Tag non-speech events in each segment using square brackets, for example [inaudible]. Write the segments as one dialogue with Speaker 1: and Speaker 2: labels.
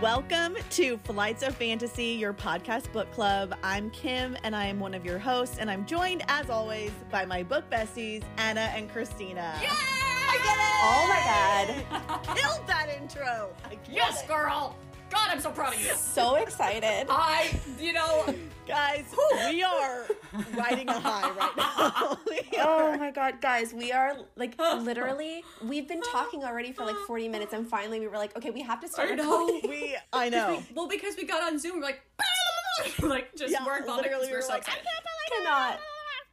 Speaker 1: Welcome to Flights of Fantasy, your podcast book club. I'm Kim and I am one of your hosts, and I'm joined as always by my book besties, Anna and Christina.
Speaker 2: Yay!
Speaker 1: Oh my god. Killed that intro. I killed
Speaker 2: Yes,
Speaker 1: it.
Speaker 2: girl. God, I'm so proud of you.
Speaker 3: so excited.
Speaker 2: I, you know,
Speaker 1: Guys, we are riding a high right now. [laughs] We
Speaker 3: Oh
Speaker 1: are-
Speaker 3: my god, guys, we are
Speaker 2: [gasps]
Speaker 3: like literally we've been talking already for like 40 minutes and finally we were like, okay, we have to start
Speaker 2: I know.
Speaker 3: recording. [laughs]
Speaker 1: we I know.
Speaker 2: well, because we got on Zoom, we're like, [laughs] like just
Speaker 1: Yeah,
Speaker 2: work on it
Speaker 1: literally, we
Speaker 2: because
Speaker 1: were
Speaker 2: we're so
Speaker 1: like,
Speaker 2: excited.
Speaker 3: cannot.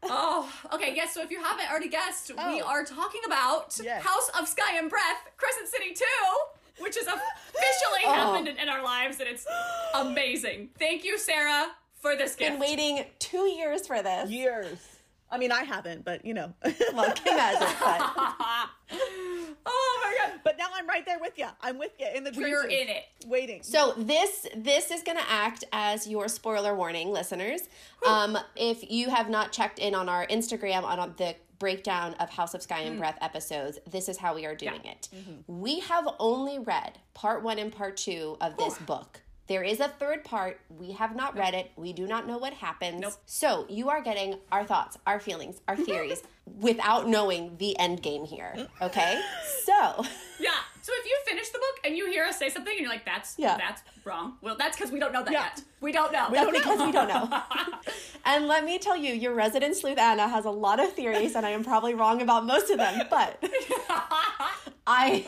Speaker 2: Oh, okay. Yes. So if you haven't already guessed, we
Speaker 1: Oh.
Speaker 2: are talking about
Speaker 1: Yes.
Speaker 2: House of Sky and Breath, Crescent City Two, which
Speaker 1: [gasps]
Speaker 2: has officially
Speaker 1: Oh.
Speaker 2: happened in, in our lives, and it's [gasps] amazing. Thank you, Sarah, for this gift.
Speaker 3: Been waiting 2 years for this.
Speaker 1: Years. I mean, I haven't, but you know.
Speaker 3: Well, Kim has it, but
Speaker 2: oh my god.
Speaker 1: [laughs] but now I'm right there with you. I'm with you in the trenches.
Speaker 2: We're in it.
Speaker 1: Waiting.
Speaker 3: so this this is going to act as your spoiler warning, listeners. Um, if you have not checked in on our Instagram on, on the breakdown of House of Sky and Breath episodes, this is how we are doing it. We have only read part 1 and part 2 of this book. There is a third part. We have not read it. We do not know what happens.
Speaker 2: Nope.
Speaker 3: So you are getting our thoughts, our feelings, our theories without knowing the end game here. Okay? So
Speaker 2: Yeah. So if you finish the book and you hear us say something and you're like, "That's
Speaker 3: Yeah.
Speaker 2: that's wrong," well, that's because we don't know that
Speaker 1: Yeah.
Speaker 2: yet. We don't know.
Speaker 1: [laughs]
Speaker 3: That's because we don't know. and let me tell you, your resident sleuth Anna has a lot of theories, and I am probably wrong about most of them, but
Speaker 1: [laughs]
Speaker 3: I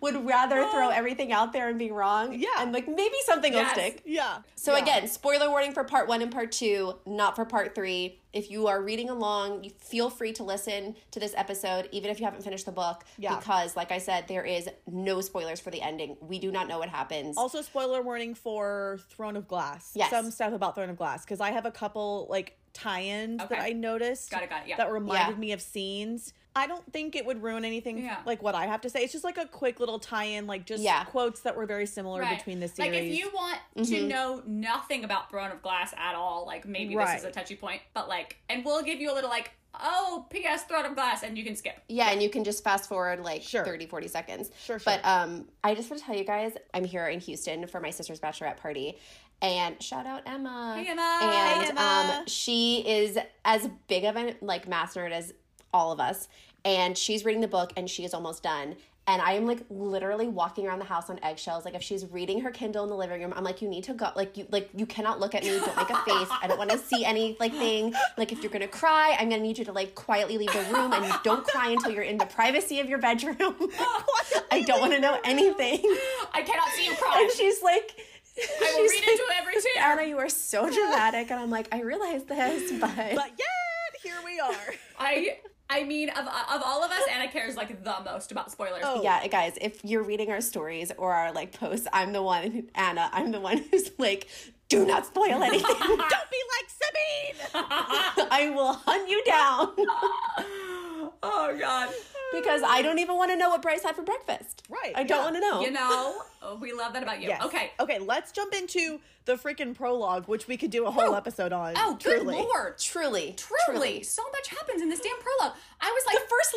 Speaker 3: would rather throw everything out there and be wrong.
Speaker 1: Yeah.
Speaker 3: And like maybe something
Speaker 2: Yes.
Speaker 3: will stick.
Speaker 1: yeah.
Speaker 3: So again, spoiler warning for part one and part two, not for part three. If you are reading along, you feel free to listen to this episode, even if you haven't finished the book,
Speaker 1: Yeah.
Speaker 3: because like I said, there is no spoilers for the ending. We do not know what happens.
Speaker 1: Also, spoiler warning for Throne of Glass.
Speaker 3: Yes.
Speaker 1: Some stuff about Throne of Glass because I have a couple like tie-ins
Speaker 2: Okay.
Speaker 1: that I noticed.
Speaker 2: [laughs] Got it, got it, yeah.
Speaker 1: That reminded
Speaker 3: Yeah.
Speaker 1: me of scenes. I don't think it would ruin anything
Speaker 2: Yeah.
Speaker 1: like what I have to say. It's just like a quick little tie-in, like just
Speaker 3: Yeah.
Speaker 1: quotes that were very similar
Speaker 2: Right.
Speaker 1: between the series. Mm-hmm.
Speaker 2: Like if you want to know nothing about Throne of Glass at all, like maybe
Speaker 1: Right.
Speaker 2: this is a touchy point, but like, and we'll give you a little like, oh, P.S. Throne of Glass, and you can
Speaker 1: [laughs]
Speaker 2: skip.
Speaker 3: Yeah, and you can just fast forward like
Speaker 1: Sure.
Speaker 3: thirty, forty 30, 40 seconds.
Speaker 1: Sure, sure.
Speaker 2: uh,
Speaker 3: But um, I just want to tell you guys, I'm here in Houston for my sister's bachelorette party. And shout out Emma.
Speaker 2: Hey, Emma.
Speaker 3: And
Speaker 1: Hey, Emma.
Speaker 3: Um, she is as big of a like math nerd as all of us. And she's reading the book and she is almost done. And I am like literally walking around the house on eggshells. Like if she's reading her Kindle in the living room, I'm like, you need to go. Like you, like you cannot look at me. Don't
Speaker 1: [laughs]
Speaker 3: make a face. I don't want to see any like thing. Like if you're gonna cry, I'm gonna need you to like quietly leave the room and don't cry until you're in the privacy of your bedroom.
Speaker 1: [laughs]
Speaker 3: I don't want to know anything.
Speaker 2: I cannot see you
Speaker 3: And
Speaker 1: [laughs]
Speaker 2: cry.
Speaker 3: she's like,
Speaker 2: I will
Speaker 3: she's
Speaker 2: read
Speaker 3: like,
Speaker 2: into every tear.
Speaker 3: Anna, you are so dramatic. And I'm like, I realize this, [laughs] but,
Speaker 1: but yet here we
Speaker 2: [laughs]
Speaker 1: are. [laughs]
Speaker 2: I, I mean, of of all of us, Anna cares like the most about spoilers.
Speaker 1: Oh.
Speaker 3: [laughs] yeah, guys, if you're reading our stories or our like posts, I'm the one, who- Anna, I'm the one [laughs] who's like, do not spoil anything.
Speaker 1: [laughs]
Speaker 3: [laughs]
Speaker 1: don't be like
Speaker 2: [laughs]
Speaker 1: Sabine.
Speaker 3: I will hunt you down
Speaker 2: [laughs]
Speaker 3: [laughs]
Speaker 2: Oh
Speaker 1: [laughs]
Speaker 2: God.
Speaker 3: because I don't even want to know what Bryce had for breakfast.
Speaker 1: Right,
Speaker 3: I don't
Speaker 1: yeah.
Speaker 3: want to know.
Speaker 2: You know, oh, we love that about you.
Speaker 1: Yes. Oh,
Speaker 2: Okay.
Speaker 1: Okay. Let's jump into the freaking prologue, which we could do a whole episode on.
Speaker 2: Oh, good
Speaker 1: truly.
Speaker 2: lord.
Speaker 3: Truly,
Speaker 2: Truly, so much happens in this damn prologue. I was like,
Speaker 3: The first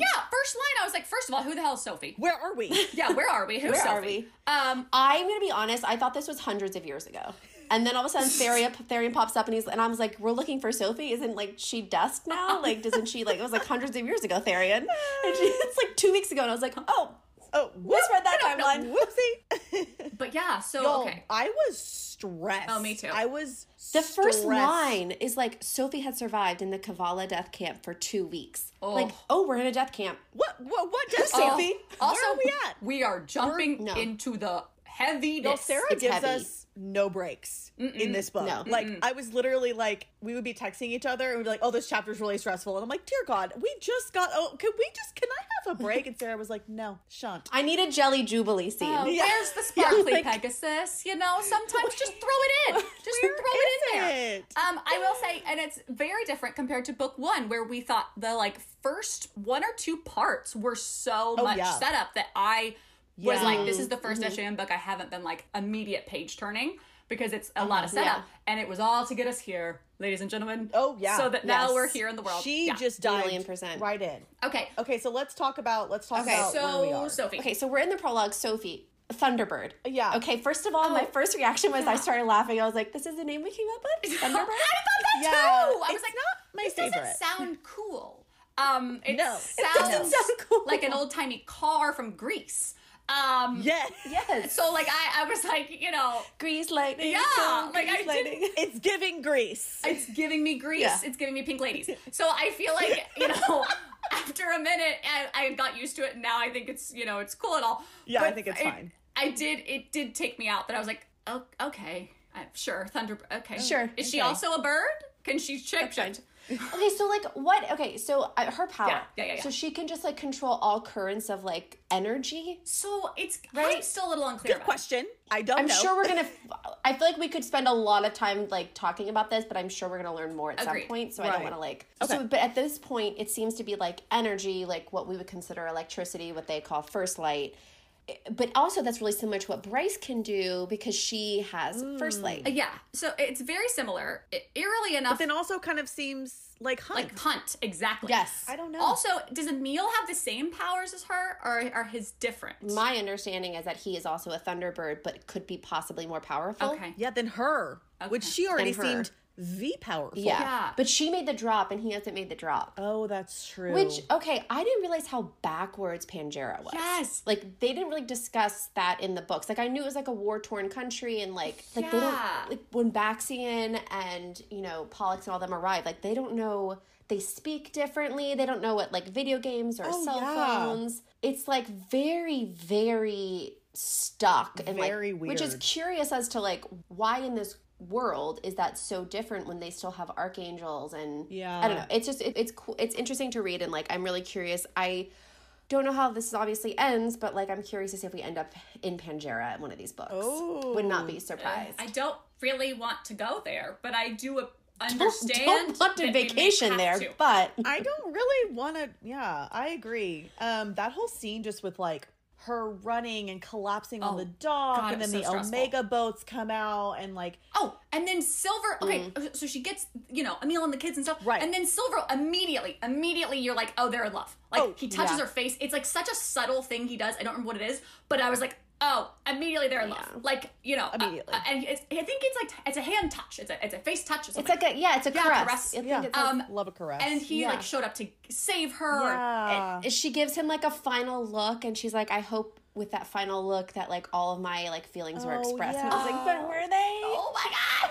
Speaker 2: [laughs] yeah, first line. I was like, first of all, who the hell is Sophie?
Speaker 1: Where are we?
Speaker 2: [laughs] Yeah, where
Speaker 1: [laughs]
Speaker 2: are we? Who's
Speaker 3: Where are
Speaker 2: Sophie? Um,
Speaker 3: I'm gonna be honest. I thought this was hundreds of years ago, and then all of a sudden, Therian, Therian pops up, and he's and I was like, "We're looking for Sophie. Isn't like she dust now? Like, doesn't she like it was like hundreds of years ago, Therian? And she, it's like two weeks ago, and I was like, "Oh,
Speaker 1: Oh,
Speaker 3: misread that timeline."
Speaker 1: Whoopsie. [laughs]
Speaker 2: but yeah, so
Speaker 1: Y'all,
Speaker 2: okay.
Speaker 1: Oh, I was stressed.
Speaker 2: Oh, me too.
Speaker 1: I was
Speaker 3: The first
Speaker 1: stressed.
Speaker 3: line is like Sophie had survived in the Kavala death camp for two weeks. Like, oh, we're in a death camp.
Speaker 1: What? What? What does
Speaker 3: Oh,
Speaker 1: Sophie?
Speaker 2: Also,
Speaker 1: where are we at?
Speaker 2: are jumping
Speaker 3: no.
Speaker 2: into the heaviness.
Speaker 1: Sarah
Speaker 3: it's
Speaker 1: gives
Speaker 3: heavy.
Speaker 1: us no breaks in this book.
Speaker 3: No.
Speaker 1: Like I was literally like, we would be texting each other and we'd be like, "Oh, this chapter's really stressful," and I'm like, "Dear God, we just got. Oh, can we just? Can I have a break?" And Sarah was like, "No, shan't."
Speaker 3: I need a jelly jubilee scene.
Speaker 1: [laughs]
Speaker 2: Oh,
Speaker 1: Yeah.
Speaker 2: Where's the sparkly
Speaker 3: Like-
Speaker 2: Pegasus? You know,
Speaker 1: [laughs]
Speaker 2: sometimes just throw it in. Just
Speaker 1: Where
Speaker 2: throw it in
Speaker 1: is
Speaker 2: there.
Speaker 1: it?
Speaker 2: Um, I will say, and it's very different compared to book one, where we thought the like first one or two parts were so
Speaker 1: Oh,
Speaker 2: much
Speaker 1: yeah.
Speaker 2: set up that I was
Speaker 1: Yeah.
Speaker 2: like, this is the 1st SJM book I haven't been like immediate page turning because it's a lot of setup,
Speaker 3: yeah.
Speaker 2: and it was all to get us here, ladies and gentlemen.
Speaker 1: Uh-huh. Oh, yeah.
Speaker 2: So that now
Speaker 3: Yes.
Speaker 2: we're here in the world.
Speaker 1: She
Speaker 2: Yeah.
Speaker 1: just died.
Speaker 3: Million percent.
Speaker 1: Right in.
Speaker 2: okay.
Speaker 1: Okay, so let's talk about. Let's talk
Speaker 3: Okay,
Speaker 1: about oh, where we
Speaker 2: So
Speaker 1: are.
Speaker 2: Sophie.
Speaker 3: Okay, so we're in the prologue. Sophie, Thunderbird.
Speaker 1: Yeah.
Speaker 3: Okay, first of all, my first reaction was I started laughing. I was like, this is the name we came up with?
Speaker 2: I
Speaker 3: [gasps]
Speaker 2: thought
Speaker 3: Thunderbird?
Speaker 2: that
Speaker 1: Yeah,
Speaker 2: too. I was
Speaker 1: it's
Speaker 2: like,
Speaker 1: not my
Speaker 2: this
Speaker 1: favorite.
Speaker 2: doesn't sound cool. Um, it
Speaker 1: No, it
Speaker 2: sounds
Speaker 1: doesn't
Speaker 3: sound cool.
Speaker 2: like an old timey car from Greece. Um,
Speaker 1: Yes.
Speaker 3: yes.
Speaker 2: So like I, I was like, you know,
Speaker 3: Grease lightning.
Speaker 2: Yeah,
Speaker 3: go,
Speaker 2: like, I
Speaker 3: grease lightning.
Speaker 1: [laughs]
Speaker 2: [laughs]
Speaker 1: It's giving grease.
Speaker 2: it's giving me Greece.
Speaker 3: Yeah.
Speaker 2: It's giving me pink ladies. So I feel like you know. After a minute, I, I got used to it. and Now I think it's you know it's cool and all.
Speaker 1: Yeah, I
Speaker 2: But
Speaker 1: think it's
Speaker 2: it-
Speaker 1: fine.
Speaker 2: I did. It did take me out, but I was like, oh, okay, I, sure, Thunder. Okay,
Speaker 3: Sure,
Speaker 2: Is she
Speaker 1: okay.
Speaker 2: also a bird? Can she shape shift?
Speaker 3: Okay, so like what? Okay, so uh, her power.
Speaker 2: Yeah, yeah, yeah, yeah.
Speaker 3: So she can just like control all currents of like energy.
Speaker 2: So it's I'm
Speaker 3: Right?
Speaker 2: still a little unclear.
Speaker 1: Good
Speaker 2: about it.
Speaker 1: question. I don't
Speaker 3: I'm
Speaker 1: know.
Speaker 3: sure we're gonna. I feel like we could spend a lot of time like talking about this, but I'm sure we're gonna learn more at
Speaker 2: Agreed.
Speaker 3: some point. So I
Speaker 1: Right.
Speaker 3: don't want to like.
Speaker 1: Okay.
Speaker 3: So, but at this point, it seems to be like energy, like what we would consider electricity, what they call first light. Eh, But also, that's really similar to what Bryce can do because she has first light.
Speaker 2: Uh, Yeah, so it's very similar. I- Eerily
Speaker 1: but
Speaker 2: enough,
Speaker 1: then also kind of seems like hunt.
Speaker 2: like Hunt, exactly.
Speaker 3: Yes.
Speaker 1: I don't know.
Speaker 2: Also, does Emil have the same powers as her, or are his different?
Speaker 3: My understanding is that he is also a Thunderbird, but could be possibly more powerful.
Speaker 2: okay.
Speaker 1: yeah, then her, which she already
Speaker 3: her.
Speaker 1: seemed the powerful.
Speaker 3: Yeah.
Speaker 2: Yeah.
Speaker 3: But she made the drop and he hasn't made the drop.
Speaker 1: Oh, that's true.
Speaker 3: Which, okay, I didn't realize how backwards Panjera was.
Speaker 2: Yes.
Speaker 3: Like they didn't really discuss that in the books. Like I knew it was like a war torn country and like like they
Speaker 2: Yeah.
Speaker 3: don't like when Baxian and, you know, Pollux and all them arrive, like they don't know they speak differently. They don't know what like video games or
Speaker 1: Oh,
Speaker 3: cell
Speaker 1: yeah.
Speaker 3: phones. It's like very, very stuck and
Speaker 1: Very
Speaker 3: like which is
Speaker 1: weird.
Speaker 3: curious as to like why in this world is that so different when they still have archangels and
Speaker 1: Yeah.
Speaker 3: I don't know. It's just it, it's cool. It's interesting to read and like I'm really curious. I don't know how this obviously ends, but like I'm curious to see if we end up in Pangera in one of these books.
Speaker 1: Oh.
Speaker 3: Would not be surprised.
Speaker 2: I don't really want to go there, but I do a-
Speaker 3: don't,
Speaker 2: understand.
Speaker 3: [laughs] don't
Speaker 2: that
Speaker 3: want to
Speaker 2: we may
Speaker 3: vacation
Speaker 2: have
Speaker 3: there,
Speaker 2: to.
Speaker 3: but
Speaker 1: Oh. I don't really want to. Yeah, I agree. Um, that whole scene just with like her running and collapsing on
Speaker 2: Oh,
Speaker 1: the dock,
Speaker 2: God,
Speaker 1: and
Speaker 2: it
Speaker 1: then
Speaker 2: was
Speaker 1: the
Speaker 2: so stressful.
Speaker 1: Omega boats come out, and like
Speaker 2: Oh, and then Silver. Okay, uh, so she gets you know Emil and the kids and stuff.
Speaker 1: Mm. Right.
Speaker 2: And then Silver immediately, immediately, you're like, oh, they're in love. Like
Speaker 1: Oh,
Speaker 2: he touches
Speaker 3: yeah.
Speaker 2: her face. It's like such a subtle thing he does. I don't remember what it is, but I was like, oh, immediately they're in love.
Speaker 3: Yeah.
Speaker 2: Like you know, uh,
Speaker 1: Immediately.
Speaker 2: uh, and it's, I think it's like it's a hand touch. It's a it's a face touch. Or
Speaker 3: it's
Speaker 2: something.
Speaker 3: like a yeah, it's a
Speaker 2: Yeah,
Speaker 3: caress.
Speaker 2: caress.
Speaker 3: I think
Speaker 1: yeah,
Speaker 3: it's like-
Speaker 2: Um,
Speaker 1: love a caress.
Speaker 2: and he
Speaker 3: yeah.
Speaker 2: like showed up to save her.
Speaker 1: yeah,
Speaker 3: she gives him like a final look, and she's like, "I hope with that final look that like all of my like feelings were
Speaker 1: Oh,
Speaker 3: expressed." And
Speaker 1: yeah.
Speaker 3: I was like, "But were they?"
Speaker 2: [laughs] Oh my god!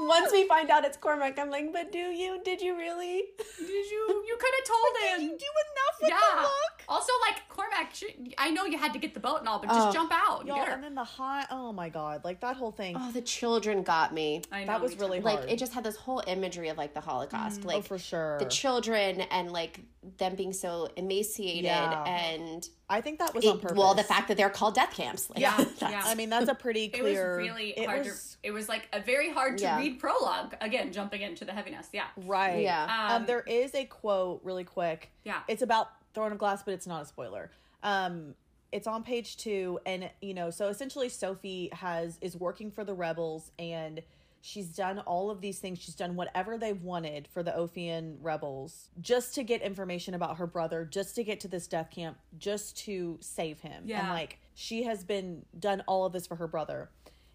Speaker 3: Once we find out it's Cormac, I'm like, "But do you? Did you really?"
Speaker 2: [laughs] Did you? You could have told
Speaker 1: Did
Speaker 2: him.
Speaker 1: you do enough with the
Speaker 2: yeah.
Speaker 1: look?
Speaker 2: Also, like Cormac, she, I know you had to get the boat and all, but just
Speaker 3: Oh.
Speaker 2: jump out. And
Speaker 1: Y'all,
Speaker 2: get her.
Speaker 1: and then the hot. Oh my god, like that whole thing.
Speaker 3: Oh, the children got me.
Speaker 2: I
Speaker 1: that
Speaker 2: know,
Speaker 1: was
Speaker 2: we
Speaker 1: really
Speaker 3: like
Speaker 1: hard.
Speaker 3: it just had this whole imagery of like the Holocaust, like
Speaker 1: oh, for sure.
Speaker 3: the children and like them being so emaciated
Speaker 1: Yeah.
Speaker 3: and
Speaker 1: I think that was on
Speaker 3: it,
Speaker 1: purpose.
Speaker 3: well, the fact that they're called death camps. Like,
Speaker 2: Yeah,
Speaker 3: [laughs] that's-
Speaker 2: yeah.
Speaker 1: I mean, that's a pretty
Speaker 2: It was
Speaker 1: clear.
Speaker 2: really
Speaker 1: it
Speaker 2: hard
Speaker 1: was-
Speaker 2: to. It was like a very hard to
Speaker 3: Yeah.
Speaker 2: read prologue. Again, jumping into the heaviness. Yeah.
Speaker 1: Right.
Speaker 3: Yeah.
Speaker 1: Um,
Speaker 2: Um,
Speaker 1: there is a quote really quick.
Speaker 2: Yeah.
Speaker 1: It's about Throne of Glass, but it's not a spoiler. Um, it's on page two, and you know, so essentially Sophie has is working for the rebels and she's done all of these things. She's done whatever they've wanted for the Ophian rebels just to get information about her brother, just to get to this death camp, just to save him. And
Speaker 2: Yeah.
Speaker 1: like she has been done all of this for her brother.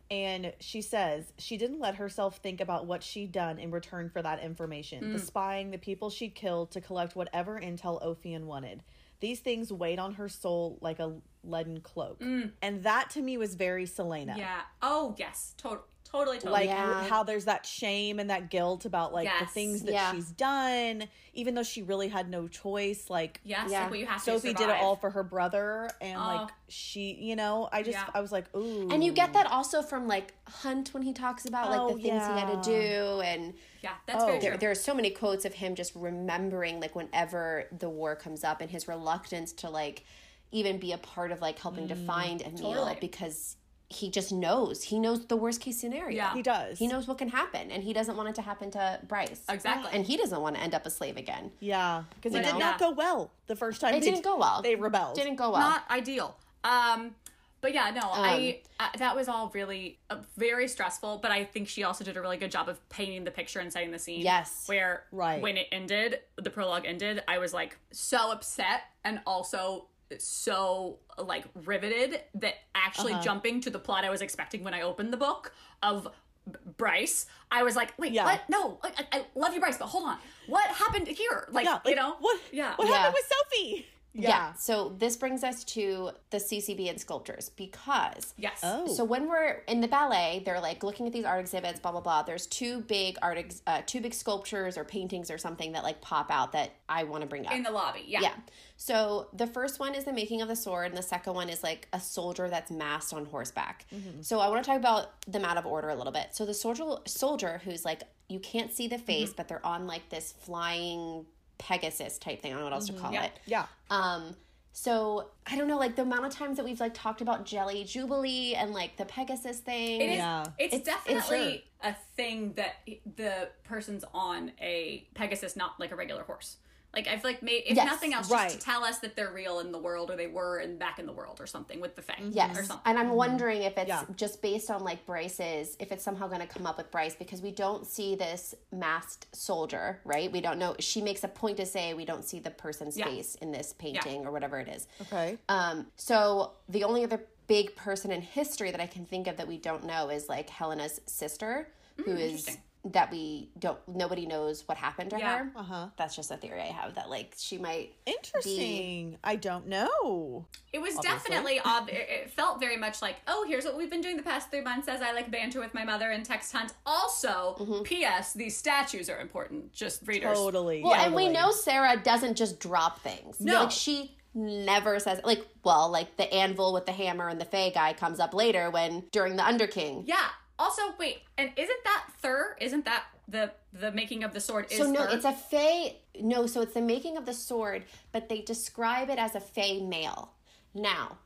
Speaker 1: And she says she didn't let herself think about what she'd done in return for that information
Speaker 2: Mm.
Speaker 1: the spying, the people she'd killed to collect whatever intel Ophian wanted. These things weighed on her soul like a leaden cloak. And that to me was very Selena.
Speaker 2: Mm. Yeah. Oh yes. Totally. Totally. Totally.
Speaker 1: Like
Speaker 3: Yeah.
Speaker 1: how there's that shame and that guilt about like the
Speaker 2: Yes.
Speaker 1: things that
Speaker 3: Yeah.
Speaker 1: she's done, even though she really had no choice. Like,
Speaker 2: yes.
Speaker 3: Yeah.
Speaker 2: Like what you have to
Speaker 1: Sophie did it
Speaker 2: survive.
Speaker 1: all for her brother. And like
Speaker 2: Oh.
Speaker 1: she, you know, I just,
Speaker 2: Yeah.
Speaker 1: I was like, ooh.
Speaker 3: And you get that also from like Hunt when he talks about like
Speaker 1: Oh,
Speaker 3: the things he had to
Speaker 1: yeah.
Speaker 3: do, and
Speaker 2: Yeah. That's
Speaker 1: Oh.
Speaker 2: very
Speaker 3: there,
Speaker 2: true.
Speaker 3: there are so many quotes of him just remembering like whenever the war comes up and his reluctance to like even be a part of like helping to find Emil
Speaker 2: totally.
Speaker 3: because he just knows he knows the worst case scenario.
Speaker 2: Yeah.
Speaker 1: He does.
Speaker 3: He knows what can happen, and he doesn't want it to happen to Bryce.
Speaker 2: Exactly.
Speaker 3: And he doesn't want to end up a slave again.
Speaker 1: Yeah, because it
Speaker 2: Like,
Speaker 1: did not
Speaker 2: yeah.
Speaker 1: go well the first time.
Speaker 3: It
Speaker 1: they-
Speaker 3: didn't go well.
Speaker 1: They rebelled.
Speaker 3: Didn't go well.
Speaker 2: Not ideal. Um. But yeah, no, I,
Speaker 1: Um,
Speaker 2: uh that was all really uh, very stressful. But I think she also did a really good job of painting the picture and setting the scene.
Speaker 3: Yes.
Speaker 2: where
Speaker 1: Right.
Speaker 2: when it ended, the prologue ended. I was like so upset and also so like riveted that actually
Speaker 1: Uh-huh.
Speaker 2: jumping to the plot I was expecting when I opened the book of B- Bryce, I was like, wait,
Speaker 1: Yeah.
Speaker 2: what? No, I, I- I love you, Bryce, but hold on, what happened here? Like,
Speaker 1: Yeah,
Speaker 2: you
Speaker 1: like,
Speaker 2: know,
Speaker 1: what?
Speaker 2: Yeah,
Speaker 1: What
Speaker 3: Yeah.
Speaker 1: happened with Sophie?
Speaker 3: Yeah. So this brings us to the CCB and sculptures because
Speaker 2: yes,
Speaker 1: Oh.
Speaker 3: So when we're in the ballet, they're like looking at these art exhibits, blah blah blah. There's two big art, ex- uh, two big sculptures or paintings or something that like pop out that I want to bring up.
Speaker 2: in the lobby, yeah,
Speaker 3: yeah. So the first one is the making of the sword, and the second one is like a soldier that's masked on horseback.
Speaker 2: Mm-hmm.
Speaker 3: So I want to talk about them out of order a little bit. So the soldier, soldier who's like you can't see the face,
Speaker 2: Mm-hmm.
Speaker 3: but they're on like this flying Pegasus type thing. I don't know what else to call
Speaker 2: Mm-hmm. Yeah.
Speaker 1: Yeah.
Speaker 3: it. Um, so I don't know, like the amount of times that we've like talked about Jelly Jubilee and like the Pegasus thing.
Speaker 2: It is.
Speaker 1: Yeah.
Speaker 2: It's,
Speaker 3: It's- it's
Speaker 2: definitely a thing that the person's on a Pegasus, not like a regular horse. Like I've like made if
Speaker 3: Yes,
Speaker 2: nothing else,
Speaker 1: right.
Speaker 2: just to tell us that they're real in the world or they were and back in the world or something with the fang
Speaker 3: Yes.
Speaker 2: or something.
Speaker 3: And I'm wondering if it's
Speaker 1: Yeah.
Speaker 3: just based on like Bryce's, if it's somehow going to come up with Bryce because we don't see this masked soldier, right? We don't know. She makes a point to say we don't see the person's
Speaker 2: Yeah.
Speaker 3: face in this painting or whatever it is.
Speaker 1: Okay.
Speaker 3: Um, so the only other big person in history that I can think of that we don't know is like Helena's sister, who is
Speaker 2: Mm, interesting.
Speaker 3: that we don't nobody knows what happened to
Speaker 2: Yeah.
Speaker 3: her.
Speaker 1: Uh huh.
Speaker 3: That's just a theory I have that like she might.
Speaker 1: Interesting. I don't know.
Speaker 2: It was
Speaker 1: Obviously.
Speaker 2: definitely ob- it it felt very much like, oh, here's what we've been doing the past three months as I like banter with my mother and text hunt. Also,
Speaker 3: Mm-hmm.
Speaker 2: P.S. These statues are important. Just readers.
Speaker 1: Totally.
Speaker 3: Well,
Speaker 1: Yeah,
Speaker 3: and we
Speaker 1: totally.
Speaker 3: know Sarah doesn't just drop things.
Speaker 2: No.
Speaker 3: like she never says like well like the anvil with the hammer and the fey guy comes up later when during the underking
Speaker 2: Yeah. Also, wait, and isn't that Thur? Isn't that the the making of the sword? Is
Speaker 3: so no
Speaker 2: Thur?
Speaker 3: it's a fey no so it's the making of the sword but they describe it as a fey male now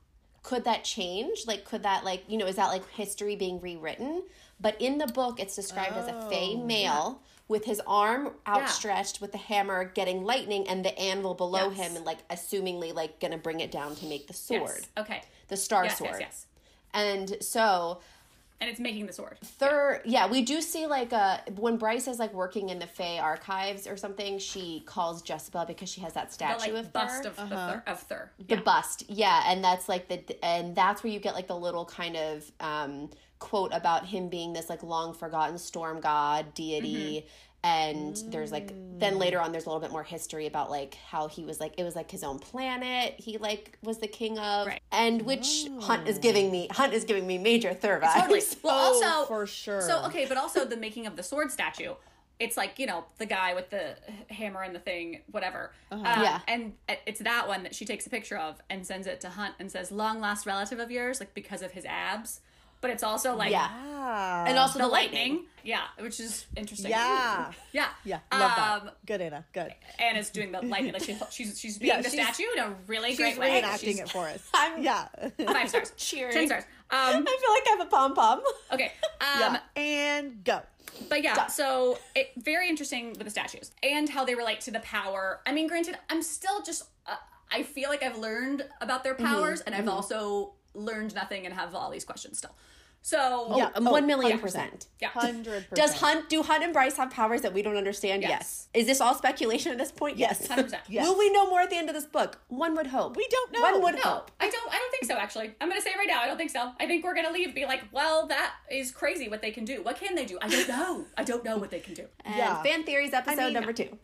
Speaker 3: could that change like could that like you know is that like history being rewritten but in the book it's described as a fey
Speaker 2: Oh,
Speaker 3: male with his arm outstretched with the hammer getting lightning and the anvil below
Speaker 2: Yes.
Speaker 3: him and like assumingly like gonna bring it down to make the sword
Speaker 2: Yes. Okay.
Speaker 3: the star
Speaker 2: Yes,
Speaker 3: sword
Speaker 2: yes, yes.
Speaker 3: and so
Speaker 2: And it's making the sword.
Speaker 3: Thur, yeah, we do see like a when Bryce is like working in the Fey archives or something. She calls Jezebel because she has that
Speaker 2: The
Speaker 3: statue
Speaker 2: like
Speaker 3: of
Speaker 2: bust
Speaker 3: Thur.
Speaker 2: of, the Thur, of
Speaker 1: [laughs]
Speaker 2: Thur.
Speaker 3: the bust, yeah, and that's like the and that's where you get like the little kind of um, quote about him being this like long forgotten storm god deity.
Speaker 2: Mm-hmm.
Speaker 3: And there's like then later on there's a little bit more history about like how he was like it was like his own planet he like was the king of
Speaker 2: Right.
Speaker 3: and which Hunt is giving me Hunt is giving me major Thur vibes.
Speaker 2: Totally. Well,
Speaker 1: Oh,
Speaker 2: also
Speaker 1: for sure.
Speaker 2: So okay, but also the making of the sword statue. It's like you know the guy with the hammer and the thing, whatever.
Speaker 1: Uh-huh.
Speaker 2: Um,
Speaker 3: Yeah.
Speaker 2: And it's that one that she takes a picture of and sends it to Hunt and says, "Long lost relative of yours," like because of his abs. But it's also like
Speaker 3: Yeah.
Speaker 1: Ah.
Speaker 3: [laughs] and also
Speaker 2: the, lightning. yeah, which is interesting.
Speaker 1: Yeah.
Speaker 2: [laughs] yeah,
Speaker 1: Yeah. Love
Speaker 2: Um,
Speaker 1: that. Good, Anna. Good.
Speaker 2: Anna's doing the lightning. Like she's she's, she's being
Speaker 1: Yeah,
Speaker 2: the
Speaker 1: she's-
Speaker 2: statue in a really
Speaker 1: She's
Speaker 2: great way.
Speaker 1: reenacting
Speaker 2: She's
Speaker 1: it for
Speaker 3: [laughs]
Speaker 1: us. yeah. [laughs] I
Speaker 2: five stars,
Speaker 3: Cheering.
Speaker 2: ten stars. Um,
Speaker 3: I feel like I have a pom pom.
Speaker 2: okay. Um,
Speaker 1: yeah. And go.
Speaker 2: But yeah, so it very interesting with the statues and how they relate to the power. I mean, granted, I'm still just uh, I feel like I've learned about their
Speaker 3: Mm-hmm.
Speaker 2: powers, and I've also learned nothing and have all these questions still. So
Speaker 3: Yeah,
Speaker 1: Oh,
Speaker 3: one million
Speaker 1: 100%.
Speaker 3: percent.
Speaker 2: yeah,
Speaker 1: Hundred percent.
Speaker 3: Does Hunt do Hunt and Bryce have powers that we don't understand? Yes.
Speaker 2: Yes.
Speaker 3: Is this all speculation at this point? Yes.
Speaker 2: 100%.
Speaker 1: Yes.
Speaker 3: [laughs] Will we know more at the end of this book? One would hope.
Speaker 1: We don't know.
Speaker 3: One would
Speaker 2: No,
Speaker 3: hope.
Speaker 2: I don't. I don't think so. Actually, I'm gonna say it right now, I don't think so. I think we're gonna leave. and Be like, well, that is crazy. What they can do? What can they do? I don't know. I don't know what they can do.
Speaker 3: And
Speaker 1: Yeah.
Speaker 3: fan theories episode
Speaker 1: mean- [laughs]
Speaker 3: number two.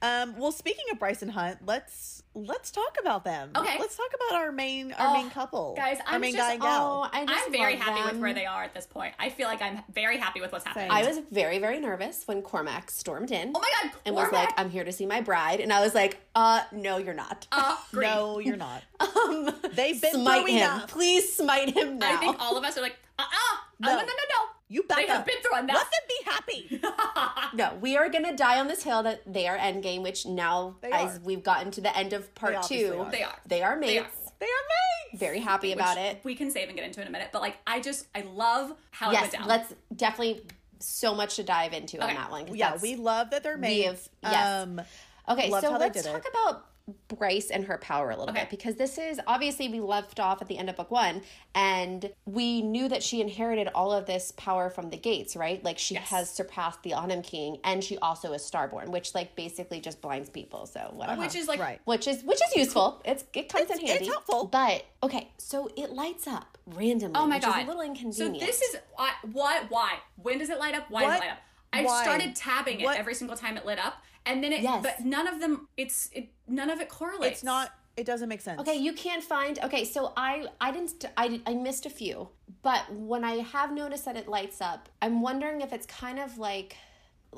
Speaker 1: Um, well, speaking of Bryson Hunt, let's let's talk about them.
Speaker 2: Okay.
Speaker 1: Let's talk about our main our
Speaker 2: Oh,
Speaker 1: main couple,
Speaker 2: guys,
Speaker 1: Our
Speaker 2: I'm
Speaker 1: main
Speaker 2: just-
Speaker 1: guy and gal.
Speaker 3: I
Speaker 2: I'm very
Speaker 3: love
Speaker 2: happy
Speaker 3: them.
Speaker 2: with where they are at this point. I feel like I'm very happy with what's happening.
Speaker 1: Same.
Speaker 3: I was very very nervous when Cormac stormed in
Speaker 2: oh my god!
Speaker 3: and was
Speaker 2: Cormac!
Speaker 3: like, "I'm here to see my bride," and I was like, "Uh, no, you're not."
Speaker 2: Uh, green.
Speaker 1: no, you're not.
Speaker 3: Um,
Speaker 1: They've been
Speaker 3: smite
Speaker 1: through
Speaker 3: him.
Speaker 1: enough.
Speaker 3: Please smite him now.
Speaker 2: I think all of us are like, uh uh
Speaker 1: No.
Speaker 2: no, no, no, no.
Speaker 1: You back
Speaker 2: They have
Speaker 1: up.
Speaker 2: been through enough.
Speaker 1: Let them be happy.
Speaker 3: No, we are gonna die on this hill that they are endgame, which now
Speaker 1: They
Speaker 3: as
Speaker 1: are.
Speaker 3: we've gotten to the end of part
Speaker 1: obviously
Speaker 3: two,
Speaker 1: are.
Speaker 2: They are.
Speaker 3: They are
Speaker 2: They
Speaker 3: mates.
Speaker 2: are.
Speaker 1: they are mates.
Speaker 3: Very happy about
Speaker 2: Which
Speaker 3: it.
Speaker 2: We can save and get into in a minute, but like, I just, I love how it
Speaker 3: Yes,
Speaker 2: went down.
Speaker 3: let's definitely so much to dive into on
Speaker 2: Okay.
Speaker 3: that one. 'cause
Speaker 1: Yeah,
Speaker 3: that's-
Speaker 1: we love that they're mates.
Speaker 3: have- yes.
Speaker 1: Um,
Speaker 3: okay.
Speaker 1: loved
Speaker 3: So
Speaker 1: how they
Speaker 3: let's
Speaker 1: did
Speaker 3: talk
Speaker 1: it.
Speaker 3: about Bryce and her power a little
Speaker 2: Okay.
Speaker 3: bit because this is obviously we left off at the end of book one and we knew that she inherited all of this power from the gates, right? Like she has surpassed the Autumn King and she also is Starborn, which like basically just blinds people. So whatever
Speaker 2: which is like
Speaker 1: Right.
Speaker 3: which is which is useful. It's it comes in
Speaker 1: It's-
Speaker 3: handy.
Speaker 1: it's helpful.
Speaker 3: But okay, so it lights up randomly.
Speaker 2: Oh my
Speaker 3: which
Speaker 2: god,
Speaker 3: is a little inconvenient.
Speaker 2: So this is why, why, why? When does it light up? Why does
Speaker 1: What?
Speaker 2: it light up? I
Speaker 1: Why?
Speaker 2: started tabbing
Speaker 1: What?
Speaker 2: it every single time it lit up, and then it.
Speaker 3: Yes.
Speaker 2: But none of them. It's it. None of it correlates.
Speaker 1: It's not. It doesn't make sense.
Speaker 3: okay. You can't find okay. So I I didn't st- I I missed a few, but when I have noticed that it lights up, I'm wondering if it's kind of like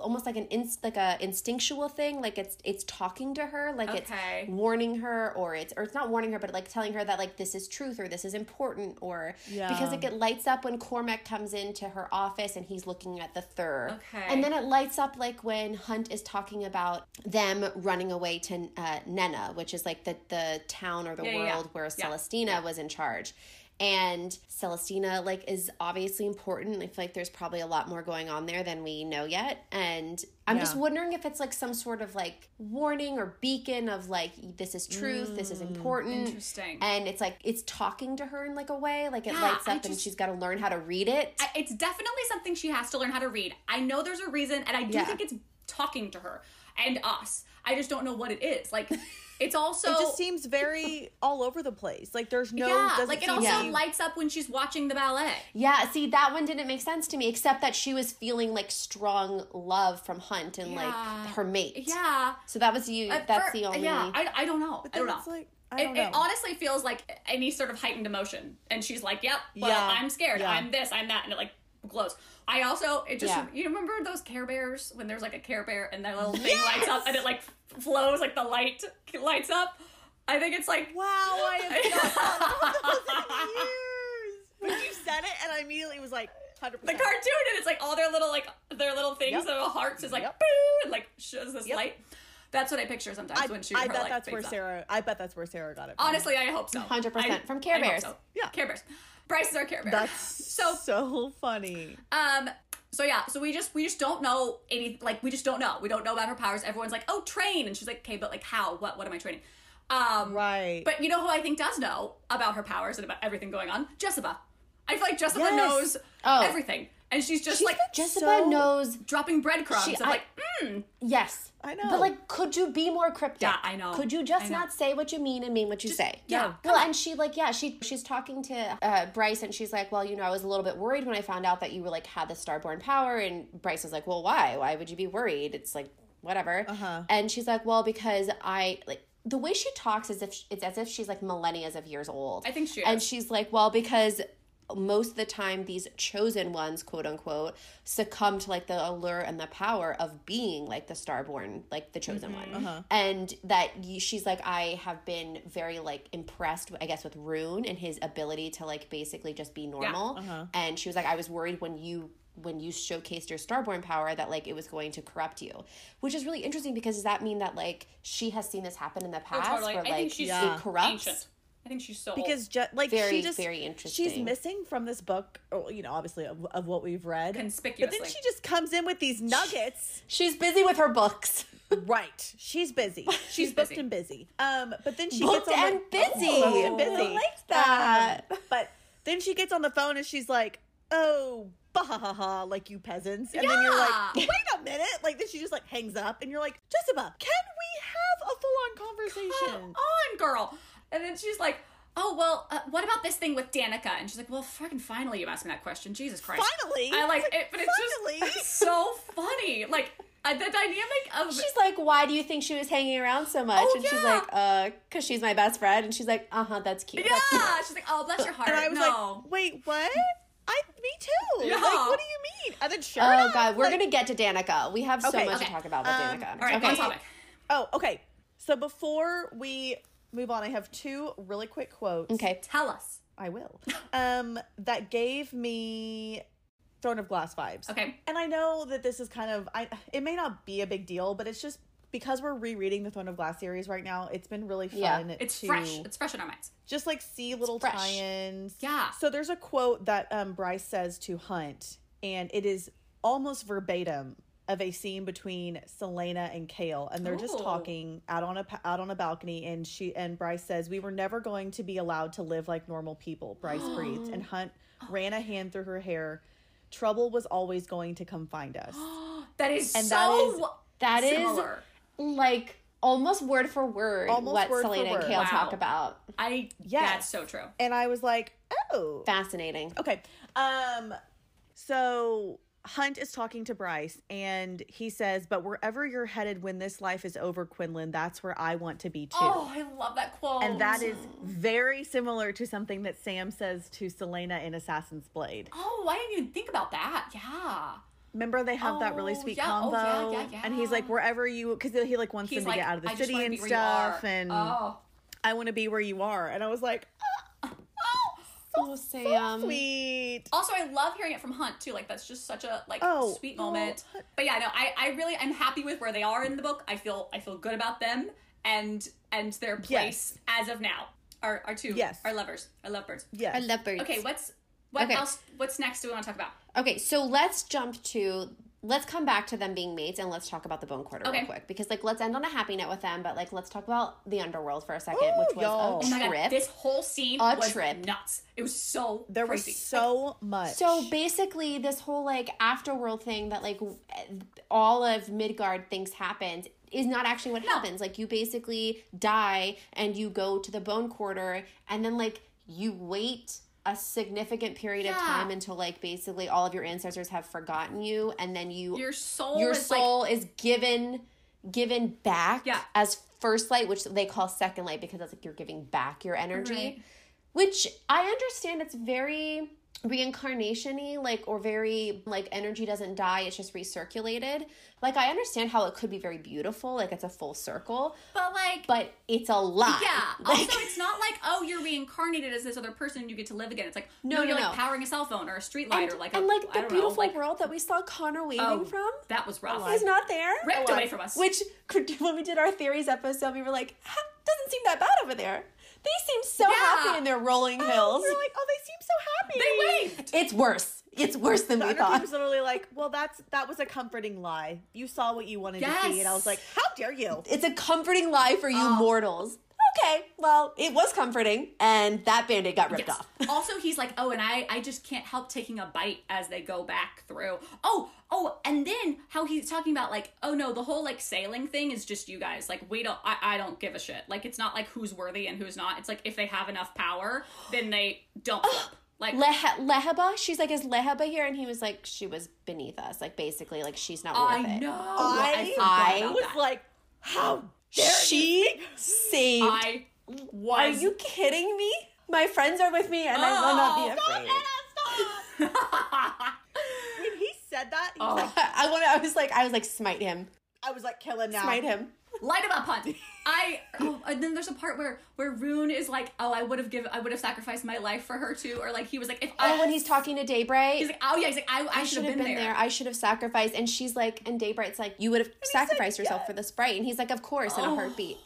Speaker 3: almost like an inst- like a instinctual thing like it's it's talking to her like
Speaker 2: Okay.
Speaker 3: it's warning her or it's or it's not warning her but like telling her that like this is truth or this is important or because
Speaker 1: Yeah.
Speaker 3: it get lights up when Cormac comes into her office and he's looking at the third
Speaker 2: Okay.
Speaker 3: and then it lights up like when Hunt is talking about them running away to uh, Nena which is like the the town or the
Speaker 2: Yeah, yeah,
Speaker 3: world
Speaker 2: yeah.
Speaker 3: where
Speaker 2: Yeah.
Speaker 3: Celestina was in charge and Celestina like is obviously important. I feel like there's probably a lot more going on there than we know yet. And I'm just
Speaker 1: Yeah.
Speaker 3: wondering if it's like some sort of like warning or beacon of like this is truth, this is important.
Speaker 2: Hmm, Interesting.
Speaker 3: And it's like it's talking to her in like a way, like it
Speaker 2: Yeah,
Speaker 3: lights
Speaker 2: I
Speaker 3: up and
Speaker 2: just-
Speaker 3: she's got to learn how to read it.
Speaker 2: I- it's definitely something she has to learn how to read. I know there's a reason, and I do
Speaker 3: Yeah.
Speaker 2: think it's talking to her and us. I just don't know what it is.
Speaker 1: [laughs]
Speaker 2: Like, it's also.
Speaker 1: It just seems very all over the place. Like there's no.
Speaker 2: yeah,
Speaker 1: doesn't
Speaker 2: like it
Speaker 1: seem
Speaker 2: also
Speaker 1: to be-
Speaker 2: lights up when she's watching the ballet.
Speaker 3: yeah, see that one didn't make sense to me except that she was feeling like strong love from Hunt and
Speaker 2: Yeah.
Speaker 3: like her mate.
Speaker 2: Yeah,
Speaker 3: So that was you.
Speaker 2: At
Speaker 3: that's
Speaker 2: fir-
Speaker 3: the only
Speaker 2: Yeah, I, I don't know. I
Speaker 1: Then
Speaker 2: don't know.
Speaker 1: it's like I don't
Speaker 2: it,
Speaker 1: know.
Speaker 2: it honestly feels like any sort of heightened emotion. And she's like, yep, well,
Speaker 1: Yeah.
Speaker 2: I'm scared.
Speaker 1: Yeah.
Speaker 2: I'm this, I'm that. And it like glows. I also, it just,
Speaker 3: Yeah.
Speaker 2: you remember those Care Bears when there's like a Care Bear and that little thing lights up and it like f- flows, like the light lights up? I think it's like,
Speaker 1: wow, I have not thought about those in years. When you said it, and I immediately was like, hundred
Speaker 2: the
Speaker 1: percent.
Speaker 2: cartoon and it's like all their little like their little things
Speaker 1: Yep.
Speaker 2: their little hearts is like
Speaker 1: Yep.
Speaker 2: boo and like shows this
Speaker 1: Yep.
Speaker 2: light that's what i picture sometimes
Speaker 1: I,
Speaker 2: when she
Speaker 1: I
Speaker 2: her,
Speaker 1: bet
Speaker 2: like,
Speaker 1: that's where
Speaker 2: wakes up.
Speaker 1: Sarah. I bet that's where Sarah got it. From.
Speaker 2: honestly i hope so
Speaker 3: 100%
Speaker 2: I-
Speaker 3: from Care
Speaker 2: I hope
Speaker 3: Bears.
Speaker 2: so.
Speaker 1: Yeah.
Speaker 2: care bears bryce is our care bear
Speaker 1: that's
Speaker 2: [laughs] so
Speaker 1: so so funny.
Speaker 2: Um. So yeah. So we just we just don't know any. Like we just don't know. We don't know about her powers. Everyone's like, oh, train, and she's like, okay, but like how? What? What am I training? Um.
Speaker 1: Right.
Speaker 2: But you know who I think does know about her powers and about everything going on? Jessica. I feel like Jessica
Speaker 1: Yes.
Speaker 2: knows
Speaker 3: Oh.
Speaker 2: everything, and she's just
Speaker 3: She's
Speaker 2: like
Speaker 3: like, Jessica
Speaker 1: so-
Speaker 3: knows.
Speaker 2: dropping breadcrumbs.
Speaker 3: She-
Speaker 2: of
Speaker 3: I-
Speaker 2: like, "Mm."
Speaker 3: Yes,
Speaker 1: I know.
Speaker 3: But like, could you be more cryptic?
Speaker 2: Yeah, I know.
Speaker 3: Could you
Speaker 2: I
Speaker 3: just
Speaker 2: know.
Speaker 3: not say what you mean and mean what you say?
Speaker 2: yeah, come
Speaker 3: Well, and she like, yeah, she she's talking to uh, Bryce, and she's like, well, you know, I was a little bit worried when I found out that you were like had the starborn power, and Bryce was like, well, why? Why would you be worried? It's like whatever.
Speaker 1: Uh-huh.
Speaker 3: And she's like, well, because I like. The way she talks is if it's as if she's like millennia of years old.
Speaker 2: I think she
Speaker 3: And
Speaker 2: is.
Speaker 3: she's like, well, because most of the time these chosen ones, quote unquote, succumb to like the allure and the power of being like the starborn, like the chosen
Speaker 2: Mm-hmm.
Speaker 3: one.
Speaker 2: Uh-huh.
Speaker 3: And that y she's like, I have been very like impressed, I guess, with Rune and his ability to like basically just be normal.
Speaker 2: uh-huh.
Speaker 3: And she was like, I was worried when you when you showcased your starborn power that like it was going to corrupt you which is really interesting because does that mean that like she has seen this happen in the past
Speaker 2: Oh, totally.
Speaker 3: where
Speaker 2: I think
Speaker 3: like
Speaker 2: she's
Speaker 1: Yeah.
Speaker 3: it corrupts
Speaker 2: ancient. I think she's so old.
Speaker 1: because Je- like
Speaker 3: Very,
Speaker 1: she just
Speaker 3: very
Speaker 1: She's
Speaker 3: interesting.
Speaker 1: missing from this book, or, you know, obviously of, of what we've read. But
Speaker 2: Conspicuously.
Speaker 1: then she just comes in with these nuggets.
Speaker 3: She's busy with her books. [laughs]
Speaker 1: right, she's busy. She's booked
Speaker 2: busy.
Speaker 1: and busy. Um, but then she
Speaker 3: Booked
Speaker 1: gets on
Speaker 3: and
Speaker 1: the-
Speaker 3: busy.
Speaker 1: Oh, booked and
Speaker 3: I
Speaker 1: busy.
Speaker 3: like that.
Speaker 1: Um, but then she gets on the phone and she's like, "Oh, bah, ha, ha, ha, like you peasants," and then you're
Speaker 2: Yeah.
Speaker 1: like, "Wait a minute!" Like then she just like hangs up, and you're like, "Jessica, can we have a full on
Speaker 2: Come
Speaker 1: conversation?"
Speaker 2: on, girl. And then she's like, oh, well, uh, what about this thing with Danica? And she's like, well, fucking finally you asked me that question. Jesus Christ.
Speaker 1: Finally?
Speaker 2: I like
Speaker 1: It's like,
Speaker 2: it, but it's just
Speaker 1: finally?
Speaker 2: it's so funny. Like, uh, the dynamic of.
Speaker 3: She's like, why do you think she was hanging around so much?
Speaker 2: Oh,
Speaker 3: and she's
Speaker 2: yeah.
Speaker 3: like, uh, cause she's my best friend. And she's like, uh huh, that's cute.
Speaker 2: yeah. She's like, oh, bless your heart.
Speaker 1: And I was
Speaker 2: no.
Speaker 1: like, "Wait, what?" I me too.
Speaker 2: Yeah.
Speaker 1: Like, what do you mean? And then sure
Speaker 3: Oh
Speaker 1: enough,
Speaker 3: god, we're
Speaker 1: like-
Speaker 3: gonna get to Danica. We have so
Speaker 1: Okay.
Speaker 3: much
Speaker 2: Okay.
Speaker 3: to talk about with
Speaker 1: Um,
Speaker 3: Danica.
Speaker 2: all right, on
Speaker 3: okay.
Speaker 2: topic.
Speaker 1: Oh, okay. So before we move on, I have two really quick quotes.
Speaker 3: Okay.
Speaker 2: Tell us.
Speaker 1: I will. Um, that gave me Throne of Glass vibes.
Speaker 2: Okay.
Speaker 1: And I know that this is kind of I it may not be a big deal, but it's just because we're rereading the Throne of Glass series right now, it's been really fun
Speaker 3: Yeah.
Speaker 2: It's
Speaker 1: to
Speaker 2: fresh. It's fresh in our minds.
Speaker 1: just like see little
Speaker 3: fresh.
Speaker 1: tie-ins.
Speaker 2: Yeah.
Speaker 1: So there's a quote that um Bryce says to Hunt, and it is almost verbatim of a scene between Selena and Kale, and they're just
Speaker 2: Ooh.
Speaker 1: talking out on a pa- out on a balcony. And she and Bryce says, "We were never going to be allowed to live like normal people." Bryce breathed, and Hunt ran a hand through her hair. Trouble was always going to come find us.
Speaker 2: That is
Speaker 1: And that
Speaker 2: so
Speaker 1: is-
Speaker 2: w-
Speaker 3: that is-
Speaker 2: similar.
Speaker 3: Like almost word for word
Speaker 1: Almost
Speaker 3: what
Speaker 1: word for
Speaker 3: Selena
Speaker 1: word.
Speaker 3: and Kale
Speaker 2: Wow.
Speaker 3: talk about.
Speaker 2: I
Speaker 1: Yes.
Speaker 2: that's so true.
Speaker 1: and I was like, "Oh,
Speaker 3: Fascinating.
Speaker 1: Okay. Um so Hunt is talking to Bryce and he says, "But wherever you're headed when this life is over, Quinlan, that's where I want to be too."
Speaker 2: Oh, I love that quote.
Speaker 1: And that is very similar to something that Sam says to Selena in Assassin's Blade.
Speaker 2: Oh, why didn't you even think about that? Yeah.
Speaker 1: Remember they have that really
Speaker 2: Oh,
Speaker 1: sweet
Speaker 2: yeah. Oh,
Speaker 1: combo,
Speaker 2: yeah, yeah, yeah.
Speaker 1: and he's like, "Wherever you," because he like wants
Speaker 2: He's
Speaker 1: them to
Speaker 2: like,
Speaker 1: get out of the
Speaker 2: I just
Speaker 1: city
Speaker 2: wanna
Speaker 1: and
Speaker 2: be where you are.
Speaker 1: stuff, and
Speaker 2: oh,
Speaker 1: I want to be where you are. And I was like,
Speaker 3: Oh, Sam.
Speaker 1: "Sweet."
Speaker 2: Also, I love hearing it from Hunt too. Like that's just such a like
Speaker 1: Oh,
Speaker 2: sweet
Speaker 1: oh,
Speaker 2: moment. But yeah, no, I I really I'm happy with where they are in the book. I feel I feel good about them and and their place as of now. Our our two
Speaker 1: Yes.
Speaker 2: our lovers our lovebirds.
Speaker 1: Yes.
Speaker 3: I love birds.
Speaker 2: Okay, what's what
Speaker 3: Okay.
Speaker 2: else? What's next? Do we want to talk about?
Speaker 3: Okay, so let's jump to let's come back to them being mates and let's talk about the bone quarter
Speaker 2: Okay.
Speaker 3: real quick because like let's end on a happy note with them, but like let's talk about the underworld for a second, which was
Speaker 1: y'all.
Speaker 3: a
Speaker 1: Oh
Speaker 2: Oh my god,
Speaker 3: trip.
Speaker 2: this whole scene
Speaker 3: A
Speaker 2: was
Speaker 3: trip.
Speaker 2: nuts. It was so
Speaker 1: there
Speaker 2: crazy.
Speaker 1: was so much.
Speaker 3: so basically, this whole like afterworld thing that like w- all of Midgard thinks happened is not actually what happens. Like you basically die and you go to the bone quarter, and then like you wait a significant period of
Speaker 2: Yeah.
Speaker 3: time until like basically all of your ancestors have forgotten you, and then you
Speaker 2: your soul.
Speaker 3: your
Speaker 2: is
Speaker 3: soul is given given back
Speaker 2: Yeah.
Speaker 3: as first light which they call second light because that's like you're giving back your energy
Speaker 2: Right.
Speaker 3: which i understand it's very reincarnation-y like or very like energy doesn't die it's just recirculated like i understand how it could be very beautiful like it's a full circle
Speaker 2: Like, but like,
Speaker 3: but it's a lot
Speaker 2: yeah.
Speaker 3: [laughs]
Speaker 2: also, it's not like oh, you're reincarnated as this other person and you get to live again. It's like no,
Speaker 3: No,
Speaker 2: you're
Speaker 3: no,
Speaker 2: like
Speaker 3: no.
Speaker 2: powering a cell phone or a street light
Speaker 3: and,
Speaker 2: or like a,
Speaker 3: and
Speaker 2: I
Speaker 3: like the
Speaker 2: don't
Speaker 3: beautiful
Speaker 2: know, like,
Speaker 3: world that we saw connor waving
Speaker 2: oh,
Speaker 3: from
Speaker 2: That was rough.
Speaker 3: is not there
Speaker 2: ripped away from us.
Speaker 3: Which [laughs] when we did our theories episode, we were like, "Ha, doesn't seem that bad over there. They seem so
Speaker 2: Yeah.
Speaker 3: happy in their rolling hills.
Speaker 1: we are like, "Oh, they seem so happy."
Speaker 2: they waved.
Speaker 3: It's worse. It's worse than we
Speaker 1: The other
Speaker 3: thought.
Speaker 1: was literally like, "Well, that's that was a comforting lie. You saw what you wanted to see," and I was like, "How dare you?"
Speaker 3: It's a comforting lie for you
Speaker 2: Oh.
Speaker 3: mortals. Okay, well, it was comforting, and that band-aid got ripped
Speaker 2: Yes.
Speaker 3: off.
Speaker 2: [laughs] also, he's like, oh, and I, I just can't help taking a bite as they go back through. Oh, oh, and then how he's talking about like, oh no, the whole like sailing thing is just you guys. Like we don't, I, I don't give a shit. Like it's not like who's worthy and who's not. It's like if they have enough power, then they
Speaker 3: [gasps]
Speaker 2: don't. flip. Like
Speaker 3: Leha- Leheba, she's like, is Leheba here? And he was like, she was beneath us. Like, basically, like, she's not
Speaker 2: I
Speaker 3: worth it.
Speaker 2: know.
Speaker 1: I-
Speaker 2: forgot
Speaker 3: I
Speaker 1: I
Speaker 2: about
Speaker 1: was
Speaker 2: that.
Speaker 1: like, "How dare you?"
Speaker 3: She saved.
Speaker 2: I was.
Speaker 3: Are you kidding me? My friends are with me, and I will
Speaker 2: Oh,
Speaker 3: not be afraid.
Speaker 1: When he said that, he was
Speaker 2: Oh.
Speaker 1: like,
Speaker 3: I want. I was like, I was like, smite him,
Speaker 1: "I was like, kill him now."
Speaker 3: smite him.
Speaker 2: [laughs] Light him up, Hunt. I oh, and then there's a part where where Rune is like, oh, I would have given, I would have sacrificed my life for her too, or like he was like, if I
Speaker 3: Oh, when he's talking to Daybreak,
Speaker 2: He's like, oh yeah, he's like, I, I,
Speaker 3: I
Speaker 2: should have been, there.
Speaker 3: I should have sacrificed. And she's like, and Daybreight's like, you would have sacrificed yourself for this sprite. And he's like, of course, in a heartbeat.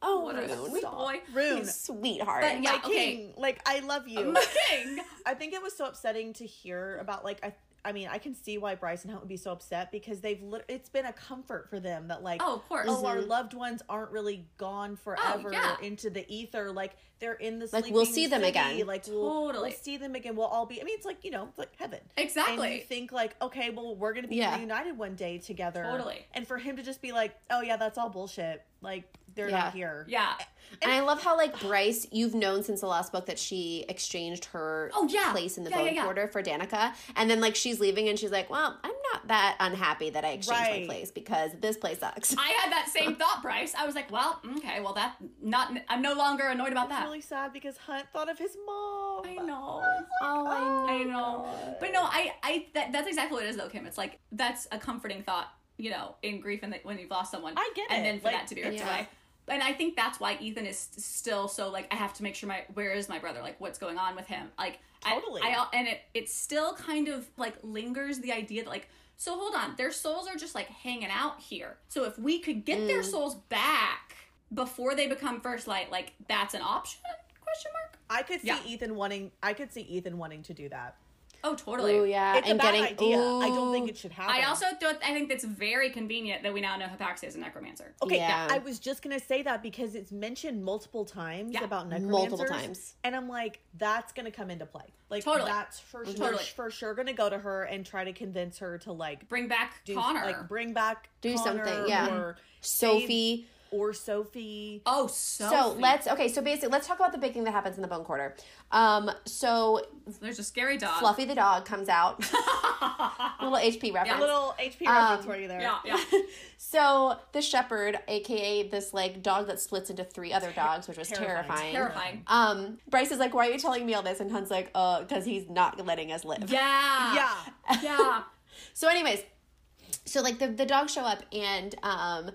Speaker 3: Oh,
Speaker 2: What a
Speaker 3: Rune,
Speaker 2: sweet
Speaker 3: stop.
Speaker 2: boy.
Speaker 1: Rune,
Speaker 3: You sweetheart.
Speaker 2: But yeah,
Speaker 1: my
Speaker 2: okay.
Speaker 1: king, like I love you.
Speaker 2: My [laughs] king.
Speaker 1: I think it was so upsetting to hear about. Like I, I mean, I can see why Bryce and Hunt would be so upset because they've. Lit- it's been a comfort for them that like,
Speaker 2: Oh, of course. Oh,
Speaker 1: oh,
Speaker 3: Mm-hmm.
Speaker 1: our loved ones aren't really gone forever
Speaker 2: yeah.
Speaker 1: or into the ether. Like they're in the
Speaker 3: Like, we'll
Speaker 1: sleeping
Speaker 3: see them
Speaker 1: city.
Speaker 3: again.
Speaker 1: Like we'll, we'll
Speaker 2: Totally.
Speaker 1: see them again. We'll all be. I mean, it's like you know, it's like heaven. And you
Speaker 2: Exactly.
Speaker 1: think like, okay, well, we're gonna be
Speaker 3: Yeah.
Speaker 1: reunited one day together.
Speaker 2: Totally.
Speaker 1: And for him to just be like, oh yeah, that's all bullshit. Like they're
Speaker 3: Yeah.
Speaker 1: not here.
Speaker 2: yeah.
Speaker 3: and I love how like Bryce, you've known since the last book that she exchanged her
Speaker 2: Oh, yeah.
Speaker 3: place in the
Speaker 2: Yeah,
Speaker 3: bone
Speaker 2: yeah, yeah.
Speaker 3: quarter for Danica, and then like she's leaving and she's like, well, I'm not that unhappy that I exchanged
Speaker 1: Right.
Speaker 3: my place because this place sucks.
Speaker 2: I had that same thought, Bryce. I was like, well, okay, well that not. I'm no longer annoyed about
Speaker 1: It's
Speaker 2: that.
Speaker 1: really sad because Hunt thought of his mom.
Speaker 2: I know.
Speaker 3: oh,
Speaker 2: I know. But no, I, I, that, that's exactly what it is though, Kim. It's like that's a comforting thought, you know, in grief and that when you've lost someone.
Speaker 1: I get
Speaker 2: and
Speaker 1: it.
Speaker 2: then for
Speaker 1: Like,
Speaker 2: that to be ripped
Speaker 3: yeah.
Speaker 2: away. And I think that's why Ethan is st- still so like I have to make sure my where is my brother like what's going on with him like I-
Speaker 1: Totally.
Speaker 2: I, and it it still kind of like lingers the idea that like so hold on their souls are just like hanging out here so if we could get
Speaker 3: Mm.
Speaker 2: their souls back before they become first light like that's an option question mark
Speaker 1: I could see
Speaker 2: Yeah.
Speaker 1: Ethan wanting. I could see Ethan wanting to do that.
Speaker 2: Oh, totally.
Speaker 3: Ooh, yeah.
Speaker 1: It's a bad idea. I
Speaker 3: Uh, ooh.
Speaker 1: don't think it should happen.
Speaker 2: I also don't, I think that's very convenient that we now know Hypaxia is a necromancer.
Speaker 1: Okay,
Speaker 3: Yeah.
Speaker 1: I was just gonna say that because it's mentioned multiple times
Speaker 2: Yeah.
Speaker 1: about necromancers,
Speaker 3: Multiple times.
Speaker 1: and I'm like, that's gonna come into play. Like,
Speaker 2: Totally.
Speaker 1: that's for sure,
Speaker 2: Totally.
Speaker 1: for sure, gonna go to her and try to convince her to like
Speaker 2: Bring back
Speaker 1: do
Speaker 2: Connor.
Speaker 1: like bring back
Speaker 3: Do
Speaker 1: Connor
Speaker 3: something, yeah.
Speaker 1: or
Speaker 3: Sophie.
Speaker 1: or Sophie.
Speaker 2: oh, so
Speaker 3: So let's okay. So basically, let's talk about the big thing that happens in the Bone Quarter. Um, so
Speaker 2: There's a scary dog.
Speaker 3: Fluffy the dog
Speaker 1: [laughs]
Speaker 3: comes out. little HP reference.
Speaker 1: Little HP reference
Speaker 3: Um,
Speaker 1: for you there.
Speaker 2: Yeah,
Speaker 1: [laughs]
Speaker 2: yeah.
Speaker 3: So the shepherd, aka this like dog that splits into three other dogs, which was terrifying.
Speaker 1: Terrifying.
Speaker 2: Terrifying.
Speaker 3: Um, Bryce is like, "Why are you telling me all this?" And Hunt's like, "Uh, because he's not letting us live."
Speaker 2: Yeah.
Speaker 1: Yeah. [laughs]
Speaker 2: Yeah.
Speaker 3: So, anyways, so like the the dogs show up, and um,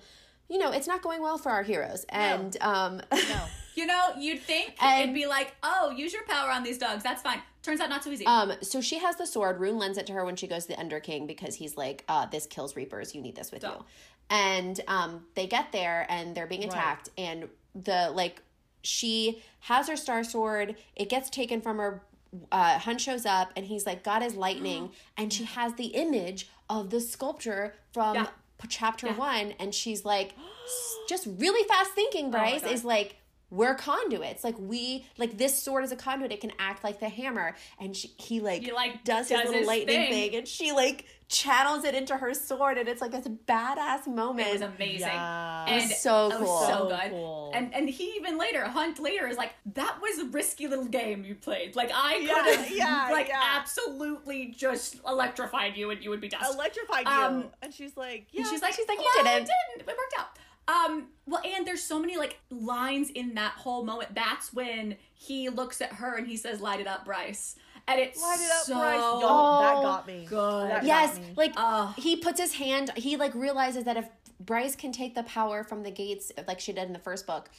Speaker 3: you know, it's not going well for our heroes, and um,
Speaker 1: No.
Speaker 2: You know, you'd think
Speaker 3: And-
Speaker 2: it'd be like, oh, use your power on these dogs. That's fine. Turns out not so
Speaker 1: Uh,
Speaker 2: easy.
Speaker 3: um, so she has the sword. Rune lends it to her when she goes to the Underking because he's like, uh, "This kills reapers. You need this with you."
Speaker 2: Duh.
Speaker 3: And um, they get there, and they're being attacked, and the like, she has her star sword. It gets taken from her. Uh, Hunt shows up, and he's like, "God is
Speaker 2: [gasps]
Speaker 3: lightning," and she has the image of the sculpture from.
Speaker 2: Yeah.
Speaker 3: p- Chapter one, and she's like, s- just really fast thinking. Bryce
Speaker 2: Oh God.
Speaker 3: is like, we're conduits. Like we, like this sword is a conduit. It can act like the hammer. And she, he like,
Speaker 2: He, like,
Speaker 3: does his
Speaker 2: does
Speaker 3: little
Speaker 2: his
Speaker 3: lightning thing.
Speaker 2: thing.
Speaker 3: and she like channels it into her sword, and it's like this badass moment.
Speaker 2: it was amazing.
Speaker 1: Yeah.
Speaker 2: And
Speaker 3: It was so
Speaker 2: it
Speaker 3: cool.
Speaker 2: was
Speaker 1: So
Speaker 2: so, good.
Speaker 1: cool.
Speaker 2: And and he even later, Hunt later is like, that was a risky little game you played. Like I could
Speaker 1: Yeah,
Speaker 2: have
Speaker 1: yeah,
Speaker 2: like
Speaker 1: yeah.
Speaker 2: absolutely just electrified you and you would be dust.
Speaker 1: Electrified you.
Speaker 2: Um,
Speaker 1: and she's like, yeah.
Speaker 2: And she's like,
Speaker 3: She's like, "You
Speaker 2: "Well, I
Speaker 3: didn't."
Speaker 2: didn't. It worked out. Um, well, and there's so many like lines in that whole moment. That's when he looks at her and he says, "Light it up, Bryce." And it's
Speaker 1: light it up,
Speaker 2: so
Speaker 1: Bryce. Y'all,
Speaker 3: Oh,
Speaker 1: that got me.
Speaker 2: good.
Speaker 1: That got
Speaker 3: Yes,
Speaker 1: me.
Speaker 3: like
Speaker 2: Ugh.
Speaker 3: he puts his hand. He like realizes that if Bryce can take the power from the gates, like she did in the first book,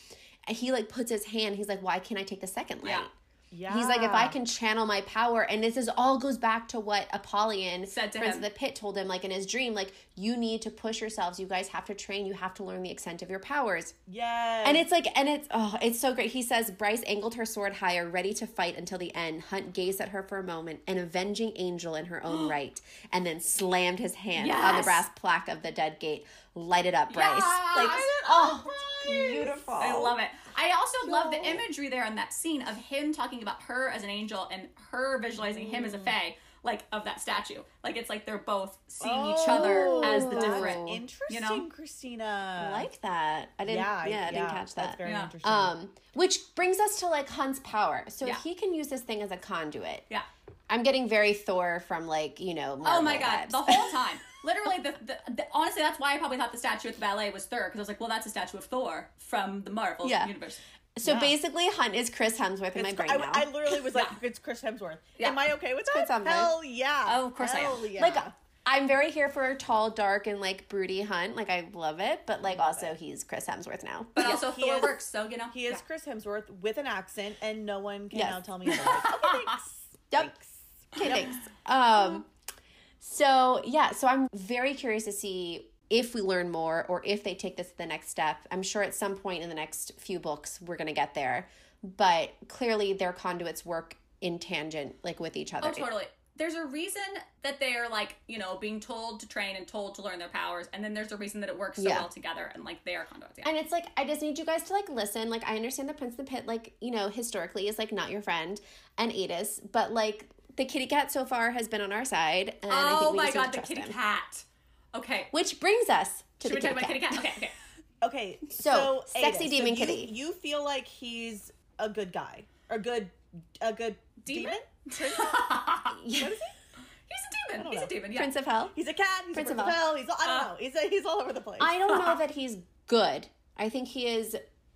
Speaker 3: and he like puts his hand. He's like, why can't I take the second light?
Speaker 2: Yeah.
Speaker 1: yeah.
Speaker 3: He's like, if I can channel my power, and this is all goes back to what Apollyon,
Speaker 2: Said to
Speaker 3: Prince
Speaker 2: him.
Speaker 3: of the Pit, told him, like in his dream, like you need to push yourselves. You guys have to train. You have to learn the extent of your powers.
Speaker 1: Yes.
Speaker 3: And it's like, and it's oh, it's so great. He says, Bryce angled her sword higher, ready to fight until the end. Hunt gazed at her for a moment, an avenging angel in her own right, and then slammed his hand on the
Speaker 2: Yes.
Speaker 3: brass plaque of the dead gate. Light it up, Bryce.
Speaker 2: Yes.
Speaker 3: Like,
Speaker 2: Light it
Speaker 3: oh, it's beautiful.
Speaker 2: I love it. I also love the
Speaker 3: So-
Speaker 2: imagery there in that scene of him talking about her as an angel and her visualizing him as a fae, like of that statue. Like it's like they're both seeing each other as the
Speaker 3: Oh,
Speaker 1: that's
Speaker 2: different.
Speaker 1: Interesting,
Speaker 2: you know?
Speaker 1: Christina.
Speaker 3: I like that. I didn't. Yeah,
Speaker 1: yeah,
Speaker 3: I didn't
Speaker 1: That's
Speaker 3: catch that.
Speaker 1: very
Speaker 2: Yeah.
Speaker 1: interesting.
Speaker 3: Um, which brings us to like Hunt's power. So
Speaker 2: Yeah.
Speaker 3: he can use this thing as a conduit.
Speaker 2: Yeah.
Speaker 3: I'm getting very Thor from like you know. Marvel
Speaker 2: Oh my god,
Speaker 3: vibes.
Speaker 2: the whole
Speaker 3: [laughs]
Speaker 2: time. Literally, the, the, the honestly, that's why I probably thought the statue at the ballet was Thor because I was like, well, that's a statue of Thor from the Marvel
Speaker 3: Yeah.
Speaker 2: universe.
Speaker 3: so basically, Hunt is Chris Hemsworth in my
Speaker 1: It's-
Speaker 3: brain
Speaker 1: I,
Speaker 3: now.
Speaker 1: I literally was like, it's Chris Hemsworth.
Speaker 2: Yeah.
Speaker 1: Am I okay with
Speaker 3: Chris
Speaker 1: that?
Speaker 3: Hemsworth.
Speaker 1: Hell yeah.
Speaker 2: Oh, of course I am.
Speaker 1: Hell Yeah.
Speaker 3: Like uh, I'm very here for a tall, dark, and like broody Hunt. Like I love it, but like also he's Chris Hemsworth now.
Speaker 2: But also,
Speaker 1: he
Speaker 2: Thor
Speaker 1: is-
Speaker 2: works, so you know.
Speaker 1: he is
Speaker 2: Yeah.
Speaker 1: Chris Hemsworth with an accent, and no one can
Speaker 3: Yes.
Speaker 1: now tell me. otherwise.
Speaker 3: [laughs]
Speaker 1: okay, thanks.
Speaker 3: Yep. Okay, thanks. Um, so yeah, so I'm very curious to see if we learn more or if they take this to the next step. I'm sure at some point in the next few books we're gonna get there, but clearly their conduits work in tangent, like with each other.
Speaker 2: Oh, totally. There's a reason that they are like, you know, being told to train and told to learn their powers, and then there's a reason that it works so
Speaker 3: Yeah.
Speaker 2: well together and like they are conduits. Yeah.
Speaker 3: And it's like I just need you guys to like listen. Like I understand the Prince of the Pit, like you know, historically is like not your friend and Adis, but like the kitty cat so far has been on our side, and I
Speaker 2: oh
Speaker 3: think we
Speaker 2: my
Speaker 3: just need
Speaker 2: god,
Speaker 3: to
Speaker 2: the
Speaker 3: trust
Speaker 2: kitty
Speaker 3: him.
Speaker 2: cat. Okay.
Speaker 3: Which brings us to
Speaker 2: Should
Speaker 3: the
Speaker 2: we talk
Speaker 3: kitty
Speaker 2: about
Speaker 3: cat.
Speaker 2: kitty cat? Okay, [laughs]
Speaker 1: Okay,
Speaker 2: okay.
Speaker 3: [laughs] So,
Speaker 1: so,
Speaker 3: sexy
Speaker 1: Aiden,
Speaker 3: demon
Speaker 1: you-
Speaker 3: kitty.
Speaker 1: You, feel like he's a good guy, a good, a good demon.
Speaker 2: Demon?
Speaker 3: Yeah. [laughs]
Speaker 2: He's a demon.
Speaker 1: don't
Speaker 2: He's
Speaker 1: know.
Speaker 2: a demon. Yeah.
Speaker 3: Prince of Hell.
Speaker 1: He's a cat. He's
Speaker 3: Prince
Speaker 1: a
Speaker 3: of
Speaker 1: prince of hell. He's all, I don't
Speaker 2: Uh,
Speaker 1: know. He's a, he's all over the place.
Speaker 3: I don't
Speaker 1: [laughs]
Speaker 3: know that he's good. I think he is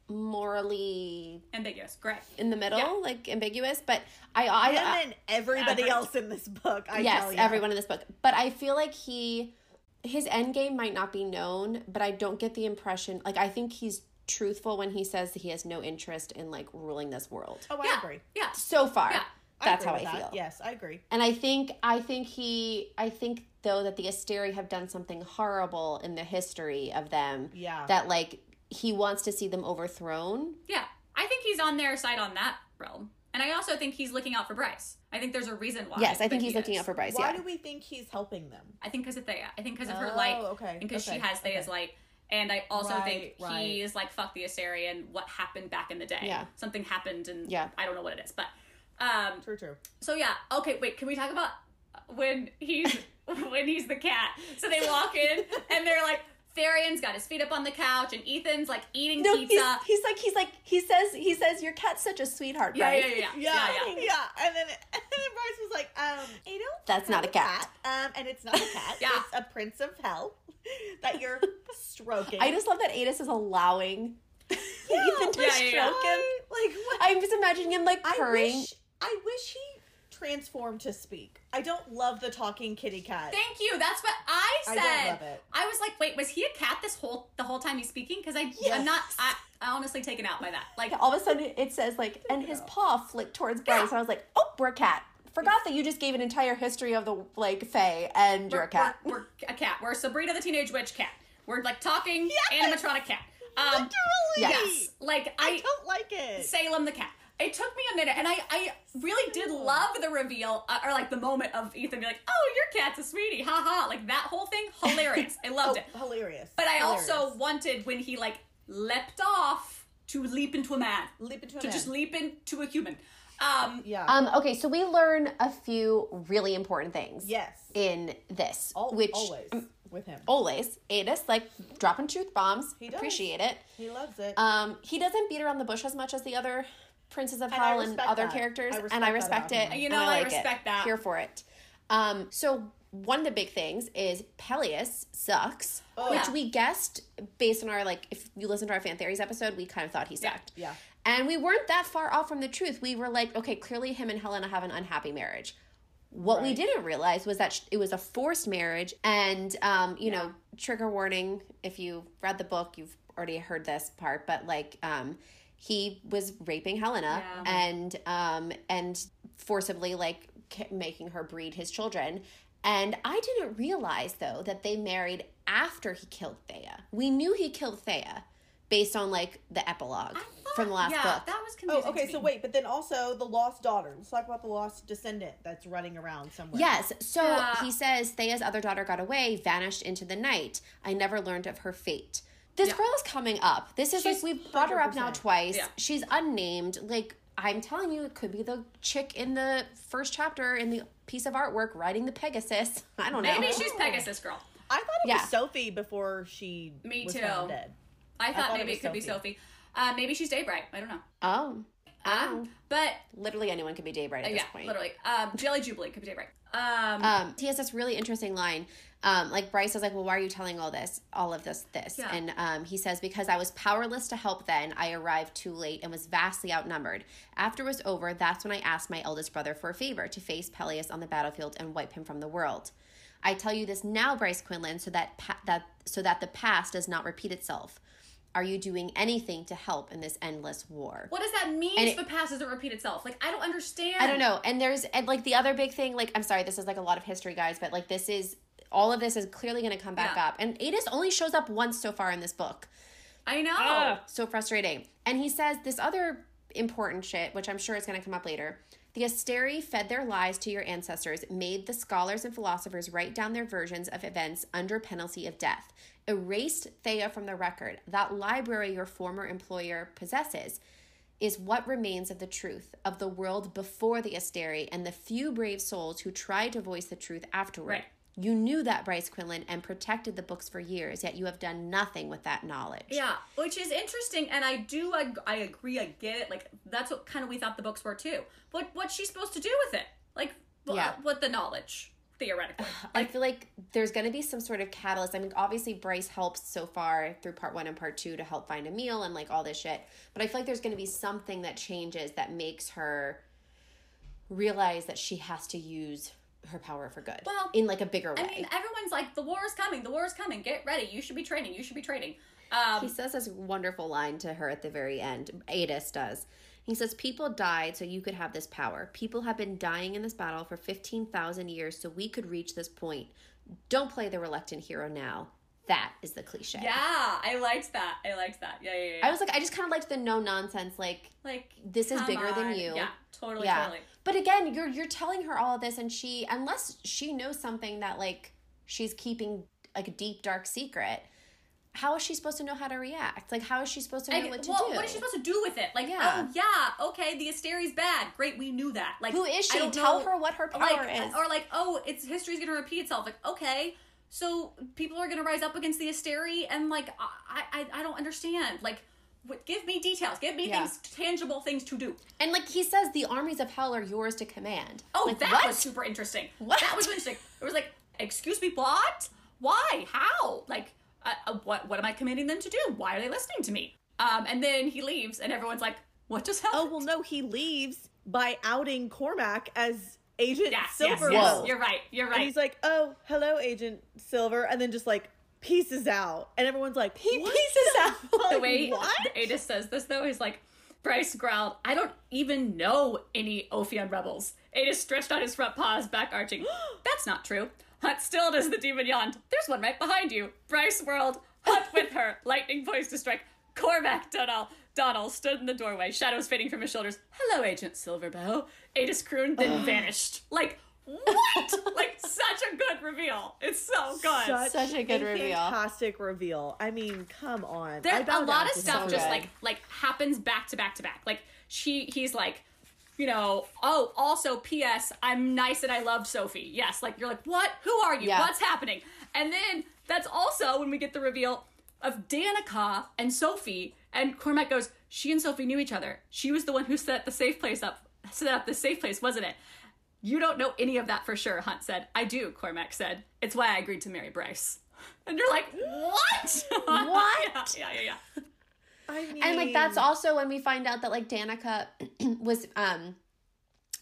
Speaker 3: morally
Speaker 2: Ambiguous. Great.
Speaker 3: in the middle,
Speaker 2: Yeah.
Speaker 3: like ambiguous. But I, I,
Speaker 1: him
Speaker 3: I-
Speaker 1: and everybody
Speaker 2: Every-
Speaker 1: else in this book. I
Speaker 3: yes,
Speaker 1: tell you.
Speaker 3: everyone in this book. But I feel like he, his end game might not be known. But I don't get the impression. Like I think he's truthful when he says that he has no interest in like ruling this world.
Speaker 1: Oh, I
Speaker 2: Yeah.
Speaker 1: agree.
Speaker 2: Yeah.
Speaker 3: So far,
Speaker 2: Yeah,
Speaker 1: I
Speaker 3: that's
Speaker 1: agree
Speaker 3: how I
Speaker 1: with that.
Speaker 3: feel.
Speaker 1: Yes, I agree.
Speaker 3: And I think I think he I think though that the Asteri have done something horrible in the history of them.
Speaker 1: Yeah.
Speaker 3: That like he wants to see them overthrown.
Speaker 2: Yeah. I think he's on their side on that realm. And I also think he's looking out for Bryce. I I think there's a reason why.
Speaker 3: Yes, I think
Speaker 2: that
Speaker 3: he's
Speaker 2: he
Speaker 3: looking
Speaker 2: is.
Speaker 3: out for Bryce.
Speaker 1: Why
Speaker 3: yeah.
Speaker 1: do we think he's helping them?
Speaker 2: I think because of Thea. I think because of her
Speaker 1: Oh,
Speaker 2: light.
Speaker 1: okay,
Speaker 2: Because
Speaker 1: okay,
Speaker 2: she has Thea's
Speaker 1: okay.
Speaker 2: light. And I also
Speaker 1: Right,
Speaker 2: think
Speaker 1: right.
Speaker 2: he's like, fuck the Assyrian, what happened back in the day.
Speaker 3: Yeah.
Speaker 2: Something happened and
Speaker 3: Yeah.
Speaker 2: I don't know what it is. But um
Speaker 1: True, true.
Speaker 2: so yeah, okay, wait, can we talk about when
Speaker 3: [laughs]
Speaker 2: he's when he's the cat? So they walk in and they're like Therion's got his feet up on the couch and Ethan's like eating
Speaker 3: [laughs] no, he's,
Speaker 2: pizza.
Speaker 3: he's like he's like he says he says your cat's such a sweetheart,
Speaker 2: yeah,
Speaker 3: right?
Speaker 2: yeah, yeah, yeah,
Speaker 1: Yeah,
Speaker 2: yeah,
Speaker 1: yeah,
Speaker 2: yeah.
Speaker 1: And then [laughs] and then Bryce was like, um, you know,
Speaker 3: That's not a cat.
Speaker 1: Um, and it's not a cat.
Speaker 2: Yeah.
Speaker 1: It's a prince of hell [laughs] that you're stroking.
Speaker 3: I just love that Adis is allowing [laughs] Ethan
Speaker 2: [laughs]
Speaker 3: to
Speaker 2: yeah,
Speaker 3: stroke
Speaker 2: yeah.
Speaker 3: him.
Speaker 1: Why? Like what?
Speaker 3: I'm just imagining him like
Speaker 1: I
Speaker 3: purring.
Speaker 1: wish I wish he transformed to speak. I don't love the talking kitty cat.
Speaker 2: Thank you. That's what I
Speaker 1: I
Speaker 2: said.
Speaker 1: don't love it.
Speaker 2: I was like, wait, was he a cat this whole the whole time he's speaking? Because I
Speaker 1: Yes.
Speaker 2: I'm not I, I honestly taken out by that. Like
Speaker 3: All of a sudden, it says like, and his paw flicked towards Bryce. And I was like, oh, we're a cat. Forgot that you just gave an entire history of the like Fae and you're a cat.
Speaker 2: We're, we're a cat. We're Sabrina the Teenage Witch cat. We're like talking animatronic cat. Um,
Speaker 1: Literally.
Speaker 3: Yes.
Speaker 2: like
Speaker 1: I
Speaker 2: I,
Speaker 1: don't like it.
Speaker 2: Salem the cat. It took me a minute, and I I really did love the reveal uh, or like the moment of Ethan being like, "Oh, your cat's a sweetie," haha. Like that whole thing, hilarious. I
Speaker 1: Oh,
Speaker 2: loved it.
Speaker 1: hilarious.
Speaker 2: But I
Speaker 1: Hilarious.
Speaker 2: also wanted when he like leapt off to leap into a man,
Speaker 1: leap into a
Speaker 2: to
Speaker 1: man.
Speaker 2: just leap into a human. Um,
Speaker 1: Yeah.
Speaker 3: Um, okay, so we learn a few really important things.
Speaker 1: yes.
Speaker 3: In this,
Speaker 1: Al-
Speaker 3: which um,
Speaker 1: always with him.
Speaker 3: always Adis like dropping truth bombs.
Speaker 1: He does.
Speaker 3: Appreciate it.
Speaker 1: He loves it.
Speaker 3: Um, he doesn't beat around the bush as much as the other princes of
Speaker 1: I
Speaker 3: hell and
Speaker 1: respect
Speaker 3: other
Speaker 1: that.
Speaker 3: characters,
Speaker 1: I
Speaker 3: and I
Speaker 1: respect
Speaker 3: respect
Speaker 1: that about
Speaker 3: it.
Speaker 1: him.
Speaker 2: You
Speaker 3: and
Speaker 2: know, I
Speaker 3: like it.
Speaker 2: respect that.
Speaker 3: Here for it. Um, so one of the big things is Peleus sucks,
Speaker 1: Oh,
Speaker 3: which
Speaker 2: yeah.
Speaker 3: we guessed based on our like. If you listen to our fan theories episode, we kind of thought he sucked.
Speaker 1: yeah.
Speaker 3: And we weren't that far off from the truth. We were like, okay, clearly him and Helena have an unhappy marriage. What we
Speaker 1: Right.
Speaker 3: didn't realize was that sh- it was a forced marriage. And, um, you know, trigger warning if you read the book, you've already heard this part, but like, um, he was raping Helena
Speaker 2: Yeah.
Speaker 3: and um and forcibly like k- making her breed his children. And I didn't realize though that they married after he killed Thea. We knew he killed Thea based on like the epilogue from the last
Speaker 2: yeah,
Speaker 3: book.
Speaker 2: that was
Speaker 1: Oh,
Speaker 2: confusing.
Speaker 1: okay.
Speaker 2: to
Speaker 1: So
Speaker 2: me.
Speaker 1: wait, but then also the lost daughter. Let's talk about the lost descendant that's running around somewhere.
Speaker 3: Yes. So
Speaker 2: Yeah.
Speaker 3: he says Thea's other daughter got away, vanished into the night. I never learned of her fate. This girl is coming up. This is
Speaker 2: She's
Speaker 3: like we've brought her up now
Speaker 1: 100%.
Speaker 3: twice.
Speaker 2: Yeah.
Speaker 3: She's unnamed. Like I'm telling you, it could be the chick in the first chapter in the piece of artwork riding the Pegasus. [laughs] I don't know.
Speaker 2: Maybe she's Pegasus girl.
Speaker 1: I thought it
Speaker 3: Yeah.
Speaker 1: was Sophie before she
Speaker 2: Me
Speaker 1: was
Speaker 2: too.
Speaker 1: found dead.
Speaker 2: I thought,
Speaker 1: thought it
Speaker 2: maybe
Speaker 1: was
Speaker 2: it could be
Speaker 1: Sophie.
Speaker 2: Sophie. Uh, maybe she's Daybright. I don't know.
Speaker 3: oh,
Speaker 2: Uh, but
Speaker 3: literally anyone could be Daybright at
Speaker 2: yeah,
Speaker 3: this point.
Speaker 2: literally. Um, Jelly Jubilee could be Daybright. Um,
Speaker 3: um, he has this really interesting line. Um, like Bryce is like, well, why are you telling all this, all of this, this?
Speaker 2: Yeah.
Speaker 3: And um, he says, because I was powerless to help then. I arrived too late and was vastly outnumbered. After it was over, that's when I asked my eldest brother for a favor to face Peleus on the battlefield and wipe him from the world. I tell you this now, Bryce Quinlan, so that pa- that so that the past does not repeat itself. Are you doing anything to help in this endless war?
Speaker 2: what does that mean?
Speaker 3: and
Speaker 2: if the past doesn't repeat itself. Like I don't understand.
Speaker 3: I don't know. And there's and like the other big thing, like I'm sorry, this is like a lot of history, guys, but like this is all of this is clearly going to come back
Speaker 2: Yeah.
Speaker 3: up. And Adis only shows up once so far in this book.
Speaker 2: I know.
Speaker 1: Ah.
Speaker 3: So frustrating. And he says this other important shit, which I'm sure is going to come up later. The Asteri fed their lies to your ancestors, made the scholars and philosophers write down their versions of events under penalty of death, erased Thea from the record. That library your former employer possesses is what remains of the truth of the world before the Asteri and the few brave souls who tried to voice the truth afterward.
Speaker 2: Right.
Speaker 3: You knew that Bryce Quinlan and protected the books for years, yet you have done nothing with that knowledge.
Speaker 2: Yeah, which is interesting, and I do. I, I agree. I get it. Like that's what kind of we thought the books were too. What what's she supposed to do with it? Like what,
Speaker 3: Yeah.
Speaker 2: what the knowledge
Speaker 3: [sighs]
Speaker 2: theoretically?
Speaker 3: I feel like there's going to be some sort of catalyst. I mean, obviously Bryce helps so far through part one and part two to help find a meal and like all this shit. But I feel like there's going to be something that changes that makes her realize that she has to use her power for good.
Speaker 2: Well,
Speaker 3: in like a bigger way.
Speaker 2: I mean, everyone's like, the war is coming. The war is coming. Get ready. You should be training. You should be training. Um,
Speaker 3: he says this wonderful line to her at the very end. Adis does. He says, People died so you could have this power. People have been dying in this battle for 15,000 years so we could reach this point. Don't play the reluctant hero now. That is the cliche.
Speaker 2: Yeah, I liked that. I liked that. Yeah, yeah, yeah.
Speaker 3: I was like, I just kind of liked the no nonsense, like
Speaker 2: like,
Speaker 3: this is
Speaker 2: come
Speaker 3: bigger than
Speaker 2: on.
Speaker 3: you.
Speaker 2: Yeah, totally,
Speaker 3: yeah.
Speaker 2: totally.
Speaker 3: But again, you're you're telling her all of this, and she unless she knows something that like she's keeping like a deep dark secret, how is she supposed to know how to react? Like how is she supposed to know
Speaker 2: Like,
Speaker 3: what to
Speaker 2: well,
Speaker 3: do?
Speaker 2: what is she supposed to do with it? Like,
Speaker 3: Yeah.
Speaker 2: oh yeah, okay, the Asteri's bad. Great, we knew that. Like,
Speaker 3: Who is
Speaker 2: I
Speaker 3: she?
Speaker 2: don't
Speaker 3: Tell
Speaker 2: know-
Speaker 3: her what her power
Speaker 2: like,
Speaker 3: is.
Speaker 2: or like, oh, it's history's gonna repeat itself. Like, okay, so people are gonna rise up against the Asteri, and like, I, I, I don't understand. Like, what, give me details. Give me
Speaker 3: Yeah.
Speaker 2: things, tangible things to do.
Speaker 3: and like he says, the armies of hell are yours to command.
Speaker 2: Oh,
Speaker 3: like,
Speaker 2: that
Speaker 3: what?
Speaker 2: was super interesting.
Speaker 3: What?
Speaker 2: That was interesting. It was like, excuse me, what? Why? How? Like, uh, uh, what? What am I commanding them to do? Why are they listening to me? Um, and then he leaves, and everyone's like, what just happened?
Speaker 1: Oh well, no, he leaves by outing Cormac as Agent
Speaker 2: yes, yes,
Speaker 1: Silver.
Speaker 2: yes.
Speaker 3: Whoa.
Speaker 2: You're right. You're right.
Speaker 1: And he's like, "Oh, hello, Agent Silver," and then just like pieces out, and everyone's like, "He pieces out."
Speaker 2: [laughs] the way
Speaker 1: what?
Speaker 2: Ada says this though is like Bryce growled, I don't even know any Ophion rebels. Ada stretched out his front paws, back arching. [gasps] That's not true. Hunt still does the demon yawned. There's one right behind you. Bryce whirled. Hunt with her. [laughs] Lightning poised to strike. Cormac Donal. Donal stood in the doorway, shadows fading from his shoulders. Hello, Agent Silverbow. Ada's crooned, then vanished. Like, what? like, such a good reveal. It's so good.
Speaker 3: Such a good reveal.
Speaker 1: Fantastic reveal. I mean, come on. I
Speaker 2: There,
Speaker 1: bow
Speaker 2: a lot
Speaker 1: down
Speaker 2: of
Speaker 1: to
Speaker 2: stuff
Speaker 1: him.
Speaker 2: just
Speaker 3: good.
Speaker 2: like like happens back to back to back. Like she, he's like, you know, oh, also, P.S. I'm nice and I love Sophie. Yes, like you're like, what? Who are you?
Speaker 3: Yeah.
Speaker 2: What's happening? And then that's also when we get the reveal of Danica and Sophie. And Cormac goes, she and Sophie knew each other. She was the one who set the safe place up. Set up the safe place, wasn't it? You don't know any of that for sure, Hunt said. I do, Cormac said. It's why I agreed to marry Bryce. [laughs] And you're like, what? [laughs]
Speaker 3: What?
Speaker 2: yeah, yeah, yeah. yeah.
Speaker 1: I mean,
Speaker 3: and like
Speaker 2: Mm.
Speaker 3: that's also when we find out that like Danica [clears throat] was um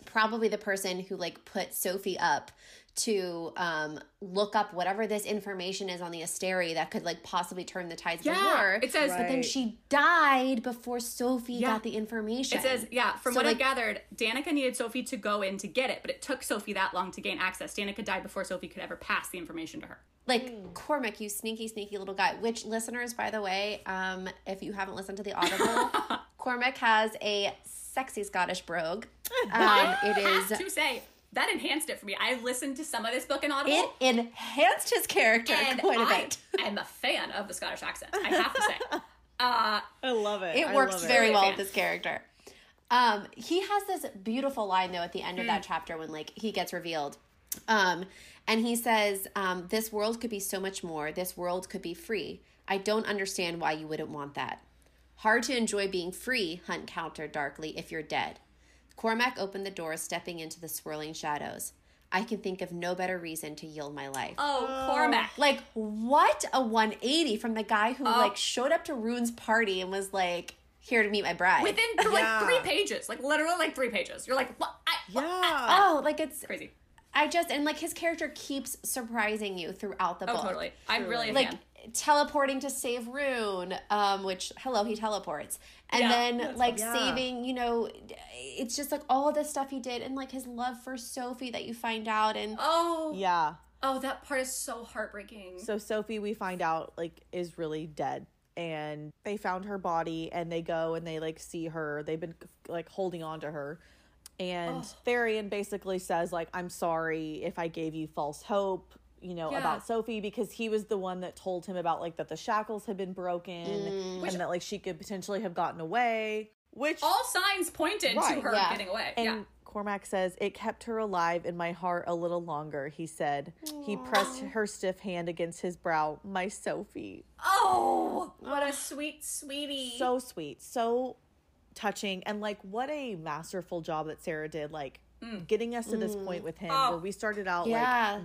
Speaker 3: probably the person who like put Sophie up to um look up whatever this information is on the Asteri that could like possibly turn the tides of
Speaker 2: Yeah,
Speaker 3: the war.
Speaker 2: it says-
Speaker 1: Right.
Speaker 3: but then she died before Sophie
Speaker 2: Yeah.
Speaker 3: got the information.
Speaker 2: It says, yeah, from
Speaker 3: So,
Speaker 2: what
Speaker 3: like-
Speaker 2: I gathered, Danica needed Sophie to go in to get it, but it took Sophie that long to gain access. Danica died before Sophie could ever pass the information to her.
Speaker 3: like
Speaker 2: mm.
Speaker 3: Cormac, you sneaky, sneaky little guy. Which listeners, by the way, um, if you haven't listened to the audible,
Speaker 2: [laughs]
Speaker 3: Cormac has a sexy Scottish brogue. Um, it is
Speaker 2: Have to say, that enhanced it for me. I listened to some of this book in Audible.
Speaker 3: It enhanced his character
Speaker 2: and
Speaker 3: quite a
Speaker 1: [laughs]
Speaker 2: I
Speaker 3: bit.
Speaker 2: am a fan of the Scottish accent. I have to
Speaker 3: [laughs]
Speaker 2: say. Uh,
Speaker 1: I love it.
Speaker 3: It
Speaker 1: I
Speaker 3: works
Speaker 1: love it.
Speaker 3: very
Speaker 2: Really a
Speaker 3: well
Speaker 2: fan.
Speaker 3: with this character. Um, he has this beautiful line though at the end of
Speaker 1: Hmm.
Speaker 3: that chapter when like he gets revealed. Um, and he says, um, "This world could be so much more. This world could be free. I don't understand why you wouldn't want that. Hard to enjoy being free." Hunt countered darkly, "If you're dead." Cormac opened the door, stepping into the swirling shadows. I can think of no better reason to yield my life.
Speaker 2: oh, Cormac.
Speaker 3: Like what a 180 from the guy
Speaker 2: Oh.
Speaker 3: who like showed up to Rune's party and was like here to meet my bride.
Speaker 2: Within th- like
Speaker 1: Yeah.
Speaker 2: three pages, like literally like three pages. You're like, what? I, what?
Speaker 1: Yeah.
Speaker 3: oh, like it's
Speaker 2: Crazy.
Speaker 3: I just and like his character keeps surprising you throughout the
Speaker 2: Oh,
Speaker 3: book.
Speaker 2: totally. I'm really a
Speaker 3: Like
Speaker 2: fan.
Speaker 3: teleporting to save Rune, um which hello he teleports. And
Speaker 2: Yeah,
Speaker 3: then
Speaker 2: that's
Speaker 3: like
Speaker 1: Yeah.
Speaker 3: saving, you know, it's just like all the stuff he did and like his love for Sophie that you find out and
Speaker 2: Oh,
Speaker 1: Yeah.
Speaker 2: oh, that part is so heartbreaking.
Speaker 1: So Sophie, we find out like is really dead, and they found her body, and they go and they like see her. They've been like holding on to her, and Therian basically says like I'm sorry if I gave you false hope, you know
Speaker 2: Yeah.
Speaker 1: about Sophie because he was the one that told him about like that the shackles had been broken and that like she could potentially have gotten away, which
Speaker 2: all signs pointed to
Speaker 1: Right,
Speaker 2: her
Speaker 3: yeah.
Speaker 2: getting away.
Speaker 1: and
Speaker 2: yeah.
Speaker 1: Cormac says, It kept her alive in my heart a little longer, he said. He pressed her stiff hand against his brow. My Sophie.
Speaker 2: Oh, what a sweet sweetie.
Speaker 1: So sweet, so touching, and like what a masterful job that Sarah did, like
Speaker 2: Mm.
Speaker 1: getting us to this point with him
Speaker 2: Oh.
Speaker 1: where we started out
Speaker 3: Mm. yeah.
Speaker 1: like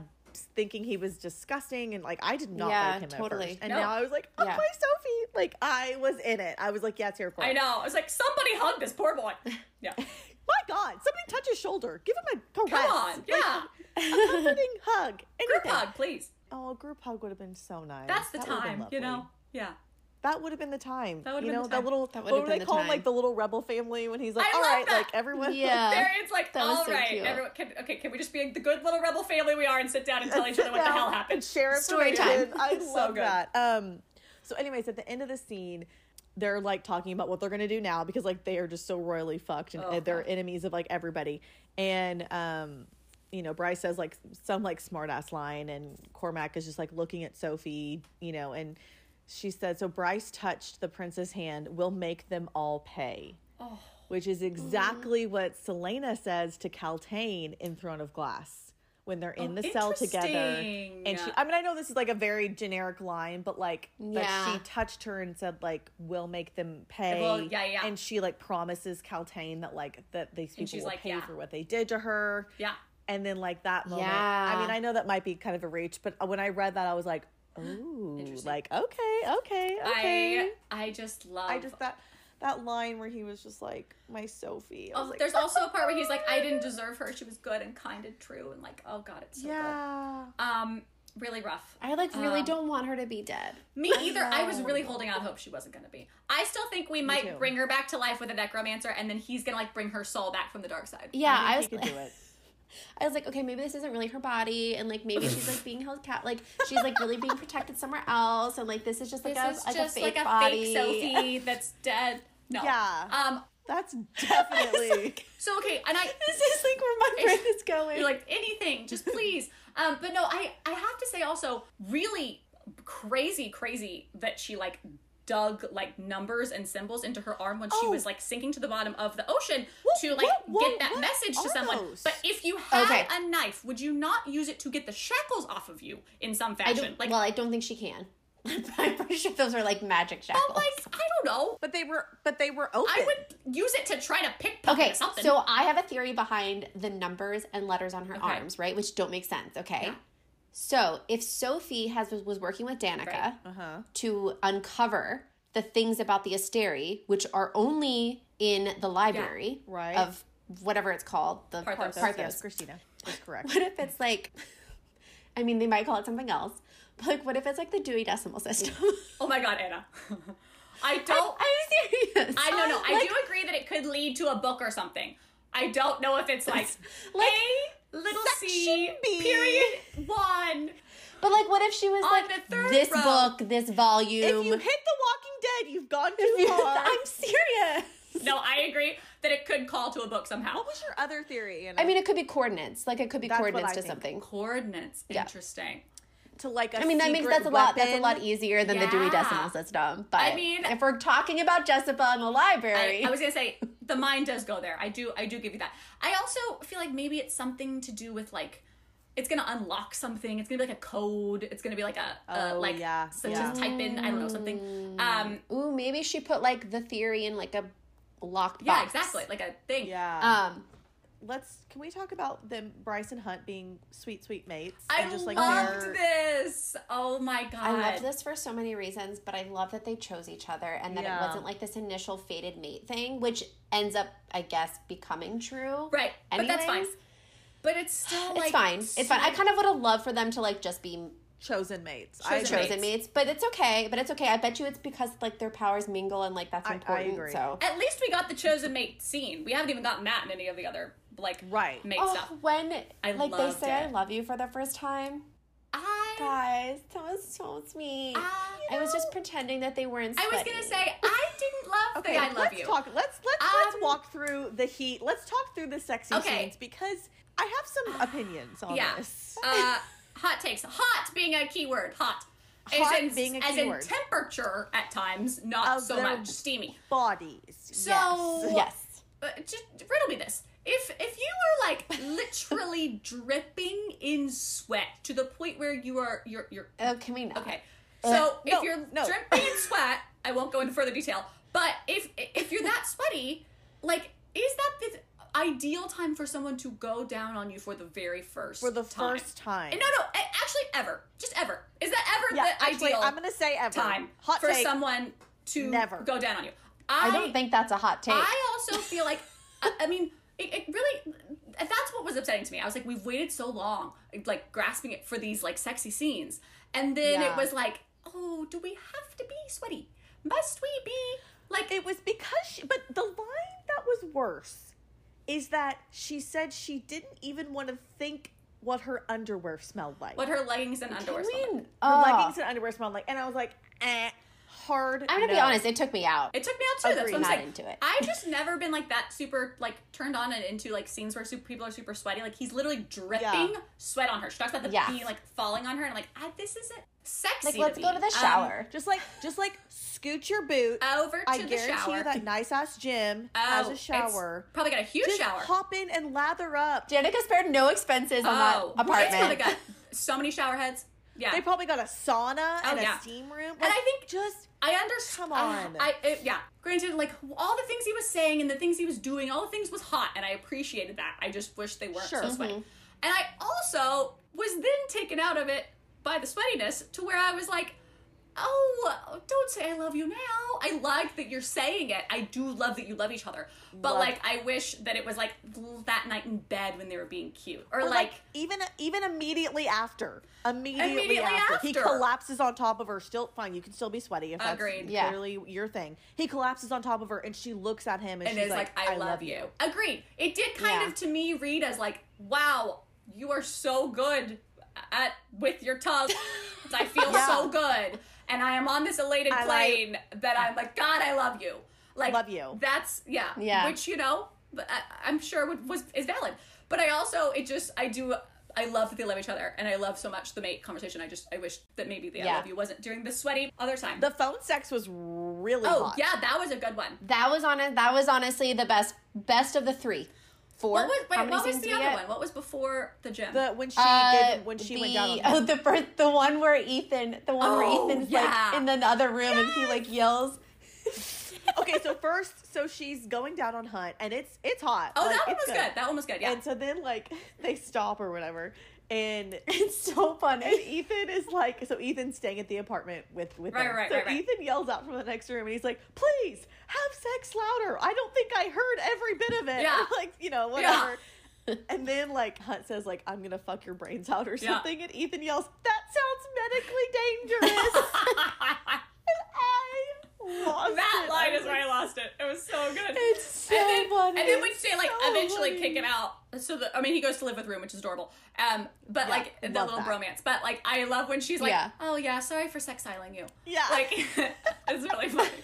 Speaker 1: thinking he was disgusting and like I did not
Speaker 3: Yeah,
Speaker 1: like him
Speaker 3: totally.
Speaker 1: at first. And
Speaker 2: No.
Speaker 1: now I was like, Oh
Speaker 3: Yeah.
Speaker 1: my Sophie. Like I was in it. I was like, Yes, here for
Speaker 2: I
Speaker 1: it.
Speaker 2: know. I was like, somebody hug this
Speaker 1: [laughs]
Speaker 2: poor boy. Yeah.
Speaker 1: My God, somebody touch his shoulder. Give him a caress.
Speaker 2: Come on.
Speaker 1: Like,
Speaker 2: Yeah.
Speaker 1: a comforting hug.
Speaker 2: Group
Speaker 1: Anything.
Speaker 2: hug, please.
Speaker 1: Oh, a group hug would have been so nice.
Speaker 2: That's the
Speaker 1: That would've been
Speaker 2: time, you
Speaker 1: lovely.
Speaker 2: know? Yeah.
Speaker 1: That would have been the time.
Speaker 2: That would've
Speaker 1: you
Speaker 2: been
Speaker 1: know,
Speaker 2: the
Speaker 1: that
Speaker 2: time.
Speaker 1: little
Speaker 3: That would've
Speaker 1: what do they
Speaker 3: been the
Speaker 1: call him,
Speaker 3: time.
Speaker 1: like the little rebel family when he's like,
Speaker 2: I
Speaker 1: all
Speaker 2: love
Speaker 1: right,
Speaker 2: that.
Speaker 1: like everyone [laughs]
Speaker 2: There,
Speaker 3: Yeah.
Speaker 2: it's like
Speaker 3: That
Speaker 2: all
Speaker 3: was
Speaker 2: right,
Speaker 3: so cute.
Speaker 2: everyone. Can, okay, can we just be the good little rebel family we are and sit down and tell each other what the
Speaker 1: Yeah.
Speaker 2: hell
Speaker 1: [laughs]
Speaker 2: happened?
Speaker 1: Share
Speaker 3: Story
Speaker 1: information.
Speaker 3: time.
Speaker 1: I
Speaker 2: [laughs] So
Speaker 1: love
Speaker 2: good.
Speaker 1: that. Um, so, anyways, at the end of the scene, they're like talking about what they're gonna do now because like they are just so royally fucked and
Speaker 2: Oh,
Speaker 1: they're
Speaker 2: God.
Speaker 1: enemies of like everybody. And um, you know, Bryce says like some like smart ass line, and Cormac is just like looking at Sophie, you know, and she said, "So Bryce touched the prince's hand. We'll make them all pay."
Speaker 2: Oh.
Speaker 1: Which is exactly what Selena says to Caltaine in Throne of Glass when they're in
Speaker 2: Oh,
Speaker 1: the cell together.
Speaker 2: interesting.
Speaker 1: And she, I mean, I know this is like a very generic line, but like that
Speaker 3: Yeah.
Speaker 1: she touched her and said like, "We'll make them pay."
Speaker 2: Well, yeah, yeah.
Speaker 1: And she like promises Caltaine that like that these people
Speaker 2: she's
Speaker 1: will
Speaker 2: like,
Speaker 1: pay
Speaker 2: yeah.
Speaker 1: for what they did to her.
Speaker 2: Yeah.
Speaker 1: And then like that moment, I
Speaker 3: Yeah.
Speaker 1: mean, I know that might be kind of a reach, but uh, when I read that, I was like, "Ooh,
Speaker 2: Interesting.
Speaker 1: like okay, okay, okay."
Speaker 2: I I just love.
Speaker 1: I just that that line where he was just like my Sophie. I
Speaker 2: Oh,
Speaker 1: was like, "Oh."
Speaker 2: there's also a part where he's like, I didn't deserve her. She was good and kind and true, and like, oh god, it's so
Speaker 1: yeah.
Speaker 2: good. Um, really rough.
Speaker 3: I like really
Speaker 2: Um,
Speaker 3: don't want her to be dead.
Speaker 2: Me either. I was
Speaker 1: know.
Speaker 2: really holding out hope she wasn't gonna be. I still think we might
Speaker 1: too.
Speaker 2: bring her back to life with a necromancer, and then he's gonna like bring her soul back from the dark side.
Speaker 3: Yeah, I,
Speaker 1: I
Speaker 3: was.
Speaker 1: think he could
Speaker 3: [laughs]
Speaker 1: do it.
Speaker 3: I was like, okay, maybe this isn't really her body, and like maybe she's like being held cat, like she's like really being protected somewhere else, and like this is just like
Speaker 2: This
Speaker 3: a
Speaker 2: is
Speaker 3: like
Speaker 2: just
Speaker 3: a fake
Speaker 2: like a
Speaker 3: body.
Speaker 2: fake Sophie that's dead. No.
Speaker 1: Yeah.
Speaker 2: Um.
Speaker 1: That's definitely. [laughs]
Speaker 2: So okay, [laughs] and I
Speaker 3: this is like where my brain is going.
Speaker 2: You're like anything, just please. Um, but no, I I have to say also really crazy, crazy that she like dug like numbers and symbols into her arm when she
Speaker 1: Oh.
Speaker 2: was like sinking to the bottom of the ocean to like
Speaker 1: what- what-
Speaker 2: get that
Speaker 1: what
Speaker 2: message to
Speaker 1: are
Speaker 2: someone.
Speaker 1: those?
Speaker 2: But if you had
Speaker 3: Okay.
Speaker 2: a knife, would you not use it to get the shackles off of you in some
Speaker 3: I
Speaker 2: fashion?
Speaker 3: don't,
Speaker 2: Like,
Speaker 3: well, I don't think she can. [laughs] I'm pretty sure those are like magic shackles.
Speaker 2: I'm like I don't know.
Speaker 1: But they were, but they were open.
Speaker 2: I would use it to try to pickpocket
Speaker 3: Okay,
Speaker 2: something.
Speaker 3: so I have a theory behind the numbers and letters on her
Speaker 2: Okay.
Speaker 3: arms, right? Which don't make sense. Okay,
Speaker 2: Yeah.
Speaker 3: so if Sophie has was working with Danica
Speaker 2: Right. Uh-huh.
Speaker 1: Uh huh.
Speaker 3: to uncover the things about the Asteri, which are only in the library
Speaker 1: Right.
Speaker 3: of whatever it's called, the
Speaker 2: Parthos.
Speaker 1: Yes,
Speaker 3: Parthos.
Speaker 1: yes, Christina is correct.
Speaker 3: What if it's like, [laughs] I mean, they might call it something else, but like, what if it's like the Dewey Decimal System?
Speaker 2: [laughs]
Speaker 3: [laughs]
Speaker 2: oh my god, Anna, [laughs] I don't.
Speaker 3: I'm serious.
Speaker 2: I don't know. I
Speaker 3: Like,
Speaker 2: do agree that it could lead to a book or something. I don't know if it's like,
Speaker 3: like,
Speaker 2: A little
Speaker 1: section
Speaker 2: C
Speaker 1: B.
Speaker 2: period one.
Speaker 3: But like, what if she was
Speaker 2: On
Speaker 3: like
Speaker 2: the third
Speaker 3: this
Speaker 2: row.
Speaker 3: book, this volume?
Speaker 1: If you hit the Walking Dead, you've gone too far.
Speaker 3: [laughs] I'm serious.
Speaker 2: No, I agree that it could call to a book somehow.
Speaker 1: what was your other theory? Anna?
Speaker 3: I mean, it could be coordinates. Like it could be
Speaker 1: That's what
Speaker 3: coordinates
Speaker 1: I
Speaker 3: to
Speaker 1: think.
Speaker 3: something.
Speaker 2: Coordinates. Interesting.
Speaker 1: to like a
Speaker 3: I mean, that makes
Speaker 1: secret
Speaker 3: that's a lot. That's a
Speaker 1: weapon.
Speaker 3: lot easier than the Dewey
Speaker 2: Yeah.
Speaker 3: Decimal System. But
Speaker 2: I mean-
Speaker 3: if we're talking about Jessica in the
Speaker 2: I,
Speaker 3: library,
Speaker 2: I was gonna [laughs] say the mind does go there. I do. I do give you that. I also feel like maybe it's something to do with like. It's gonna unlock something. It's gonna be like a code. It's gonna be like a, a
Speaker 1: Oh,
Speaker 2: like
Speaker 1: yeah,
Speaker 2: such
Speaker 1: yeah.
Speaker 2: as type in. I don't know something. Um,
Speaker 3: ooh, maybe she put like the theory in like a locked
Speaker 2: yeah,
Speaker 3: box.
Speaker 2: exactly. Like a thing.
Speaker 1: Yeah.
Speaker 3: Um,
Speaker 1: Let's. Can we talk about them, Bryce and Hunt being sweet, sweet mates?
Speaker 2: I
Speaker 1: and
Speaker 2: loved
Speaker 1: their-
Speaker 2: this. Oh my god.
Speaker 3: I loved this for so many reasons, but I love that they chose each other and that
Speaker 1: Yeah.
Speaker 3: it wasn't like this initial fated mate thing, which ends up, I guess, becoming true.
Speaker 2: Right. But that's fine.
Speaker 3: Anyways.
Speaker 2: But it's still
Speaker 3: It's
Speaker 2: like
Speaker 3: fine. It's fine. I kind of would have loved for them to like just be
Speaker 1: chosen mates. I
Speaker 2: Chosen
Speaker 1: agree.
Speaker 3: chosen mates, but it's okay. But it's okay. I bet you it's because like their powers mingle and like that's
Speaker 1: I- I
Speaker 3: important.
Speaker 1: agree.
Speaker 3: So.
Speaker 2: At least we got the chosen mate scene. We haven't even gotten that in any of the other like
Speaker 1: Right.
Speaker 2: mate stuff.
Speaker 3: Oh, when
Speaker 2: I
Speaker 3: like they
Speaker 2: loved
Speaker 3: say
Speaker 2: it.
Speaker 3: "I love you" for the first time,
Speaker 2: I,
Speaker 3: guys, that was so sweet.
Speaker 2: I,
Speaker 3: I was just pretending that they weren't.
Speaker 2: I was
Speaker 3: sweaty.
Speaker 2: gonna say I didn't love
Speaker 1: Okay,
Speaker 2: the I love
Speaker 1: let's
Speaker 2: you.
Speaker 1: talk. Let's let's
Speaker 2: Um,
Speaker 1: let's walk through the heat. Let's talk through the sexy
Speaker 2: Okay.
Speaker 1: scenes because I have
Speaker 2: [sighs]
Speaker 1: some opinions on
Speaker 2: yeah.
Speaker 1: this.
Speaker 2: Uh, hot takes. Hot being a keyword. Hot.
Speaker 1: Hot
Speaker 2: as in,
Speaker 1: being a
Speaker 2: as
Speaker 1: keyword.
Speaker 2: in temperature at times, not
Speaker 1: Of
Speaker 2: so
Speaker 1: their-
Speaker 2: much steamy.
Speaker 1: [laughs] Bodies.
Speaker 2: So-
Speaker 1: yes.
Speaker 3: yes.
Speaker 2: But Uh, just riddle me this. If if you were like
Speaker 1: [laughs]
Speaker 2: literally dripping in sweat to the point where you are you're you're
Speaker 3: Oh, can we not?
Speaker 2: okay. So if
Speaker 1: Uh, no,
Speaker 2: you're
Speaker 1: no.
Speaker 2: dripping
Speaker 1: [laughs]
Speaker 2: in sweat, I won't go into further detail. But if if you're that sweaty, like is that the ideal time for someone to go down on you for the very first
Speaker 1: for the
Speaker 2: time?
Speaker 1: first time.
Speaker 2: No, no, a- actually ever. Just ever. Is that ever
Speaker 1: yeah,
Speaker 2: the
Speaker 1: actually,
Speaker 2: ideal
Speaker 1: I'm gonna say ever.
Speaker 2: time
Speaker 1: Hot
Speaker 2: for
Speaker 1: take.
Speaker 2: someone to
Speaker 1: Never.
Speaker 2: go down on you?
Speaker 3: I don't think that's a hot take.
Speaker 2: I also feel like, I, I mean, it, it really, that's what was upsetting to me. I was like, we've waited so long, like grasping it for these like sexy scenes. And then
Speaker 3: Yeah.
Speaker 2: it was like, oh, do we have to be sweaty? must we be like
Speaker 1: It was because she, but the line that was worse is that she said she didn't even want to think what her underwear smelled like.
Speaker 2: what her leggings and underwear? smell like.
Speaker 3: mean,
Speaker 1: her
Speaker 3: oh.
Speaker 1: leggings and underwear smelled like. And I was like, eh, hard.
Speaker 3: I'm gonna be
Speaker 1: no.
Speaker 3: honest, it took me out.
Speaker 2: It took me out too. That's
Speaker 3: Agreed.
Speaker 2: what I'm
Speaker 3: Not
Speaker 2: saying.
Speaker 3: into it.
Speaker 2: I just never been like that super like turned on and into like scenes where super people are super sweaty. Like he's literally dripping sweat on her. She talks about the
Speaker 3: Yeah.
Speaker 2: pee like falling on her, and I'm like, ah, this isn't sexy.
Speaker 3: like, let's
Speaker 2: to
Speaker 3: go
Speaker 2: me.
Speaker 3: to the
Speaker 2: Um,
Speaker 3: shower.
Speaker 1: Just like, just like, scoot your boot.
Speaker 2: over to
Speaker 1: I
Speaker 2: the
Speaker 1: guarantee
Speaker 2: shower.
Speaker 1: you that nice ass gym
Speaker 2: Oh,
Speaker 1: has a
Speaker 2: it's
Speaker 1: shower.
Speaker 2: Probably got a huge
Speaker 1: Just
Speaker 2: shower.
Speaker 1: hop in and lather up.
Speaker 3: Danica spared no expenses on that
Speaker 2: oh, It's probably
Speaker 3: apartment.
Speaker 2: got so many shower heads. Yeah.
Speaker 1: They probably got a sauna and
Speaker 2: Oh, yeah.
Speaker 1: a steam room.
Speaker 2: And I think-
Speaker 1: just
Speaker 2: I understand.
Speaker 1: Come on.
Speaker 2: I, it- yeah. Granted, like all the things he was saying and the things he was doing, all the things was hot, and I appreciated that. I just wish they weren't
Speaker 1: Sure. Mm-hmm.
Speaker 2: so sweaty. And I also was then taken out of it by the sweatiness to where I was like, "Oh, don't say I love you now." I like that you're saying it. I do love that you love each other, but
Speaker 1: Love-
Speaker 2: like, I wish that it was like that night in bed when they were being cute, or,
Speaker 1: Or,
Speaker 2: like,
Speaker 1: like, even even immediately after, immediately,
Speaker 2: Immediately
Speaker 1: after. he
Speaker 2: after.
Speaker 1: collapses on top of her. Still fine, you can still be sweaty if
Speaker 2: Agreed.
Speaker 1: that's
Speaker 3: Yeah.
Speaker 1: clearly your thing. He collapses on top of her, and she looks at him, and,
Speaker 2: and
Speaker 1: she's
Speaker 2: is
Speaker 1: like,
Speaker 2: like, I, love, you. Agreed. It did kind
Speaker 3: Yeah.
Speaker 2: of to me read as like, wow, you are so good at with
Speaker 1: [laughs]
Speaker 2: your tongue. I feel
Speaker 1: Yeah.
Speaker 2: so good, and I am on this elated
Speaker 1: I like-
Speaker 2: plane that I'm like, God, I love you. Like,
Speaker 1: Love you.
Speaker 2: That's yeah,
Speaker 3: Yeah.
Speaker 2: Which you know, but I, I'm sure would, was is valid. But I also, it just, I do. I love that they love each other, and I love so much the mate conversation. I just, I wish that maybe the I
Speaker 3: Yeah.
Speaker 2: love you wasn't during the sweaty other time.
Speaker 1: The phone sex was really
Speaker 2: oh
Speaker 1: hot.
Speaker 2: yeah, that was a good one.
Speaker 3: That was on. That was honestly the best. Best of the three. Four.
Speaker 2: What was,
Speaker 3: How
Speaker 2: wait,
Speaker 3: many
Speaker 2: what was
Speaker 3: seasons
Speaker 2: the
Speaker 3: did we
Speaker 2: other
Speaker 3: get?
Speaker 2: one? What was before the gym?
Speaker 1: The when she
Speaker 3: Uh,
Speaker 1: gave, when she
Speaker 3: the,
Speaker 1: went down. On
Speaker 3: [laughs]
Speaker 1: him. [laughs]
Speaker 3: Oh, the first, the one where Ethan, the one
Speaker 2: Oh,
Speaker 3: where Ethan's
Speaker 2: yeah.
Speaker 3: like in another room and he like yells.
Speaker 1: okay, so first, so she's going down on Hunt, and it's it's hot.
Speaker 2: Oh,
Speaker 1: Like,
Speaker 2: that one
Speaker 1: it's
Speaker 2: was good. That one was good. Yeah.
Speaker 3: [laughs]
Speaker 1: And so then like [laughs] they stop or whatever, and [laughs]
Speaker 3: It's so
Speaker 1: and
Speaker 3: funny.
Speaker 1: Ethan is like, so Ethan's staying at the apartment with with
Speaker 2: Right,
Speaker 1: them.
Speaker 2: right,
Speaker 1: so
Speaker 2: right, right.
Speaker 1: Ethan yells out from the next room, and he's like, "Please have sex louder. I don't think I heard every bit of it.
Speaker 2: Yeah.
Speaker 1: [laughs] like you know
Speaker 2: [laughs]
Speaker 1: whatever." And then like Hunt says like I'm gonna fuck your brains out or
Speaker 2: Yeah.
Speaker 1: something, and Ethan yells, "That sounds medically
Speaker 2: [laughs]
Speaker 1: dangerous." I lost
Speaker 2: [laughs] that
Speaker 1: it.
Speaker 2: line
Speaker 1: I was
Speaker 2: is
Speaker 1: like,
Speaker 2: where I lost it. It was so good.
Speaker 3: It's so
Speaker 2: and then,
Speaker 3: funny.
Speaker 2: And then when they like
Speaker 1: so
Speaker 2: eventually
Speaker 1: funny.
Speaker 2: kick it out, so the, I mean he goes to live with Room, which is adorable. Um, but
Speaker 1: Yeah,
Speaker 2: like the
Speaker 1: love
Speaker 2: little
Speaker 1: that.
Speaker 2: bromance. But like I love when she's like,
Speaker 3: Yeah.
Speaker 2: "Oh yeah, sorry for sextiling you."
Speaker 1: Yeah.
Speaker 2: Like [laughs] it's really funny.
Speaker 3: [laughs]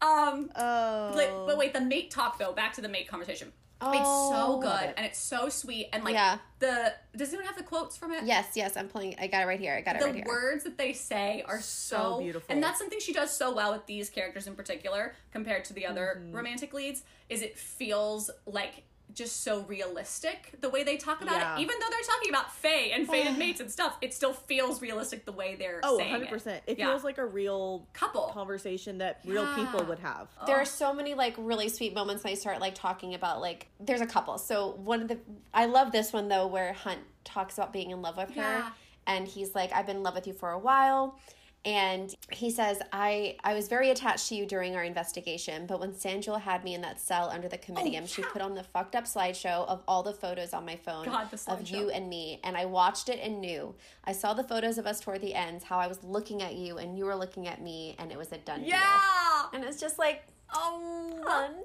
Speaker 2: Um,
Speaker 1: Oh.
Speaker 2: but, but wait, the mate talk though. Back to the mate conversation. it's so
Speaker 3: Oh, love
Speaker 2: good
Speaker 3: it.
Speaker 2: and it's so sweet and like
Speaker 3: Yeah.
Speaker 2: the does anyone have the quotes from it?
Speaker 3: yes, yes, I'm pulling. I got it right here. I got it
Speaker 2: the
Speaker 3: right here.
Speaker 2: words that they say are so,
Speaker 1: So beautiful.
Speaker 2: and that's something she does so well with these characters in particular compared to the other
Speaker 3: Mm-hmm.
Speaker 2: romantic leads is it feels like just so realistic the way they talk about
Speaker 1: Yeah.
Speaker 2: it even though they're talking about fae and fated
Speaker 3: [sighs]
Speaker 2: mates and stuff it still feels realistic the way they're
Speaker 1: Oh,
Speaker 2: saying
Speaker 1: 100%. It,
Speaker 2: Yeah.
Speaker 1: feels like a real
Speaker 2: couple
Speaker 1: conversation that real people
Speaker 2: Yeah. Oh,
Speaker 1: would have.
Speaker 3: there are so many like really sweet moments when I start like talking about like there's a couple. So one of the I love this one though where Hunt talks about being in love with
Speaker 2: Yeah.
Speaker 3: her and he's like I've been in love with you for a while and he says I I was very attached to you during our investigation but when Sandra had me in that cell under the
Speaker 2: Oh,
Speaker 3: comitium she put on the fucked up slideshow of all the photos on my phone
Speaker 2: God, the
Speaker 3: of you
Speaker 2: slideshow.
Speaker 3: and me and I watched it and knew I saw the photos of us toward the ends how I was looking at you and you were looking at me and it was a done deal
Speaker 2: yeah
Speaker 3: and it's just like
Speaker 2: oh
Speaker 3: Hunt.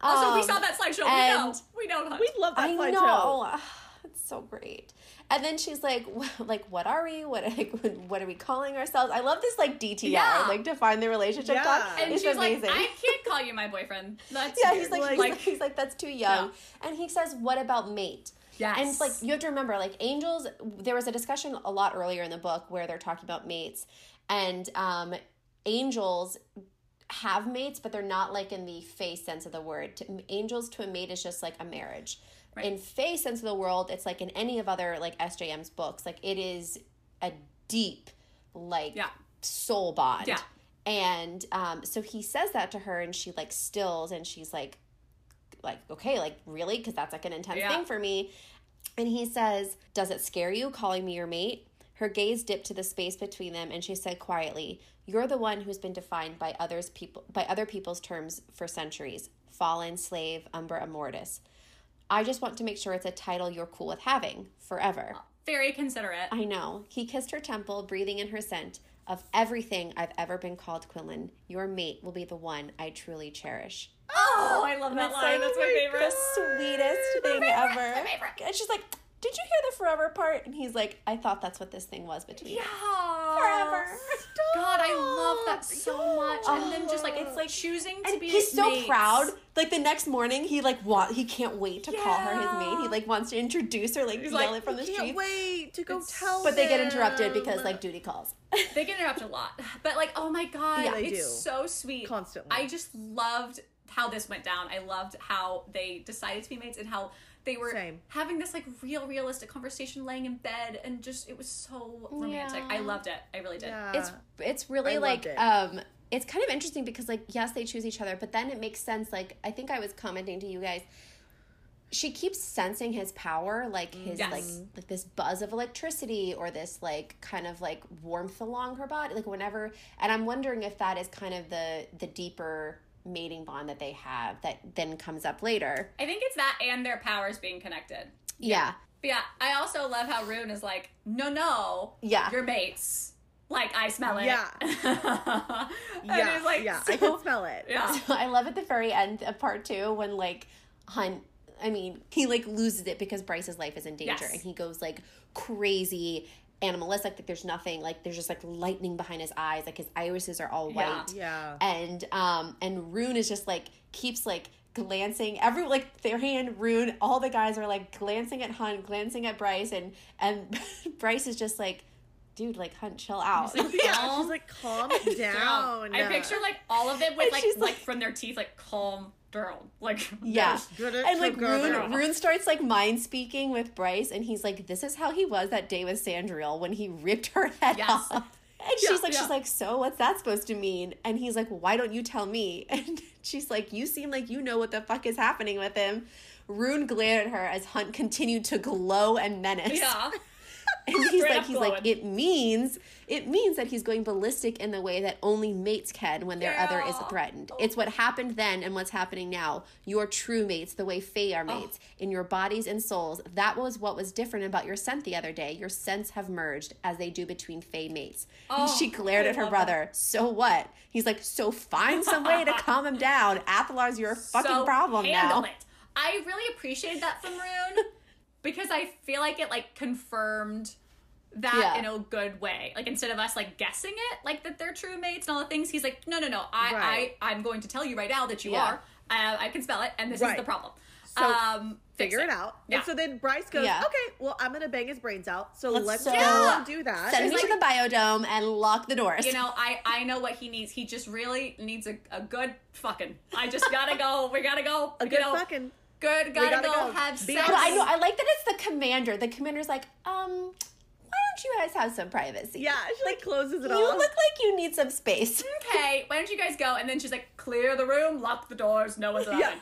Speaker 2: also we
Speaker 3: Um,
Speaker 2: saw that slideshow
Speaker 3: and-
Speaker 2: we know we know Hunt.
Speaker 1: We love that
Speaker 3: I
Speaker 1: slideshow.
Speaker 3: know. [sighs] It's so great. And then she's like, [laughs] wh- like, what are we? What [laughs] like, what are we calling ourselves? I love this like DTR,
Speaker 2: Yeah.
Speaker 3: like define the relationship
Speaker 1: Yeah.
Speaker 3: talk.
Speaker 2: and
Speaker 3: it's
Speaker 2: she's
Speaker 3: amazing.
Speaker 2: like i can't call you my boyfriend that's
Speaker 3: [laughs]
Speaker 2: [laughs]
Speaker 3: yeah,
Speaker 2: weird.
Speaker 3: he's like, he's like, he's like, that's too young. And he says, what about mate?
Speaker 2: Yes.
Speaker 3: And like you have to remember, like angels, there was a discussion a lot earlier in the book where they're talking about mates, and um, angels have mates, but they're not like in the fae sense of the word. To, angels to a mate is just like a marriage.
Speaker 2: Right.
Speaker 3: In fae sense of the world, it's like in any of other like SJM's books, like it is a deep, like
Speaker 2: Yeah.
Speaker 3: soul bond.
Speaker 2: Yeah.
Speaker 3: And um, so he says that to her, and she like stills, and she's like, like okay, like really, because that's like an intense
Speaker 2: Yeah.
Speaker 3: thing for me. And he says, "Does it scare you calling me your mate?" Her gaze dipped to the space between them, and she said quietly, "You're the one who's been defined by others people by other people's terms for centuries: fallen, slave, umbra, immortis. I just want to make sure it's a title you're cool with having forever."
Speaker 2: very considerate
Speaker 3: I know. He kissed her temple, breathing in her scent, Of everything I've ever been called, Quinlan, your mate will be the one I truly cherish.
Speaker 2: Oh, I love that line. That's my favorite.
Speaker 3: Sweetest thing ever.
Speaker 2: my favorite.
Speaker 3: And she's like, Did you hear the forever part? And he's like, I thought that's what this thing was between
Speaker 2: Yeah.
Speaker 3: us. Forever.
Speaker 2: God, I love that so much. And then just like
Speaker 3: It's like-
Speaker 2: choosing to
Speaker 3: And
Speaker 2: be
Speaker 3: he's so
Speaker 2: mates.
Speaker 3: proud. Like the next morning, he like want he can't wait to call her his
Speaker 2: Yeah.
Speaker 3: mate. He like wants to introduce her, like yell
Speaker 2: like,
Speaker 3: it from the
Speaker 1: Can't
Speaker 3: street.
Speaker 1: wait to go tell.
Speaker 3: But they get interrupted
Speaker 1: them.
Speaker 3: because like duty calls.
Speaker 2: They get interrupted a lot, but like, oh my god,
Speaker 1: they
Speaker 2: it's
Speaker 1: do.
Speaker 2: so sweet.
Speaker 1: Constantly.
Speaker 2: I just loved how this went down. I loved how they decided to be mates and how they were
Speaker 1: Same.
Speaker 2: having this like real, realistic conversation, laying in bed, and just it was so romantic. I loved it. I really did.
Speaker 1: Yeah.
Speaker 3: it's it's really
Speaker 1: Uh, I
Speaker 3: like
Speaker 1: loved it.
Speaker 3: um it's kind of interesting because like yes they choose each other but then it makes sense like i think i was commenting to you guys she keeps sensing his power like his
Speaker 2: Yes.
Speaker 3: like like this buzz of electricity or this like kind of like warmth along her body like whenever and i'm wondering if that is kind of the the deeper mating bond that they have that then comes up later
Speaker 2: I think it's that and their powers being connected.
Speaker 3: yeah
Speaker 2: But yeah, I also love how Rune is like, no, no,
Speaker 3: yeah
Speaker 2: your mates. Like I smell it. [laughs]
Speaker 1: Yeah.
Speaker 2: and
Speaker 1: yeah,
Speaker 2: he's like,
Speaker 1: yeah.
Speaker 2: so-
Speaker 1: I can smell it.
Speaker 3: [laughs]
Speaker 2: yeah.
Speaker 3: I love at the very end of part two when like Hunt. I mean, he like loses it because Bryce's life is in danger,
Speaker 2: Yes.
Speaker 3: and he goes like crazy animalistic. Like there's nothing. Like there's just like lightning behind his eyes. Like his irises are all white,
Speaker 2: Yeah.
Speaker 1: Yeah.
Speaker 3: and um and Rune is just like keeps like glancing every like their hand Rune. All the guys are like glancing at Hunt, glancing at Bryce, and and [laughs] Bryce is just like, dude, like Hunt,
Speaker 2: [laughs]
Speaker 3: chill out.
Speaker 1: Yeah, she's like, calm down.
Speaker 2: I picture like all of them with
Speaker 3: And
Speaker 2: like
Speaker 3: she's
Speaker 2: like,
Speaker 3: like-
Speaker 2: from their teeth like calm down. Like [laughs]
Speaker 3: Yeah.
Speaker 1: Good
Speaker 3: And like
Speaker 1: together.
Speaker 3: Rune, Rune starts like mind speaking with Bryce, and he's like, "This is how he was that day with Sandriel when he ripped her head
Speaker 2: Yes.
Speaker 3: off." And
Speaker 2: Yeah,
Speaker 3: she's like,
Speaker 2: yeah.
Speaker 3: "She's like, so what's that supposed to mean?" And he's like, "Why don't you tell me?" [laughs] And she's like, "You seem like you know what the fuck is happening with him." Rune glared at her as Hunt continued to glow and menace.
Speaker 2: Yeah.
Speaker 3: And [laughs] he's
Speaker 2: Straight
Speaker 3: like,
Speaker 2: up
Speaker 3: he's like,
Speaker 2: glowing.
Speaker 3: it means it means that he's going ballistic in the way that only mates can when their other is
Speaker 2: Yeah. Oh.
Speaker 3: threatened. It's what happened then and what's happening now. Your true mates, the way Fae are
Speaker 2: Oh.
Speaker 3: mates, in your bodies and souls. That was what was different about your scent the other day. Your scents have merged as they do between Fae mates. And
Speaker 2: Oh,
Speaker 3: she glared
Speaker 2: I
Speaker 3: at her
Speaker 2: love
Speaker 3: brother. So what? He's like, so find some
Speaker 2: [laughs]
Speaker 3: way to calm him down. Athalar's your fucking
Speaker 2: So
Speaker 3: problem
Speaker 2: handle
Speaker 3: now.
Speaker 2: it. I really appreciated that
Speaker 1: [laughs]
Speaker 2: from Rune because I feel like it like confirmed that
Speaker 3: Yeah.
Speaker 2: in a good way. Like instead of us like guessing it, like that they're true mates and all the things, he's like, no, no, no. I,
Speaker 1: Right.
Speaker 2: I I'm going to tell you right now that you
Speaker 3: Yeah.
Speaker 2: are. Uh, I can spell it, and this is
Speaker 1: Right.
Speaker 2: the problem.
Speaker 1: So,
Speaker 2: um, fix
Speaker 1: figure it out.
Speaker 2: Yeah.
Speaker 1: And so then Bryce goes,
Speaker 3: Yeah.
Speaker 1: okay, well, I'm going to bang his brains out. So
Speaker 3: Let's
Speaker 1: let's,
Speaker 3: go.
Speaker 1: go
Speaker 3: Yeah.
Speaker 1: do that.
Speaker 3: Send me to the biodome and lock the doors.
Speaker 2: you know, I I know what he needs. He just really needs a, a good fucking. I just gotta go. We gotta go.
Speaker 1: a
Speaker 2: you
Speaker 1: good
Speaker 2: know,
Speaker 1: fucking.
Speaker 2: Good. Gotta,
Speaker 1: gotta
Speaker 2: go,
Speaker 1: go.
Speaker 2: Have
Speaker 1: Be
Speaker 2: sex.
Speaker 3: But I know I like that it's the commander. The commander's like, um, why don't you guys have some privacy?
Speaker 1: Yeah, she like closes it
Speaker 3: You
Speaker 1: off.
Speaker 3: look like you need
Speaker 1: [laughs]
Speaker 3: some space.
Speaker 2: okay. Why don't you guys go? And then she's like, clear the room, lock the doors. No one's allowed.
Speaker 1: Yeah.
Speaker 2: in."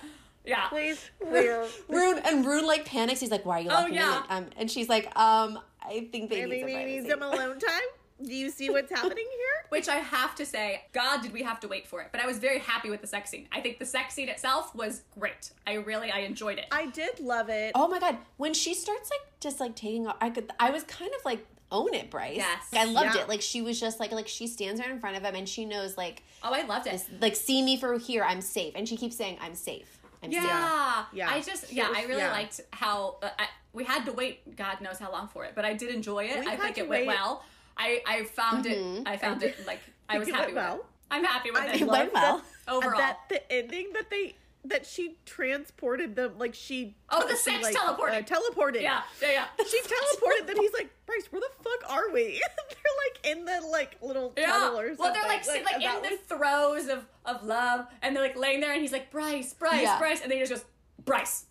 Speaker 1: [laughs]
Speaker 2: Yeah.
Speaker 1: Please, clear.
Speaker 3: Rune and Rune like panics. He's like, "Why are you locking me
Speaker 2: yeah.
Speaker 3: in?" Um, and she's like, "Um, I think they
Speaker 1: I
Speaker 3: need
Speaker 1: mean,
Speaker 3: some
Speaker 1: Oh, he
Speaker 3: privacy."
Speaker 1: needs
Speaker 3: [laughs]
Speaker 1: some alone time. Do you see what's happening here?
Speaker 2: Which I have to say, God, did we have to wait for it? But I was very happy with the sex scene. I think the sex scene itself was great. I really I enjoyed it.
Speaker 1: I did love it.
Speaker 3: oh my god, when she starts like just like taking off, I could. I was kind of like, "Own it, Bryce."
Speaker 2: Yes.
Speaker 3: Like, I loved
Speaker 1: Yeah.
Speaker 3: it. Like she was just like like she stands right in front of him and she knows like
Speaker 2: oh, I loved it.
Speaker 3: like see me for here, I'm safe. And she keeps saying, "I'm safe." I'm
Speaker 2: Yeah.
Speaker 3: safe.
Speaker 1: Yeah.
Speaker 2: I just,
Speaker 1: She
Speaker 2: yeah,
Speaker 1: was-
Speaker 2: I really
Speaker 1: yeah.
Speaker 2: liked how uh, I, we had to wait, God knows how long for it, but I did enjoy it.
Speaker 1: We
Speaker 2: I
Speaker 1: had
Speaker 2: think
Speaker 1: to
Speaker 2: it went
Speaker 1: wait. Mm-hmm.
Speaker 2: well. I, I found it, I found it, like, I was
Speaker 1: it
Speaker 2: happy
Speaker 1: went
Speaker 2: with it.
Speaker 1: well.
Speaker 2: I'm happy with
Speaker 1: I
Speaker 2: it
Speaker 3: It went
Speaker 1: loved that-
Speaker 3: well.
Speaker 2: [laughs] overall.
Speaker 1: That the ending that they that she transported them like she
Speaker 2: Oh, the
Speaker 1: she,
Speaker 2: sex
Speaker 1: like,
Speaker 2: teleported.
Speaker 1: uh, teleported
Speaker 2: yeah, yeah, yeah.
Speaker 1: she teleported them he's like Bryce where the fuck are we [laughs] they're like in the like little
Speaker 2: Yeah.
Speaker 1: tunnel or something
Speaker 2: Well, they're like sit- like,
Speaker 1: that
Speaker 2: in the
Speaker 1: was-
Speaker 2: throes of of love, and they're like laying there, and he's like Bryce, Bryce,
Speaker 3: Yeah.
Speaker 2: Bryce, and then he just goes Bryce,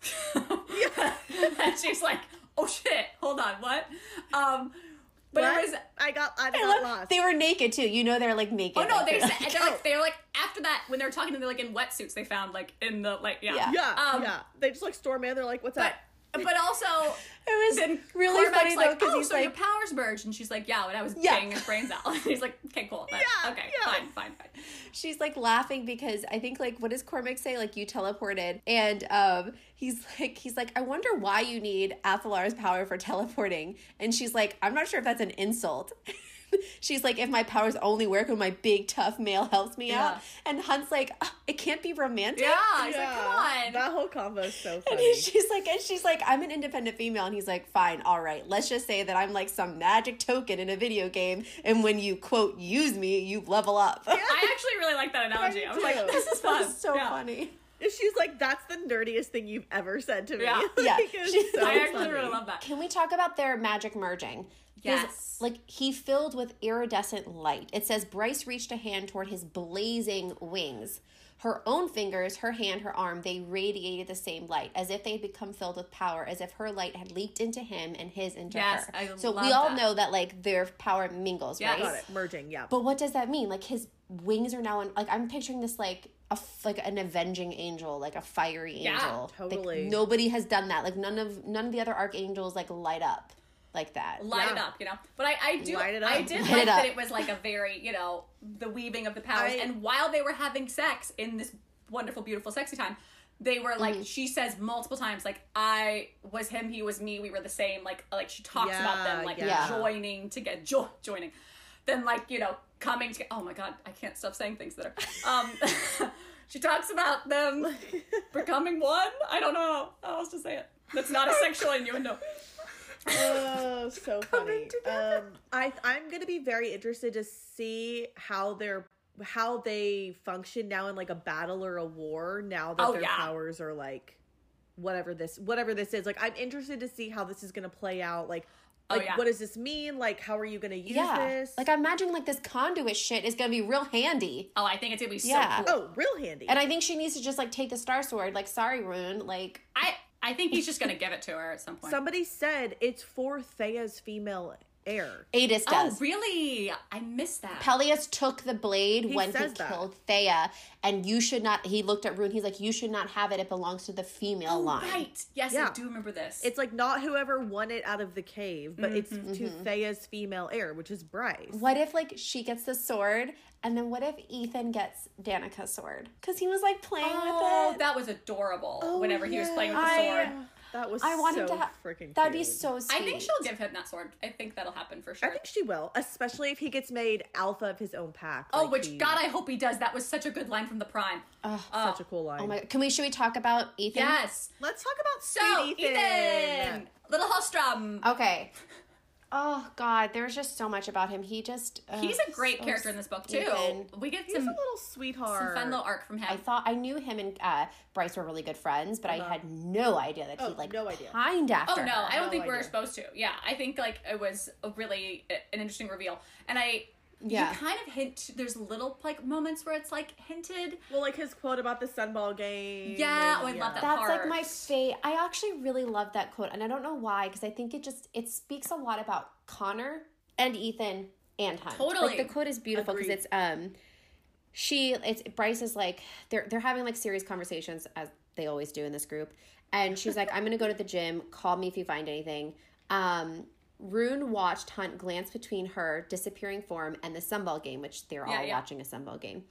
Speaker 2: [laughs] and she's like, oh shit, hold on, what? Um, but
Speaker 1: What?
Speaker 2: it was
Speaker 1: I got I
Speaker 3: I
Speaker 1: got
Speaker 3: love-
Speaker 1: lost
Speaker 3: They were naked too. You know they're like naked.
Speaker 2: Oh no,
Speaker 3: like,
Speaker 2: they
Speaker 3: [laughs] they're,
Speaker 2: said they're like they're like after that when they're talking to them, they're like in wetsuits they found like in the like yeah
Speaker 3: Yeah.
Speaker 1: yeah
Speaker 2: um,
Speaker 1: yeah they just like storm in they're like what's
Speaker 2: but
Speaker 1: up
Speaker 2: but also
Speaker 3: It was
Speaker 2: then
Speaker 3: really
Speaker 2: Cormac's
Speaker 3: funny though
Speaker 2: like,
Speaker 3: because
Speaker 2: oh,
Speaker 3: he's
Speaker 2: so your
Speaker 3: like,
Speaker 2: powers merged and she's like yeah when I was
Speaker 3: Yeah.
Speaker 2: banging his brains out [laughs] he's like okay cool but,
Speaker 1: Yeah,
Speaker 2: okay
Speaker 1: yeah.
Speaker 2: fine fine fine
Speaker 3: she's like laughing because I think like what does Cormac say? Like you teleported, and um, he's [laughs] like, he's like, I wonder why you need Athalar's power for teleporting, and she's like, I'm not sure if that's an insult. [laughs] she's like, if my powers only work when my big tough male helps me
Speaker 2: Yeah.
Speaker 3: out. And Hunt's like, "Ugh, it can't be romantic.
Speaker 2: Yeah. ah, He's like, come on.
Speaker 1: That whole combo is so
Speaker 3: [laughs] And
Speaker 1: funny.
Speaker 3: he- she's like, and she's like, I'm an independent female. And he's like, fine, all right. Let's just say that I'm like some magic token in a video game. And when you quote use me, you level up.
Speaker 2: I actually really like that
Speaker 3: [laughs]
Speaker 2: analogy. I was like,
Speaker 1: too.
Speaker 2: this is
Speaker 3: That
Speaker 2: fun.
Speaker 3: was so
Speaker 2: Yeah.
Speaker 3: funny.
Speaker 1: She's like, that's the nerdiest thing you've ever said to me.
Speaker 2: Yeah.
Speaker 1: [laughs] Like,
Speaker 3: Yeah.
Speaker 1: it's
Speaker 3: She's-
Speaker 1: so
Speaker 2: I actually
Speaker 1: funny.
Speaker 2: really love that.
Speaker 3: Can we talk about their magic merging? 'Cause,
Speaker 2: Yes.
Speaker 3: Like he filled with iridescent light. It says Bryce reached a hand toward his blazing wings. Her own fingers, her hand, her arm, they radiated the same light, as if they had become filled with power, as if her light had leaked into him and his into
Speaker 2: Yes,
Speaker 3: her.
Speaker 2: I
Speaker 3: so we
Speaker 2: love
Speaker 3: all
Speaker 2: that.
Speaker 3: know that like their power mingles,
Speaker 2: Yes.
Speaker 3: right?
Speaker 2: Got
Speaker 1: Got it. Merging, yeah.
Speaker 3: But what does that mean? Like his wings are now on. Like I'm picturing this like a f- like an avenging angel, like a fiery
Speaker 2: Yeah,
Speaker 3: angel. Like,
Speaker 1: totally.
Speaker 3: nobody has done that. Like none of none of the other archangels like light up like that.
Speaker 2: Light it
Speaker 1: Yeah.
Speaker 2: up, you know. But I, I do,
Speaker 1: Light it
Speaker 2: I
Speaker 1: up.
Speaker 2: did
Speaker 3: Light
Speaker 2: like
Speaker 3: it
Speaker 2: that
Speaker 3: up.
Speaker 2: it was like a very, you know, the weaving of the powers.
Speaker 1: I-
Speaker 2: and while they were having sex in this wonderful, beautiful, sexy time, they were
Speaker 1: Mm-hmm.
Speaker 2: like, she says multiple times, like I was him, he was me, we were the same. Like, like she talks about them,
Speaker 1: Yeah,
Speaker 2: like
Speaker 3: yeah.
Speaker 2: joining to get jo- joining, then like you know coming to. Oh my god, I can't stop saying things that are. Um, [laughs] she talks
Speaker 1: [laughs]
Speaker 2: about them becoming one. I don't know how else to say it. That's not a sexual innuendo.
Speaker 1: oh,
Speaker 2: [laughs]
Speaker 1: so funny. Um,
Speaker 2: together.
Speaker 1: I I'm gonna be very interested to see how they're how they function now in like a battle or a war now that
Speaker 2: Oh,
Speaker 1: their
Speaker 2: yeah.
Speaker 1: powers are like whatever this whatever this is like i'm interested to see how this is going to play out like
Speaker 2: Oh,
Speaker 1: like
Speaker 2: yeah.
Speaker 1: what does this mean like how are you going to use
Speaker 3: yeah,
Speaker 1: this
Speaker 3: like I'm imagining like this conduit shit is gonna be real handy.
Speaker 2: Oh, I think it's gonna be so
Speaker 3: Yeah.
Speaker 2: cool.
Speaker 1: oh real handy
Speaker 3: And I think she needs to just like take the star sword. Like sorry, Rune. Like
Speaker 2: I I think he's just gonna give it to her at some point.
Speaker 1: somebody said it's for thea's female heir
Speaker 3: Adis
Speaker 2: oh,
Speaker 3: does.
Speaker 2: really? I missed that.
Speaker 3: Peleus took the blade
Speaker 1: He
Speaker 3: when he
Speaker 1: says that.
Speaker 3: killed Thea, and you should not. He looked at Rune. He's like, you should not have it. It belongs to the female
Speaker 2: oh,
Speaker 3: line.
Speaker 2: right. Yes,
Speaker 1: Yeah.
Speaker 2: I do remember this.
Speaker 1: it's like not whoever won it out of the cave but it's
Speaker 3: Mm-hmm,
Speaker 1: to thea's female heir which is bryce
Speaker 3: What if like she gets the sword, and then what if Ethan gets Danica's sword? Because he was like playing
Speaker 2: oh,
Speaker 3: with it.
Speaker 2: that was adorable. whenever he was playing with the
Speaker 3: yeah.
Speaker 2: sword,
Speaker 3: I-
Speaker 1: That was
Speaker 3: I want
Speaker 1: so
Speaker 3: him to have.
Speaker 1: freaking
Speaker 3: That'd be
Speaker 1: cute.
Speaker 3: so sweet.
Speaker 2: I think she'll give him that sword. I think that'll happen for
Speaker 1: I
Speaker 2: sure.
Speaker 1: think she will, especially if he gets made alpha of his own pack.
Speaker 2: oh,
Speaker 1: like
Speaker 2: which
Speaker 1: he-
Speaker 2: God, I hope he does. That was such a good line from the Prime.
Speaker 1: such a cool line.
Speaker 3: Oh my. Can we? Should we talk about Ethan?
Speaker 2: yes.
Speaker 1: Let's talk about
Speaker 2: So
Speaker 1: sweet
Speaker 2: Ethan, little Hallstrom. [laughs]
Speaker 3: Okay. Oh God, there's just so much about him. He just. uh,
Speaker 2: he's a great
Speaker 3: so
Speaker 2: character in this book too.
Speaker 3: Ethan.
Speaker 2: We get
Speaker 1: He's a
Speaker 2: some,
Speaker 1: little sweetheart.
Speaker 2: some fun little arc from him.
Speaker 3: I thought I knew him and uh, Bryce were really good friends, but
Speaker 2: Uh-huh.
Speaker 3: I had no idea that
Speaker 1: Oh,
Speaker 3: he like
Speaker 1: no idea.
Speaker 3: pined after.
Speaker 2: Oh no,
Speaker 3: her.
Speaker 2: I don't think we're
Speaker 1: idea.
Speaker 2: supposed to. Yeah, I think like it was a really uh, an interesting reveal, and I
Speaker 3: Yeah.
Speaker 2: you kind of hint. There's little like moments where it's like hinted.
Speaker 1: well, like his quote about the sunball game.
Speaker 2: Yeah,
Speaker 1: and-
Speaker 2: oh, I love that.
Speaker 3: That's like
Speaker 2: part.
Speaker 3: my fate. I actually really love that quote, and I don't know why, because I think it just it speaks a lot about Connor and Ethan and Hunt.
Speaker 2: Totally.
Speaker 3: like, the quote is beautiful because
Speaker 1: Agreed.
Speaker 3: it's um, she it's Bryce is like they're they're having like serious conversations as they always do in this group, and she's like, "I'm gonna go to the gym. Call me if you find anything." Um, Rune watched Hunt glance between her disappearing form and the sunball game, which they're
Speaker 2: Yeah,
Speaker 3: all
Speaker 2: yeah.
Speaker 3: watching a sunball game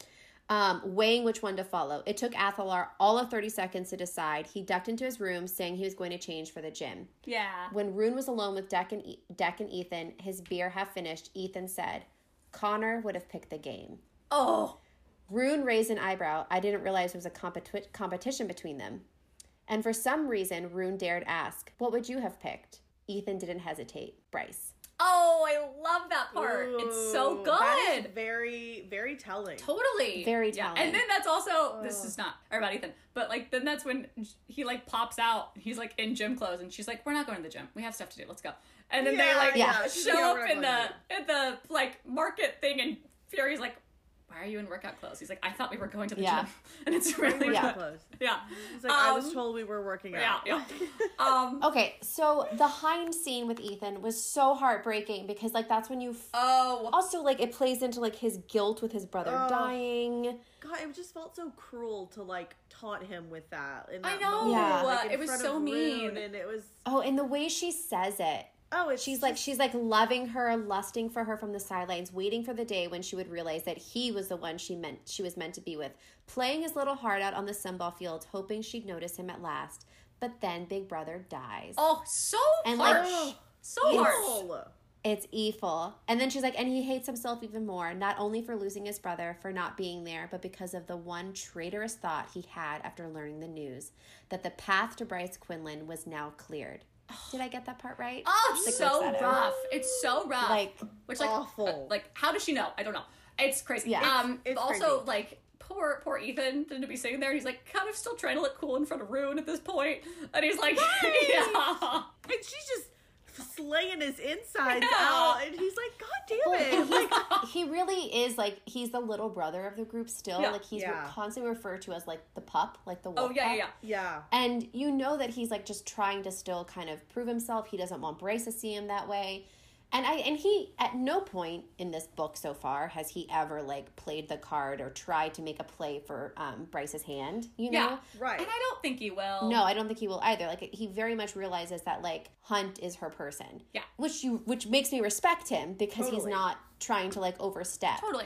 Speaker 3: um, weighing which one to follow. It took Athalar all of 30 seconds to decide. He ducked into his room, saying he was going to change for the gym.
Speaker 2: Yeah.
Speaker 3: When Rune was alone with Deck and, e- Deck and Ethan, his beer half finished, Ethan said, Connor would have picked the game.
Speaker 2: Oh,
Speaker 3: Rune raised an eyebrow. I didn't realize there was a competi- competition between them. And for some reason, Rune dared ask, What would you have picked? Ethan didn't hesitate. Bryce.
Speaker 2: oh, I love that part. it's so
Speaker 1: Ooh,
Speaker 2: good.
Speaker 1: that is very, very telling.
Speaker 2: Totally.
Speaker 3: Very
Speaker 2: Yeah.
Speaker 3: telling.
Speaker 2: And then that's also this is not or about Ethan, but like then that's when he like pops out. He's like in gym clothes, and she's like, "We're not going to the gym. We have stuff to do. Let's go." And then they
Speaker 1: Yeah,
Speaker 2: like
Speaker 1: yeah. She's
Speaker 2: show
Speaker 1: like, "Yeah, we're
Speaker 2: up
Speaker 1: not
Speaker 2: in the
Speaker 1: going
Speaker 2: at the like market thing, and Fury's like, "Why are you in workout clothes?" He's like, "I thought we were going to the
Speaker 3: Yeah.
Speaker 2: gym," [laughs] and it's really
Speaker 3: Yeah.
Speaker 2: good.
Speaker 1: Close.
Speaker 2: yeah.
Speaker 1: He's like, I was
Speaker 2: Um,
Speaker 1: told we were working
Speaker 2: Yeah,
Speaker 1: out.
Speaker 2: yeah.
Speaker 1: [laughs]
Speaker 2: Um,
Speaker 3: Okay, so the hind scene with Ethan was so heartbreaking because, like, that's when you
Speaker 2: oh,
Speaker 3: also like it plays into like his guilt with his brother
Speaker 1: Ugh.
Speaker 3: dying
Speaker 1: God, it just felt so cruel to like taunt him with that. In
Speaker 2: I
Speaker 1: that
Speaker 2: know.
Speaker 1: moment,
Speaker 3: Yeah.
Speaker 1: like,
Speaker 2: Uh,
Speaker 1: in
Speaker 2: it was
Speaker 1: front
Speaker 2: so
Speaker 1: of
Speaker 2: mean.
Speaker 1: Rune, and it was.
Speaker 3: oh and the way she says it
Speaker 1: Oh, it's
Speaker 3: she's like
Speaker 1: just-
Speaker 3: she's like loving her lusting for her from the sidelines waiting for the day when she would realize that he was the one she meant she was meant to be with playing his little heart out on the sunball field hoping she'd notice him at last but then big brother dies
Speaker 2: oh, so
Speaker 3: And, like,
Speaker 2: harsh,
Speaker 3: sh-
Speaker 2: so
Speaker 3: it's-
Speaker 1: Oh.
Speaker 2: harsh.
Speaker 1: Cruel.
Speaker 3: It's evil. And then she's like, and he hates himself even more, not only for losing his brother, for not being there, but because of the one traitorous thought he had after learning the news that the path to Bryce Quinlan was now cleared. Did I get that part right?
Speaker 2: Oh, it's
Speaker 3: Like,
Speaker 2: so
Speaker 3: what's that in?
Speaker 2: rough. It's so rough.
Speaker 3: Like,
Speaker 2: which like
Speaker 1: awful.
Speaker 2: uh, like how does she know? I don't know. It's crazy.
Speaker 3: Yeah. It's-
Speaker 2: Um.
Speaker 1: it's
Speaker 2: also
Speaker 1: crazy.
Speaker 2: like poor poor Ethan to be sitting there. and He's like kind of still trying to look cool in front of Rune at this point, and he's like, [laughs] yeah.
Speaker 1: And she's just slaying his insides
Speaker 2: Yeah.
Speaker 1: out. And he's like, God damn it.
Speaker 3: Well,
Speaker 1: Like,
Speaker 2: Ah!
Speaker 3: he's- he really is like he's the little brother of the group still.
Speaker 2: Yeah.
Speaker 3: Like he's re-
Speaker 1: Yeah.
Speaker 3: constantly referred to as like the pup, like the wolf.
Speaker 2: Oh yeah, yeah,
Speaker 3: pup.
Speaker 2: yeah.
Speaker 1: yeah.
Speaker 3: And you know that he's like just trying to still kind of prove himself. He doesn't want Bryce to see him that way. And I and he at no point in this book so far has he ever like played the card or tried to make a play for um, Bryce's hand. You know.
Speaker 2: Yeah.
Speaker 1: Right.
Speaker 2: And I don't think he will.
Speaker 3: No, I don't think he will either. Like he very much realizes that like Hunt is her person.
Speaker 2: Yeah.
Speaker 3: Which you which makes me respect him because he's
Speaker 1: Totally.
Speaker 3: not trying to like overstep.
Speaker 2: Totally.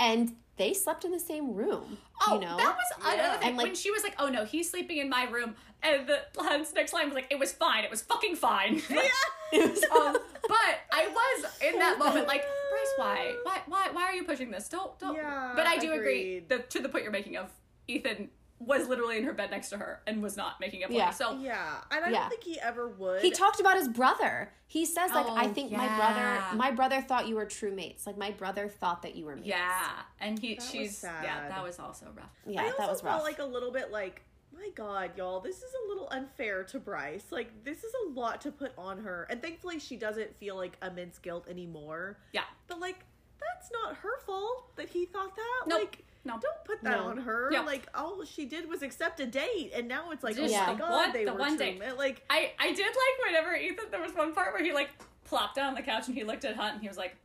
Speaker 3: And they slept in the same room.
Speaker 2: Oh,
Speaker 3: you know?
Speaker 2: that was
Speaker 1: Yeah.
Speaker 2: another thing.
Speaker 3: And, like-
Speaker 2: when she was like, "Oh no, he's sleeping in my room," and the Hunt's next line was like, "It was fine. It was fucking fine." Like, um,
Speaker 3: [laughs]
Speaker 2: but I was in that moment like, Bryce,
Speaker 3: [laughs]
Speaker 2: why, why, why, why are you pushing this? Don't, don't.
Speaker 1: Yeah,
Speaker 2: but I do agree
Speaker 1: agreed.
Speaker 2: the, to the point you're making of Ethan was literally in her bed next to her and was not making a play.
Speaker 3: Yeah.
Speaker 2: So
Speaker 1: yeah. And I
Speaker 3: Yeah.
Speaker 1: don't think he ever would.
Speaker 3: he talked about his brother. He says like I
Speaker 2: Oh,
Speaker 3: think
Speaker 2: yeah.
Speaker 3: my brother my brother thought you were true mates. Like my brother thought that you were mates.
Speaker 2: yeah, and he,
Speaker 1: That was
Speaker 2: she's, yeah,
Speaker 1: sad.
Speaker 2: that was also rough.
Speaker 3: Yeah,
Speaker 1: I also
Speaker 3: that was
Speaker 1: felt
Speaker 3: rough.
Speaker 1: like a little bit like, my God, y'all, this is a little unfair to Bryce. Like, this is a lot to put on her. And thankfully, she doesn't feel like immense guilt anymore.
Speaker 2: Yeah,
Speaker 1: But, like, that's not her fault that he thought that.
Speaker 2: Nope.
Speaker 1: Like,
Speaker 2: Nope.
Speaker 1: don't put that
Speaker 3: No.
Speaker 1: on her.
Speaker 2: Yeah.
Speaker 1: Like, all she did was accept a date. And now it's like,
Speaker 2: Just
Speaker 1: oh my
Speaker 2: the
Speaker 1: God,
Speaker 2: one-
Speaker 1: they
Speaker 2: the
Speaker 1: were
Speaker 2: one
Speaker 1: true.
Speaker 2: date.
Speaker 1: men. Like,
Speaker 2: I, I did like whenever Ethan. There was one part where he like plopped down on the couch and he looked at Hunt and he was like.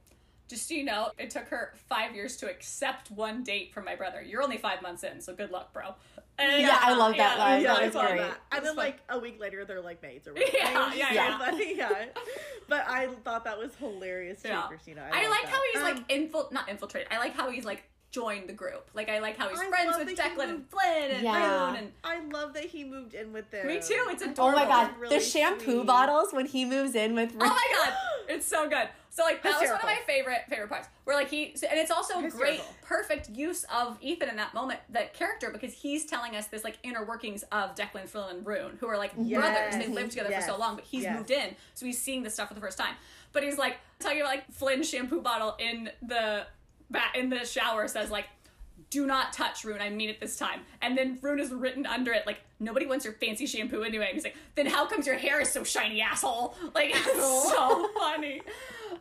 Speaker 2: Just so you know, it took her five years to accept one date from my brother. You're only five months in, so good luck, bro. And- um,
Speaker 3: Yeah, I love that line.
Speaker 1: yeah,
Speaker 3: that
Speaker 1: I
Speaker 3: was
Speaker 1: love
Speaker 3: great.
Speaker 1: that. And
Speaker 2: That's
Speaker 1: then,
Speaker 2: fun.
Speaker 1: like, a week later, they're like maids
Speaker 2: [laughs]
Speaker 1: or whatever.
Speaker 2: Yeah,
Speaker 1: It's
Speaker 2: yeah,
Speaker 1: so
Speaker 2: yeah.
Speaker 1: funny, [laughs] yeah. But I thought that was hilarious, too,
Speaker 2: Yeah.
Speaker 1: Christina.
Speaker 2: I,
Speaker 1: love
Speaker 2: like
Speaker 1: that.
Speaker 2: how he's
Speaker 1: Um,
Speaker 2: like infil not infiltrated. I like how he's like joined the group. Like I like how he's
Speaker 1: I
Speaker 2: friends
Speaker 1: love
Speaker 2: with
Speaker 1: that he
Speaker 2: Declan and
Speaker 1: moved-
Speaker 2: Flynn and
Speaker 3: Yeah.
Speaker 2: Boone and
Speaker 1: I love that he moved in with them.
Speaker 2: me too. It's
Speaker 3: Oh
Speaker 2: adorable.
Speaker 3: my god,
Speaker 1: Really
Speaker 3: the shampoo
Speaker 1: sweet.
Speaker 3: bottles when he moves in with
Speaker 2: Oh
Speaker 3: [laughs]
Speaker 2: my god, it's so good. So like that was one of
Speaker 1: Hysterical.
Speaker 2: my favorite favorite parts. Where like he and it's also great,
Speaker 1: Hysterical.
Speaker 2: perfect use of Ethan in that moment, that character, because he's telling us this like inner workings of Declan, Flynn, and Rune, who are like brothers. They
Speaker 1: Yes.
Speaker 2: lived together
Speaker 1: Yes.
Speaker 2: for so long, but he's
Speaker 1: Yes.
Speaker 2: moved in, so he's seeing this stuff for the first time. But he's like talking about like Flynn's shampoo bottle in the bat in the shower says like. Do not touch Rune. I mean it this time. And then Rune is written under it like nobody wants your fancy shampoo anyway. And he's like, then how comes your hair is so shiny, asshole? Like it's so funny.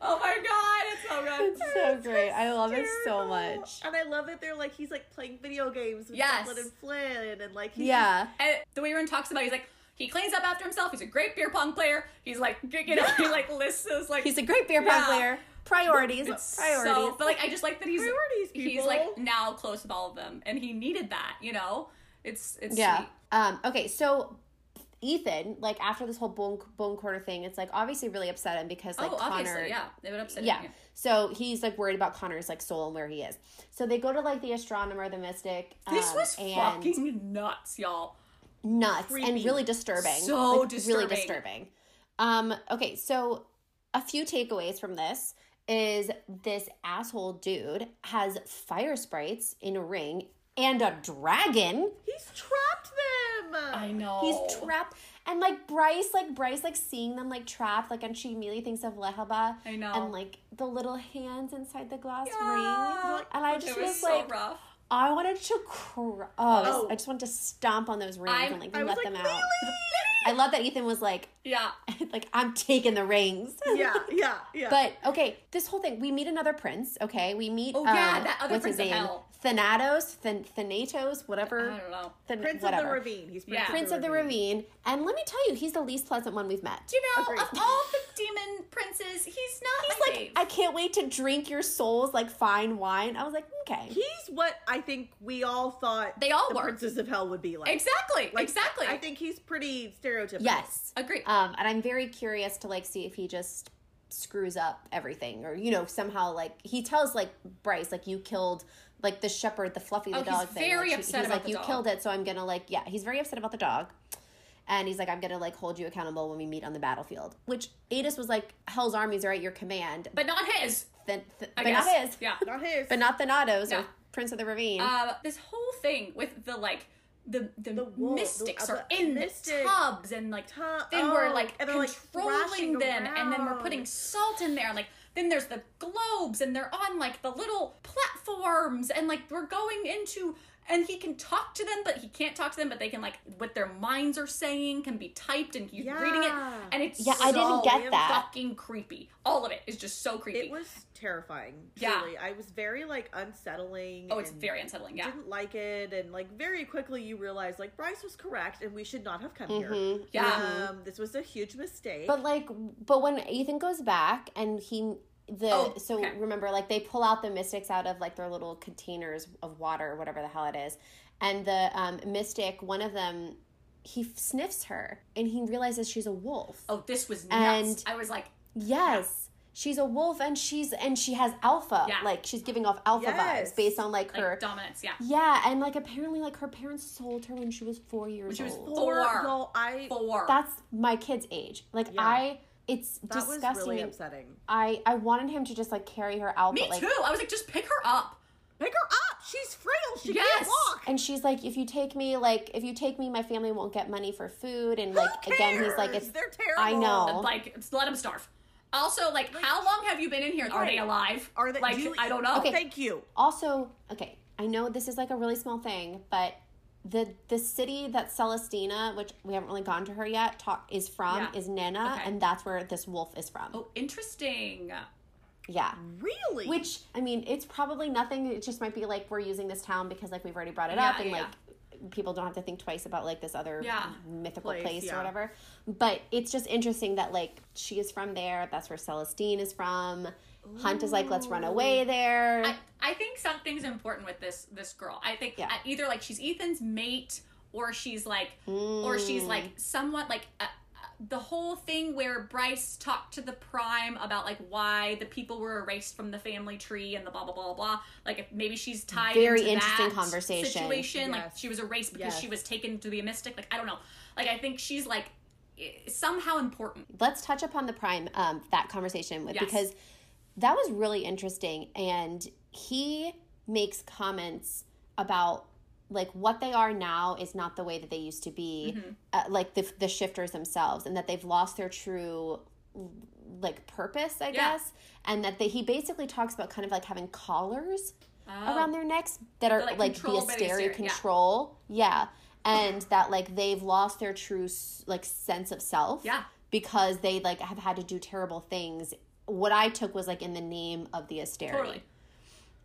Speaker 2: Oh my god, it's so good.
Speaker 3: so great. I love it so
Speaker 1: Hysterical.
Speaker 3: much.
Speaker 1: And I love that they're like he's like playing video games with
Speaker 2: Yes.
Speaker 1: Declan and Flynn and like he's
Speaker 3: Yeah.
Speaker 2: And the way Rune talks about, it, he's like, he cleans up after himself. He's a great beer pong player. He's like, you know, he like lists his like.
Speaker 3: He's a great beer pong
Speaker 2: Yeah.
Speaker 3: player. Priorities.
Speaker 2: it's
Speaker 3: priorities.
Speaker 2: So, but like, I just like that he's
Speaker 1: Priorities,
Speaker 2: he's
Speaker 1: people.
Speaker 2: like now close with all of them, and he needed that. You know, it's it's
Speaker 3: Yeah.
Speaker 2: sweet.
Speaker 3: Um, okay, so Ethan, like after this whole bone bone quarter thing, it's like obviously really upset him because like
Speaker 2: oh,
Speaker 3: Connor.
Speaker 2: obviously, yeah, they would upset
Speaker 3: Yeah.
Speaker 2: him.
Speaker 3: So he's like worried about Connor's like soul and where he is. So they go to like the astronomer, the mystic.
Speaker 2: This
Speaker 3: um,
Speaker 2: was
Speaker 3: and
Speaker 2: fucking nuts, y'all.
Speaker 3: nuts and
Speaker 1: creepy.
Speaker 3: really disturbing.
Speaker 2: So
Speaker 3: Really
Speaker 2: disturbing.
Speaker 3: disturbing. Um, okay, so a few takeaways from this is this asshole dude has fire sprites in a ring and a dragon
Speaker 1: he's trapped them.
Speaker 2: I know
Speaker 3: He's trapped. And like Bryce, like Bryce, like seeing them like trapped, like and she immediately thinks of Lehaba.
Speaker 2: I know.
Speaker 3: And like the little hands inside the glass
Speaker 2: Yeah.
Speaker 3: ring. And I
Speaker 2: It
Speaker 3: just
Speaker 2: was
Speaker 3: was,
Speaker 2: so
Speaker 3: like,
Speaker 2: rough.
Speaker 3: I wanted to cry. Oh, I was-
Speaker 1: Oh.
Speaker 3: I just wanted to stomp on those rings
Speaker 2: I'm-
Speaker 3: and like
Speaker 1: I was
Speaker 3: let
Speaker 1: like,
Speaker 3: them out.
Speaker 1: really?
Speaker 3: I love that Ethan was like, [laughs]
Speaker 2: Yeah.
Speaker 3: like I'm taking the rings. [laughs]
Speaker 1: yeah, yeah, yeah.
Speaker 3: But okay, this whole thing. We meet another prince. Okay, we meet.
Speaker 2: Oh, yeah,
Speaker 3: um,
Speaker 2: that other
Speaker 3: what's his
Speaker 2: prince of
Speaker 3: name?
Speaker 2: hell.
Speaker 3: Thanatos, Than- Thanatos,
Speaker 2: I
Speaker 3: whatever.
Speaker 2: don't know.
Speaker 3: Than-
Speaker 1: Prince
Speaker 3: whatever.
Speaker 1: of the Ravine. He's Prince,
Speaker 2: Yeah.
Speaker 1: of,
Speaker 3: Prince
Speaker 1: the
Speaker 3: of the Ravine. And let me tell you, he's the least pleasant one we've met.
Speaker 2: You know,
Speaker 1: Agreed.
Speaker 2: of all the demon princes, he's not.
Speaker 3: He's
Speaker 2: my
Speaker 3: like,
Speaker 2: fave.
Speaker 3: I can't wait to drink your souls like fine wine. I was like, okay.
Speaker 1: He's what I think we all thought
Speaker 2: They all
Speaker 1: the
Speaker 2: were.
Speaker 1: Princess of Hell would be like.
Speaker 2: exactly,
Speaker 1: Like,
Speaker 2: exactly.
Speaker 1: I think he's pretty stereotypical.
Speaker 3: yes.
Speaker 2: Agree.
Speaker 3: Um, and I'm very curious to like see if he just screws up everything or you know somehow like he tells like Bryce like you killed like the shepherd the fluffy the
Speaker 2: Oh, he's
Speaker 3: dog thing.
Speaker 2: very
Speaker 3: like, she-
Speaker 2: upset
Speaker 3: he's
Speaker 2: about
Speaker 3: like
Speaker 2: the
Speaker 3: you
Speaker 2: dog.
Speaker 3: killed it so I'm gonna like yeah he's very upset about the dog and he's like, I'm gonna like hold you accountable when we meet on the battlefield. Which Adis was like, Hell's armies are at your command.
Speaker 2: but not his.
Speaker 3: Th- th-
Speaker 2: I
Speaker 3: but
Speaker 2: guess.
Speaker 3: not his.
Speaker 2: Yeah.
Speaker 1: Not his.
Speaker 3: But not the Nados
Speaker 2: Yeah.
Speaker 3: or Prince of the Ravine.
Speaker 2: Um, this whole thing with the like the the,
Speaker 1: The wool, the-
Speaker 2: mystics
Speaker 1: uh,
Speaker 2: are
Speaker 1: the
Speaker 2: in the
Speaker 1: mystic-
Speaker 2: tubs and like
Speaker 1: Tub-
Speaker 2: then we're
Speaker 1: oh,
Speaker 2: like
Speaker 1: and they're, like,
Speaker 2: controlling
Speaker 1: thrashing
Speaker 2: them and then we're
Speaker 1: around.
Speaker 2: putting salt in there and like then there's the globes and they're on like the little platforms and like we're going into and he can talk to them but he can't talk to them but they can like what their minds are saying can be typed and he's reading it
Speaker 1: Yeah.
Speaker 2: and it's
Speaker 3: Yeah, I didn't
Speaker 2: so
Speaker 3: get that.
Speaker 2: fucking creepy all of it is just so creepy
Speaker 1: it was terrifying.
Speaker 2: Yeah.
Speaker 1: Truly. I was very like unsettling.
Speaker 2: oh it's
Speaker 1: and
Speaker 2: very unsettling yeah
Speaker 1: Didn't like it, and like very quickly you realize like Bryce was correct, and we should not have come here.
Speaker 3: Mhm.
Speaker 2: Yeah.
Speaker 1: Um, this was a huge mistake.
Speaker 3: But like, but when Ethan goes back and he the
Speaker 2: Oh,
Speaker 3: so
Speaker 2: okay.
Speaker 3: remember like they pull out the mystics out of like their little containers of water or whatever the hell it is, and the um, mystic one of them he sniffs her and he realizes she's a wolf.
Speaker 2: oh this was nuts
Speaker 3: And-
Speaker 2: i was like
Speaker 3: Yes. She's a wolf and she's and she has alpha.
Speaker 2: Yeah.
Speaker 3: Like she's giving off alpha
Speaker 1: Yes.
Speaker 3: vibes based on like
Speaker 2: like
Speaker 3: her
Speaker 2: dominance yeah
Speaker 3: Yeah, and like apparently like her parents sold her when she was 4 years
Speaker 2: she was
Speaker 3: old.
Speaker 1: Or,
Speaker 2: Four.
Speaker 1: y'all, I
Speaker 2: four.
Speaker 3: That's my kid's age. Like
Speaker 1: Yeah.
Speaker 3: I it's
Speaker 1: that
Speaker 3: disgusting.
Speaker 1: was really upsetting.
Speaker 3: I I wanted him to just like carry her out,
Speaker 2: Me
Speaker 3: but like,
Speaker 2: too. I was like, just pick her up.
Speaker 1: Pick her up. She's frail. She
Speaker 2: Yes.
Speaker 1: can't walk.
Speaker 3: and she's like, if you take me, like if you take me, my family won't get money for food, and like
Speaker 1: Who
Speaker 3: again, he's like,
Speaker 1: cares?
Speaker 3: it's
Speaker 1: they're terrible.
Speaker 3: I know.
Speaker 2: Like, let him starve. Also, like, how long have you been in here? Are they
Speaker 1: Right.
Speaker 2: alive?
Speaker 1: Are they?
Speaker 2: like?
Speaker 1: do you-
Speaker 2: I don't know.
Speaker 3: Okay.
Speaker 1: Thank you.
Speaker 3: also okay. I know this is like a really small thing, but the the city that Celestina, which we haven't really gone to her yet, talk is from
Speaker 2: Yeah.
Speaker 3: is Nana,
Speaker 2: Okay.
Speaker 3: and that's where this wolf is from.
Speaker 2: Oh, interesting.
Speaker 3: Yeah.
Speaker 1: Really?
Speaker 3: Which I mean, it's probably nothing. It just might be like we're using this town because like we've already brought it
Speaker 2: Yeah,
Speaker 3: up, and
Speaker 2: yeah,
Speaker 3: like people don't have to think twice about like this other
Speaker 2: Yeah.
Speaker 3: mythical place,
Speaker 1: Place,
Speaker 3: or
Speaker 1: yeah.
Speaker 3: whatever. But it's just interesting that like she is from there. That's where Celestine is from. Hunt is like, let's run away there.
Speaker 2: I, I think something's important with this this girl. I think
Speaker 3: Yeah.
Speaker 2: uh, either like she's Ethan's mate, or she's like, or
Speaker 3: Hmm.
Speaker 2: she's like somewhat like. Uh, uh, the whole thing where Bryce talked to the Prime about like why the people were erased from the family tree and the blah blah blah blah. Like if maybe she's tied
Speaker 3: Very
Speaker 2: into
Speaker 3: interesting
Speaker 2: that
Speaker 3: conversation.
Speaker 2: situation. Like
Speaker 1: Yes.
Speaker 2: she was erased because
Speaker 1: Yes.
Speaker 2: she was taken to be a mystic. Like I don't know. Like I think she's like i- somehow important.
Speaker 3: let's touch upon the prime um, that conversation with
Speaker 2: Yes.
Speaker 3: because that was really interesting and he makes comments about like what they are now is not the way that they used to be
Speaker 2: Mm-hmm.
Speaker 3: uh, like the, the shifters themselves and that they've lost their true like purpose i
Speaker 2: Yeah.
Speaker 3: guess and that they, he basically talks about kind of like having collars
Speaker 2: Oh.
Speaker 3: around their necks that are
Speaker 2: like,
Speaker 3: like, the
Speaker 2: controlled by the
Speaker 3: Asteri
Speaker 2: Asteri, yeah.
Speaker 3: control. Yeah. And that like they've lost their true s- like sense of self.
Speaker 2: Yeah.
Speaker 3: Because they like have had to do terrible things. What I took was like in the name of the Asteri.
Speaker 2: Totally.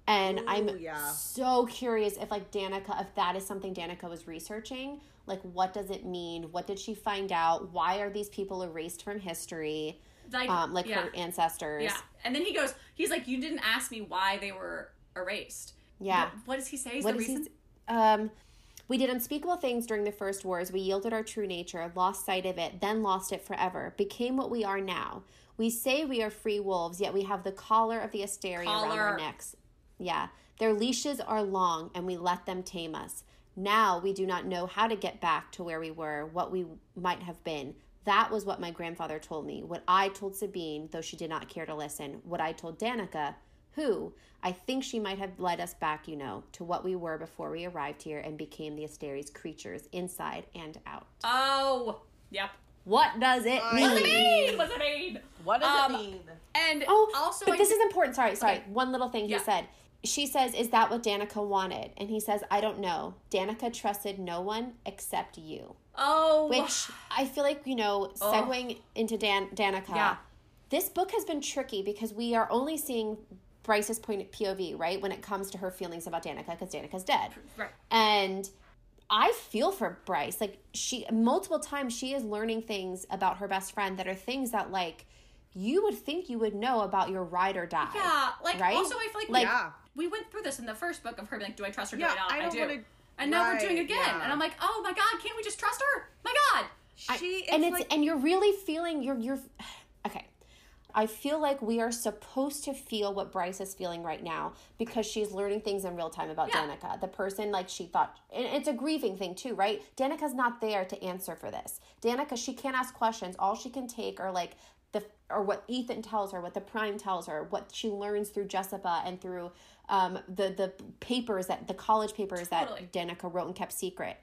Speaker 3: And
Speaker 1: Ooh,
Speaker 3: I'm
Speaker 1: yeah.
Speaker 3: so curious if like Danica, if that is something Danica was researching, like what does it mean? What did she find out? Why are these people erased from history?
Speaker 2: Like,
Speaker 3: Um, like
Speaker 2: yeah.
Speaker 3: her ancestors.
Speaker 2: Yeah. And then he goes, he's like, You didn't ask me why they were erased.
Speaker 3: Yeah.
Speaker 2: What, what does he say? Is
Speaker 3: What
Speaker 2: the
Speaker 3: is
Speaker 2: reason?
Speaker 3: his- um, we did unspeakable things during the first wars. We yielded our true nature, lost sight of it, then lost it forever, became what we are now. We say we are free wolves, yet we have the collar of the Asteria around
Speaker 2: Collar.
Speaker 3: our necks. Yeah. Their leashes are long, and we let them tame us. Now we do not know how to get back to where we were, what we might have been. That was what my grandfather told me, what I told Sabine, though she did not care to listen, what I told Danica, who I think she might have led us back, you know, to what we were before we arrived here and became the Asteri's creatures inside and out.
Speaker 2: oh, yep.
Speaker 3: What does it
Speaker 2: What's it
Speaker 3: mean?
Speaker 2: mean? What's it mean?
Speaker 1: What does
Speaker 2: Um,
Speaker 1: it mean?
Speaker 2: And
Speaker 3: Oh,
Speaker 2: also,
Speaker 3: but
Speaker 2: I
Speaker 3: this
Speaker 2: think-
Speaker 3: is important. Sorry, sorry. One little thing
Speaker 2: Yeah.
Speaker 3: he said. She says, "Is that what Danica wanted?" And he says, "I don't know. Danica trusted no one except you."
Speaker 2: oh,
Speaker 3: Which I feel like you know, segueing into Dan- Danica.
Speaker 2: Yeah.
Speaker 3: This book has been tricky because we are only seeing Bryce's point of POV, right, when it comes to her feelings about Danica, because Danica's dead
Speaker 2: [sighs] right.
Speaker 3: and I feel for Bryce. Like she multiple times she is learning things about her best friend that are things that like you would think you would know about your ride or die.
Speaker 2: Yeah. Like,
Speaker 3: Right?
Speaker 2: also, I feel like, we-
Speaker 3: Like-
Speaker 1: Yeah.
Speaker 2: we went through this in the first book of her being like, Do I trust her? Do
Speaker 1: Yeah,
Speaker 2: I not?
Speaker 1: I don't
Speaker 2: do.
Speaker 1: wanna-
Speaker 2: and now we're doing it
Speaker 1: Right,
Speaker 2: again.
Speaker 1: yeah.
Speaker 2: And I'm like, Oh my God, can't we just trust her? My God.
Speaker 1: She
Speaker 3: and
Speaker 1: it's
Speaker 3: it's
Speaker 1: like
Speaker 3: and you're really feeling you're you're [sighs] okay. I feel like we are supposed to feel what Bryce is feeling right now because she's learning things in real time about
Speaker 2: Yeah.
Speaker 3: Danica, the person like she thought. And it's a grieving thing too, right? Danica's not there to answer for this. Danica, she can't ask questions. All she can take are like the or what Ethan tells her, what the prime tells her, what she learns through Jessica and through um, the the papers that the college papers
Speaker 2: Totally.
Speaker 3: that Danica wrote and kept secret.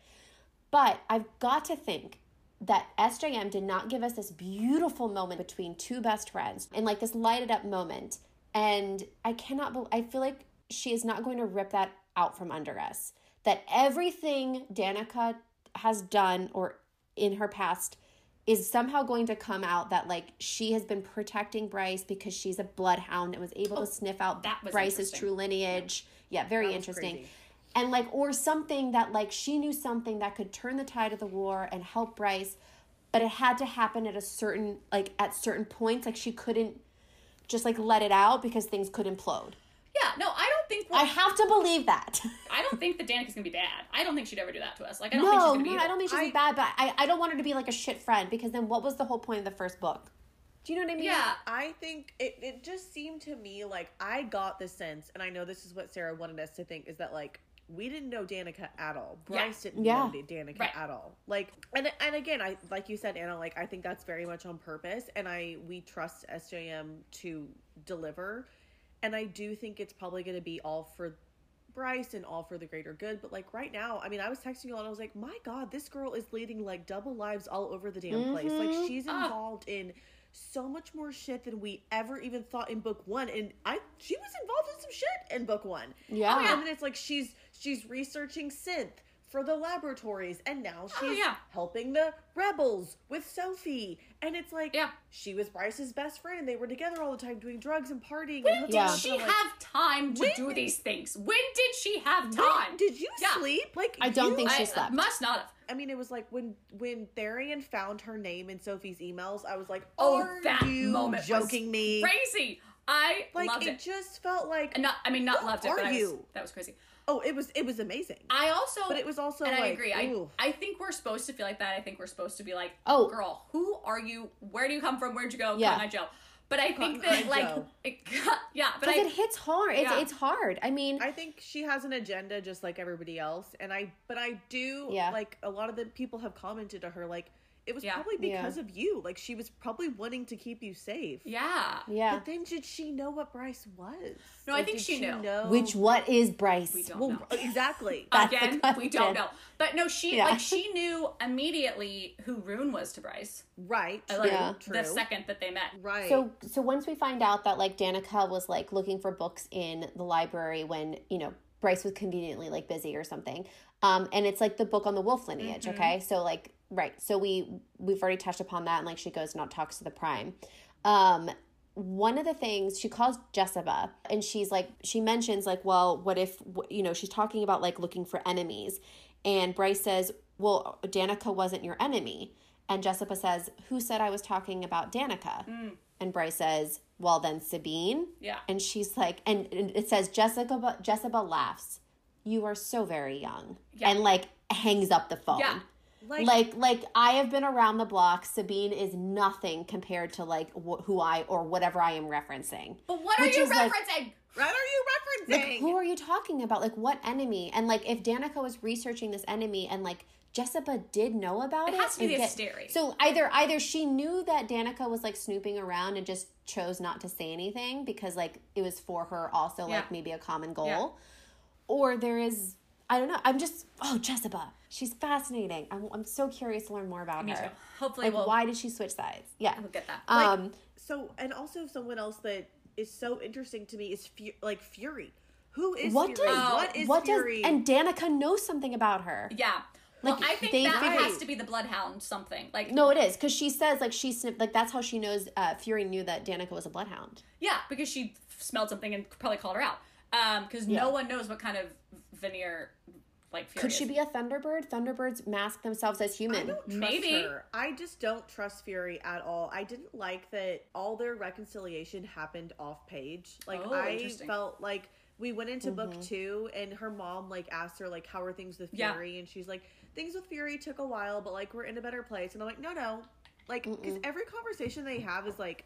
Speaker 3: But I've got to think that SJM did not give us this beautiful moment between two best friends and like this lighted up moment. And I cannot, bel I feel like she is not going to rip that out from under us. That everything Danica has done or in her past is somehow going to come out that like she has been protecting Bryce because she's a bloodhound and was able to sniff out
Speaker 2: Oh, that was
Speaker 3: Bryce's
Speaker 2: interesting.
Speaker 3: true lineage. Yeah, very
Speaker 1: was
Speaker 3: interesting
Speaker 1: crazy.
Speaker 3: and like or something that like she knew something that could turn the tide of the war and help Bryce but it had to happen at a certain like at certain points like she couldn't just like let it out because things could implode
Speaker 2: Yeah, no, I don't think we're,
Speaker 3: I
Speaker 2: I,
Speaker 3: have to believe that
Speaker 2: don't think that Danica's gonna be bad. I don't think she'd ever do that to us. Like
Speaker 3: [laughs]
Speaker 2: I don't think she's
Speaker 3: no
Speaker 2: gonna be.
Speaker 3: no
Speaker 2: evil.
Speaker 3: I don't mean she's
Speaker 1: I-
Speaker 3: like bad but I, I don't want her to be like a shit friend because then what was the whole point of the first book do you know what I mean
Speaker 2: Yeah,
Speaker 1: I think it, it just seemed to me like I got the sense, and I know this is what Sarah wanted us to think, is that like we didn't know Danica at all.
Speaker 2: Yeah.
Speaker 1: Bryce didn't
Speaker 3: Yeah.
Speaker 1: know Da- Danica
Speaker 2: Right.
Speaker 1: at all. Like and and again, I like you said, Anna, like I think that's very much on purpose and I we trust SJM to deliver. And I do think it's probably gonna be all for Bryce and all for the greater good. But like right now, I mean, I was texting you all and I was like, my God, this girl is leading like double lives all over the damn place. Like she's
Speaker 2: Ah.
Speaker 1: involved in so much more shit than we ever even thought in book one. And I she was involved in some shit in book one.
Speaker 2: Ah.
Speaker 3: Yeah. Oh, yeah.
Speaker 1: And then it's like she's she's researching synth for the laboratories and now she's
Speaker 2: Ah, yeah.
Speaker 1: helping the rebels with Sophie. And it's like
Speaker 2: Yeah.
Speaker 1: she was Bryce's best friend and they were together all the time doing drugs and partying and
Speaker 2: When
Speaker 1: hooking
Speaker 2: did
Speaker 3: Yeah.
Speaker 1: up, and
Speaker 2: she
Speaker 1: I'm like,
Speaker 2: have time to
Speaker 1: When-
Speaker 2: do these things? When did she have
Speaker 1: "When
Speaker 2: time?
Speaker 1: did you
Speaker 2: Yeah.
Speaker 1: sleep? Like
Speaker 3: I don't
Speaker 1: you-
Speaker 3: think
Speaker 2: I, uh,
Speaker 3: she slept.
Speaker 2: Must not have.
Speaker 1: I mean, it was like when when Therian found her name in Sophie's emails. I was like,
Speaker 2: Oh,
Speaker 1: "Are
Speaker 2: that
Speaker 1: you
Speaker 2: moment was
Speaker 1: joking me?"
Speaker 2: Crazy. I
Speaker 1: Like
Speaker 2: loved
Speaker 1: it,
Speaker 2: it.
Speaker 1: just felt like
Speaker 2: And not, I mean, not
Speaker 1: Who
Speaker 2: loved it.
Speaker 1: are
Speaker 2: but I was-
Speaker 1: you?
Speaker 2: that was crazy.
Speaker 1: oh, it was it was amazing.
Speaker 2: I also,
Speaker 1: But it was also
Speaker 2: and I
Speaker 1: like,
Speaker 2: agree.
Speaker 1: ooh.
Speaker 2: I, I think we're supposed to feel like that. I think we're supposed to be like,
Speaker 3: Oh.
Speaker 2: girl, who are you? Where do you come from? Where'd you go?
Speaker 3: Yeah.
Speaker 2: Cotton Eye Joe. But I think
Speaker 1: Cotton
Speaker 2: that
Speaker 1: Eye
Speaker 2: like,
Speaker 1: Joe.
Speaker 2: [laughs] it, yeah. But
Speaker 3: because
Speaker 2: I,
Speaker 3: it hits hard it's,
Speaker 2: Yeah.
Speaker 3: it's hard I mean
Speaker 1: I think she has an agenda just like everybody else, and I but I do
Speaker 3: Yeah.
Speaker 1: like a lot of the people have commented to her like it was
Speaker 2: Yeah.
Speaker 1: probably
Speaker 3: Yeah.
Speaker 1: because of you. Like she was probably wanting to keep you safe.
Speaker 2: yeah.
Speaker 3: yeah
Speaker 1: But then did she know what Bryce was?
Speaker 2: No, I
Speaker 1: Like,
Speaker 2: think
Speaker 1: did
Speaker 2: she knew.
Speaker 1: know-
Speaker 3: which what is Bryce
Speaker 2: We don't
Speaker 1: well,
Speaker 2: know.
Speaker 1: [laughs]
Speaker 2: [laughs]
Speaker 1: exactly.
Speaker 3: That's the
Speaker 2: Again, we
Speaker 3: question.
Speaker 2: don't know. But no, she
Speaker 3: Yeah.
Speaker 2: like she knew immediately who Rune was to Bryce.
Speaker 1: right.
Speaker 2: I, Like,
Speaker 3: Yeah.
Speaker 1: true.
Speaker 2: The second that they met.
Speaker 1: Right.
Speaker 3: So so once we find out that like Danica was like looking for books in the library when, you know, Bryce was conveniently like busy or something. Um and it's like the book on the wolf lineage, okay? So like right. So we we've already touched upon that and like she goes and out talks to the prime. Um one of the things she calls Jessica and she's like she mentions like well what if wh- you know she's talking about like looking for enemies and Bryce says well Danica wasn't your enemy and Jessica says who said I was talking about Danica and Bryce says well then Sabine
Speaker 2: Mm, Yeah.
Speaker 3: and she's like and and it says Jessica Jessica laughs you are so very young
Speaker 2: Yeah.
Speaker 3: and like hangs up the phone
Speaker 2: Yeah.
Speaker 1: like,
Speaker 3: like like i have been around the block sabine is nothing compared to like wh- who i or whatever i am referencing
Speaker 2: But what
Speaker 3: Which
Speaker 2: are you
Speaker 3: is, like-
Speaker 2: referencing?
Speaker 1: what are you referencing?
Speaker 3: who are you talking about like what enemy and like if danica was researching this enemy and like jessica did know about it
Speaker 2: It has to be
Speaker 3: and
Speaker 2: the
Speaker 3: get-
Speaker 2: hysteria.
Speaker 3: so either either she knew that danica was like snooping around and just chose not to say anything because like it was for her also
Speaker 2: Yeah.
Speaker 3: like maybe a common goal
Speaker 2: Yeah.
Speaker 3: or there is i don't know i'm just oh jessica she's fascinating i'm, I'm so curious to learn more about
Speaker 2: Me
Speaker 3: her
Speaker 2: too. Hopefully
Speaker 3: like
Speaker 2: we'll,
Speaker 3: why did she switch sides yeah
Speaker 2: we'll get that.
Speaker 3: um
Speaker 1: So, and also someone else that is so interesting to me is Fu- like Fury. Who is
Speaker 3: what
Speaker 1: Fury?
Speaker 3: does
Speaker 2: Oh,
Speaker 1: what is
Speaker 3: what
Speaker 1: Fury?
Speaker 3: does and danica knows something about her
Speaker 2: yeah. Well,
Speaker 3: like,
Speaker 2: I think
Speaker 3: they
Speaker 2: that
Speaker 3: figured-
Speaker 2: has to be the bloodhound something. Like
Speaker 3: no it is because she says like she snipped like that's how she knows uh fury knew that danica was a bloodhound
Speaker 2: yeah, because she f- smelled something and probably called her out. Um, because
Speaker 3: Yeah.
Speaker 2: no one knows what kind of veneer like Fury
Speaker 3: could
Speaker 2: is.
Speaker 3: she be a thunderbird thunderbirds mask themselves as
Speaker 1: I
Speaker 3: human
Speaker 1: don't trust
Speaker 2: Maybe.
Speaker 1: her. I just don't trust Fury at all. I didn't like that all their reconciliation happened off page. Like
Speaker 2: Oh,
Speaker 1: I
Speaker 2: interesting.
Speaker 1: felt like we went into book two and her mom like asked her like how are things with
Speaker 2: Yeah.
Speaker 1: Fury and she's like things with Fury took a while but like we're in a better place and I'm like no no like because every conversation they have is like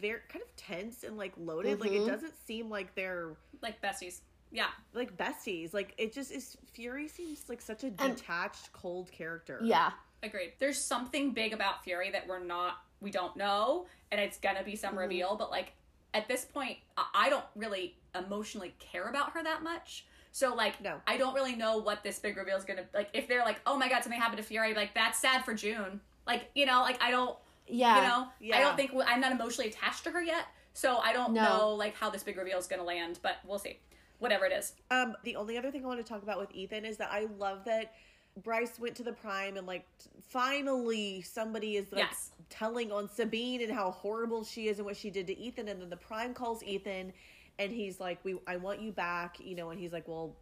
Speaker 1: very kind of tense and like loaded. Like it doesn't seem like they're
Speaker 2: like besties. Yeah,
Speaker 1: like besties. Like it just is. Fury seems like such a detached, cold character.
Speaker 3: Yeah.
Speaker 2: agreed. There's something big about Fury that we're not, we don't know, and it's gonna be some
Speaker 1: Mm-hmm.
Speaker 2: reveal. But like at this point, I- I don't really emotionally care about her that much. So like,
Speaker 1: No.
Speaker 2: I don't really know what this big reveal is gonna like. If they're like, oh my god, something happened to Fury, like that's sad for June. Like you know, like I don't.
Speaker 3: Yeah.
Speaker 2: you know i
Speaker 1: Yeah.
Speaker 2: don't think i'm not emotionally attached to her yet so i don't
Speaker 3: No.
Speaker 2: know like how this big reveal is gonna land but we'll see whatever it is
Speaker 1: Um, the only other thing I want to talk about with Ethan is that I love that Bryce went to the prime and like t- finally somebody is like
Speaker 2: Yes.
Speaker 1: telling on Sabine and how horrible she is and what she did to Ethan and then the prime calls Ethan and he's like we I want you back, you know, and he's like, "Well,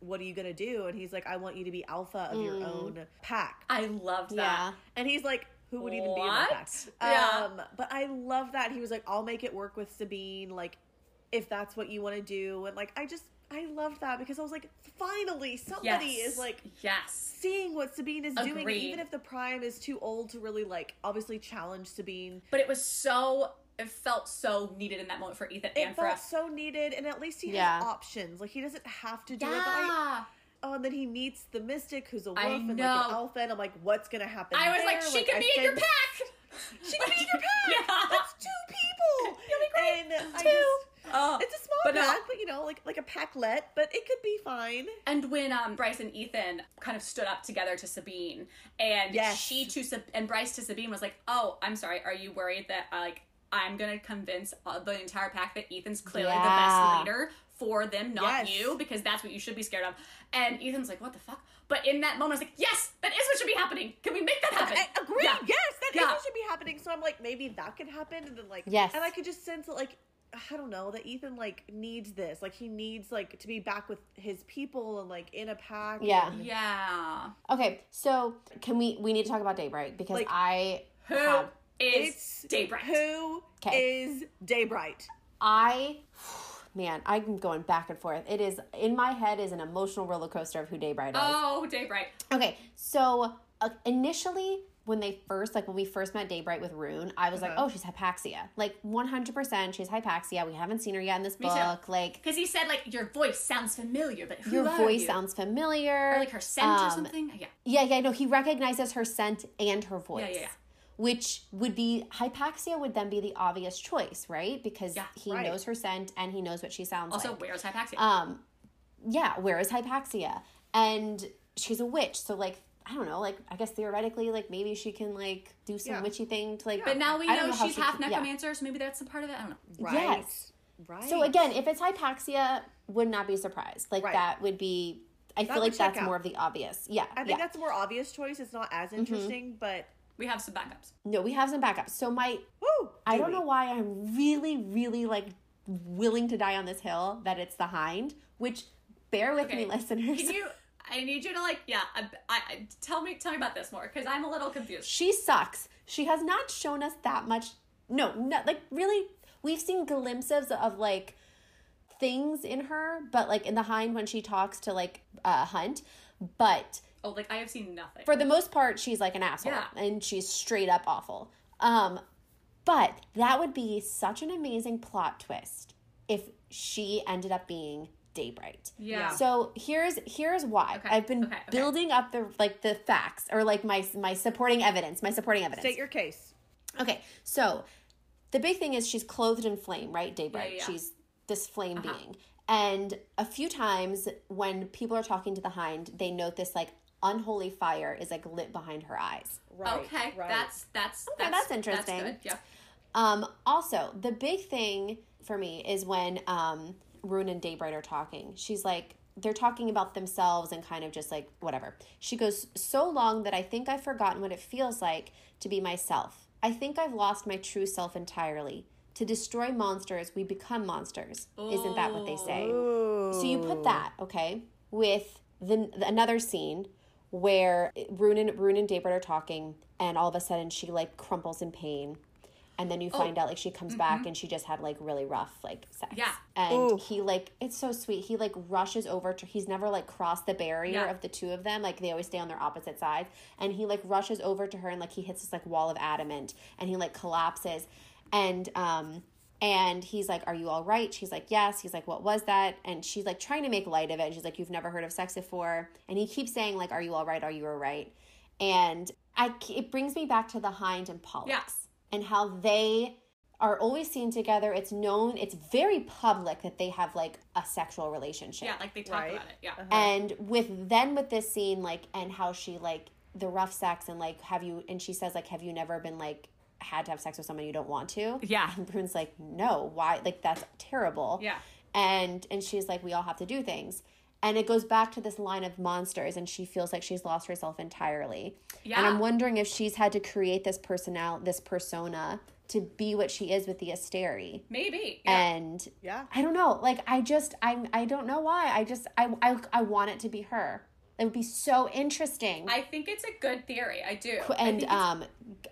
Speaker 1: what are you going to do?" And he's like, "I want you to be alpha of your own pack."
Speaker 2: i loved
Speaker 3: Yeah.
Speaker 2: that
Speaker 1: And he's like, who would even be in that
Speaker 2: What?
Speaker 1: pack?
Speaker 2: Yeah.
Speaker 1: Um, but I love that. He was like, I'll make it work with Sabine, like, if that's what you want to do. And like, I just, I loved that because I was like, finally, somebody
Speaker 2: yes
Speaker 1: is like
Speaker 2: yes
Speaker 1: seeing what Sabine is doing,
Speaker 2: Agreed.
Speaker 1: even if the Prime is too old to really like, obviously challenge Sabine.
Speaker 2: but it was so it felt so needed in that moment for ethan
Speaker 1: It
Speaker 2: and for
Speaker 1: felt
Speaker 2: us
Speaker 1: so needed, and at least he
Speaker 3: Yeah.
Speaker 1: has options. Like he doesn't have to do it. But I,
Speaker 2: yeah
Speaker 1: oh, and then he meets the Mystic, who's a wolf
Speaker 2: I
Speaker 1: and like an
Speaker 2: know.
Speaker 1: alpha, and I'm like, what's gonna happen?
Speaker 2: i was like
Speaker 1: there?
Speaker 2: she could
Speaker 1: I
Speaker 2: be in your
Speaker 1: said-
Speaker 2: pack [laughs]
Speaker 1: She could be [laughs] in your pack.
Speaker 2: Yeah.
Speaker 1: That's two [laughs] people.
Speaker 2: That'd be great.
Speaker 1: And I
Speaker 2: Two.
Speaker 1: just-
Speaker 2: oh
Speaker 1: it's a small
Speaker 2: But no.
Speaker 1: pack, but you know, like like a packlet, but it could be fine.
Speaker 2: And when um, Bryce and Ethan kind of stood up together to Sabine, and
Speaker 1: Yes.
Speaker 2: she to Sab- and Bryce to Sabine was like, "Oh, I'm sorry. Are you worried that uh, like I'm gonna convince uh, the entire pack that Ethan's clearly
Speaker 3: Yeah.
Speaker 2: the best leader for them, not
Speaker 1: Yes.
Speaker 2: you, because that's what you should be scared of." And Ethan's like, "What the fuck?" But in that moment, I was like, "Yes, that is what should be happening. Can we make that happen?"
Speaker 1: I agree.
Speaker 2: Yeah.
Speaker 1: Yes, that is
Speaker 2: Yeah.
Speaker 1: what should be happening. So I'm like, maybe that could happen, and then like,
Speaker 3: Yes.
Speaker 1: and I could just sense that like. I don't know that Ethan like needs this. Like he needs like to be back with his people and like in a pack.
Speaker 3: Yeah.
Speaker 1: and-
Speaker 2: Yeah.
Speaker 3: Okay, so can we we need to talk about Daybreak because
Speaker 1: Like,
Speaker 3: I
Speaker 2: Who is
Speaker 3: have
Speaker 2: Daybreak?
Speaker 1: Who is
Speaker 3: 'Kay.
Speaker 1: Daybright?
Speaker 3: I [sighs] man, I'm going back and forth. It is in my head is an emotional roller coaster of who Daybreak is.
Speaker 2: Oh, Daybreak.
Speaker 3: Okay, so uh, initially when they first like when we first met Daybreak with Rune, I was like,
Speaker 1: Uh-huh.
Speaker 3: oh, she's hypaxia. Like 100%, she's hypaxia. We haven't seen her yet in this
Speaker 2: Me too.
Speaker 3: book. Like
Speaker 2: Because he said like your voice sounds familiar, but who
Speaker 3: your
Speaker 2: are
Speaker 3: voice
Speaker 2: you?
Speaker 3: sounds familiar.
Speaker 2: or like her scent or
Speaker 3: Um,
Speaker 2: something. Yeah.
Speaker 3: Yeah, yeah, no, he recognizes her scent and her voice.
Speaker 2: yeah, yeah.
Speaker 3: Which would be hypaxia would then be the obvious choice, right? Because
Speaker 2: Yeah,
Speaker 3: he
Speaker 1: right.
Speaker 3: knows her scent and he knows what she sounds
Speaker 2: Also,
Speaker 3: like.
Speaker 2: where's Hypaxia?
Speaker 3: Um yeah, where is hypaxia? And she's a witch, so like I don't know, like I guess theoretically, like maybe she can like do some
Speaker 1: Yeah.
Speaker 3: witchy thing to like
Speaker 2: But now we
Speaker 3: I don't
Speaker 2: know,
Speaker 3: how
Speaker 2: she's
Speaker 3: she
Speaker 2: half
Speaker 3: can- yeah. Mm-hmm.
Speaker 2: necromancer, so maybe that's a part of it. I don't know.
Speaker 1: Right.
Speaker 3: Yes.
Speaker 1: Right.
Speaker 3: So again, if it's hypaxia, would not be surprised. Like
Speaker 1: Right.
Speaker 3: that would be I feel
Speaker 1: would
Speaker 3: like
Speaker 1: check
Speaker 3: that's
Speaker 1: out.
Speaker 3: more of the obvious. Yeah.
Speaker 1: I think
Speaker 3: yeah.
Speaker 1: that's a more obvious choice. It's not as interesting, but
Speaker 2: We have some
Speaker 3: [laughs]
Speaker 2: backups.
Speaker 3: no, we have some backup. So my
Speaker 1: woo.
Speaker 3: I
Speaker 1: do
Speaker 3: don't
Speaker 1: we?
Speaker 3: know why I'm really, really like willing to die on this hill that it's the hind, which bear with me,
Speaker 2: Okay.
Speaker 3: listeners.
Speaker 2: Can you? I need you to like, yeah. I, I, I- tell me, tell me about this more, because I'm a little confused.
Speaker 3: she sucks. She has not shown us that much. No, not like really. We've seen glimpses of like things in her, but like in the hind when she talks to like uh, Hunt, but
Speaker 2: Oh, like I have seen nothing.
Speaker 3: for the most part, she's like an asshole
Speaker 2: Yeah.
Speaker 3: and she's straight up awful. Um, but that would be such an amazing plot twist if she ended up being Daybright.
Speaker 2: yeah.
Speaker 3: So here's here's why
Speaker 2: Okay,
Speaker 3: I've been
Speaker 2: okay, okay.
Speaker 3: building up the like the facts or like my my supporting evidence, my supporting evidence.
Speaker 1: State your case.
Speaker 3: Okay, so the big thing is she's clothed in flame, right? Daybreak.
Speaker 2: Yeah, Uh-huh. yeah, yeah.
Speaker 3: She's this flame being. And a few times when people are talking to the hind, they note this like unholy fire is like lit behind her eyes.
Speaker 1: Right.
Speaker 2: okay.
Speaker 1: Right.
Speaker 2: That's that's okay,
Speaker 3: that's interesting.
Speaker 2: That's good. Yeah.
Speaker 3: Um, also, the big thing for me is when um, Rune and Daybright are talking. She's like, they're talking about themselves and kind of just like whatever. She goes, So long that I think I've forgotten what it feels like to be myself. I think I've lost my true self entirely. To destroy monsters, we become monsters. Isn't that what they say? So you put that, okay, with the, the- another scene where Rune and Rune and Daybird are talking, and all of a sudden she like crumples in pain, and then you find out like she comes back and she just had like really rough like sex.
Speaker 2: Yeah.
Speaker 3: and he like it's so sweet. He like rushes over to. He's never like crossed the barrier
Speaker 2: Yeah.
Speaker 3: of the two of them. Like they always stay on their opposite sides, and he like rushes over to her and like he hits this like wall of adamant, and he like collapses. and um and he's like are you all right she's like yes he's like what was that and she's like trying to make light of it and she's like you've never heard of sex before and he keeps saying like are you all right are you all right and i it brings me back to the hind and pollux
Speaker 2: Yeah.
Speaker 3: and how they are always seen together it's known it's very public that they have like a sexual relationship
Speaker 2: Yeah, like they talk
Speaker 1: Right.
Speaker 2: about it. Yeah.
Speaker 3: and with then with this scene like and how she like the rough sex and like have you and she says like have you never been like had to have sex with someone you don't want to [laughs]
Speaker 2: Yeah.
Speaker 3: and brune's like no why like that's terrible
Speaker 2: Yeah.
Speaker 3: and and she's like we all have to do things and it goes back to this line of monsters and she feels like she's lost herself entirely and i'm
Speaker 2: Yeah.
Speaker 3: wondering if she's had to create this personal this persona to be what she is with the asteri
Speaker 2: Maybe. Yeah.
Speaker 3: and
Speaker 1: Yeah.
Speaker 3: I don't know. Like I just I'm I don't know why. I just I I, I want it to be her. It would be so interesting.
Speaker 2: I think it's a good theory. I do.
Speaker 3: and um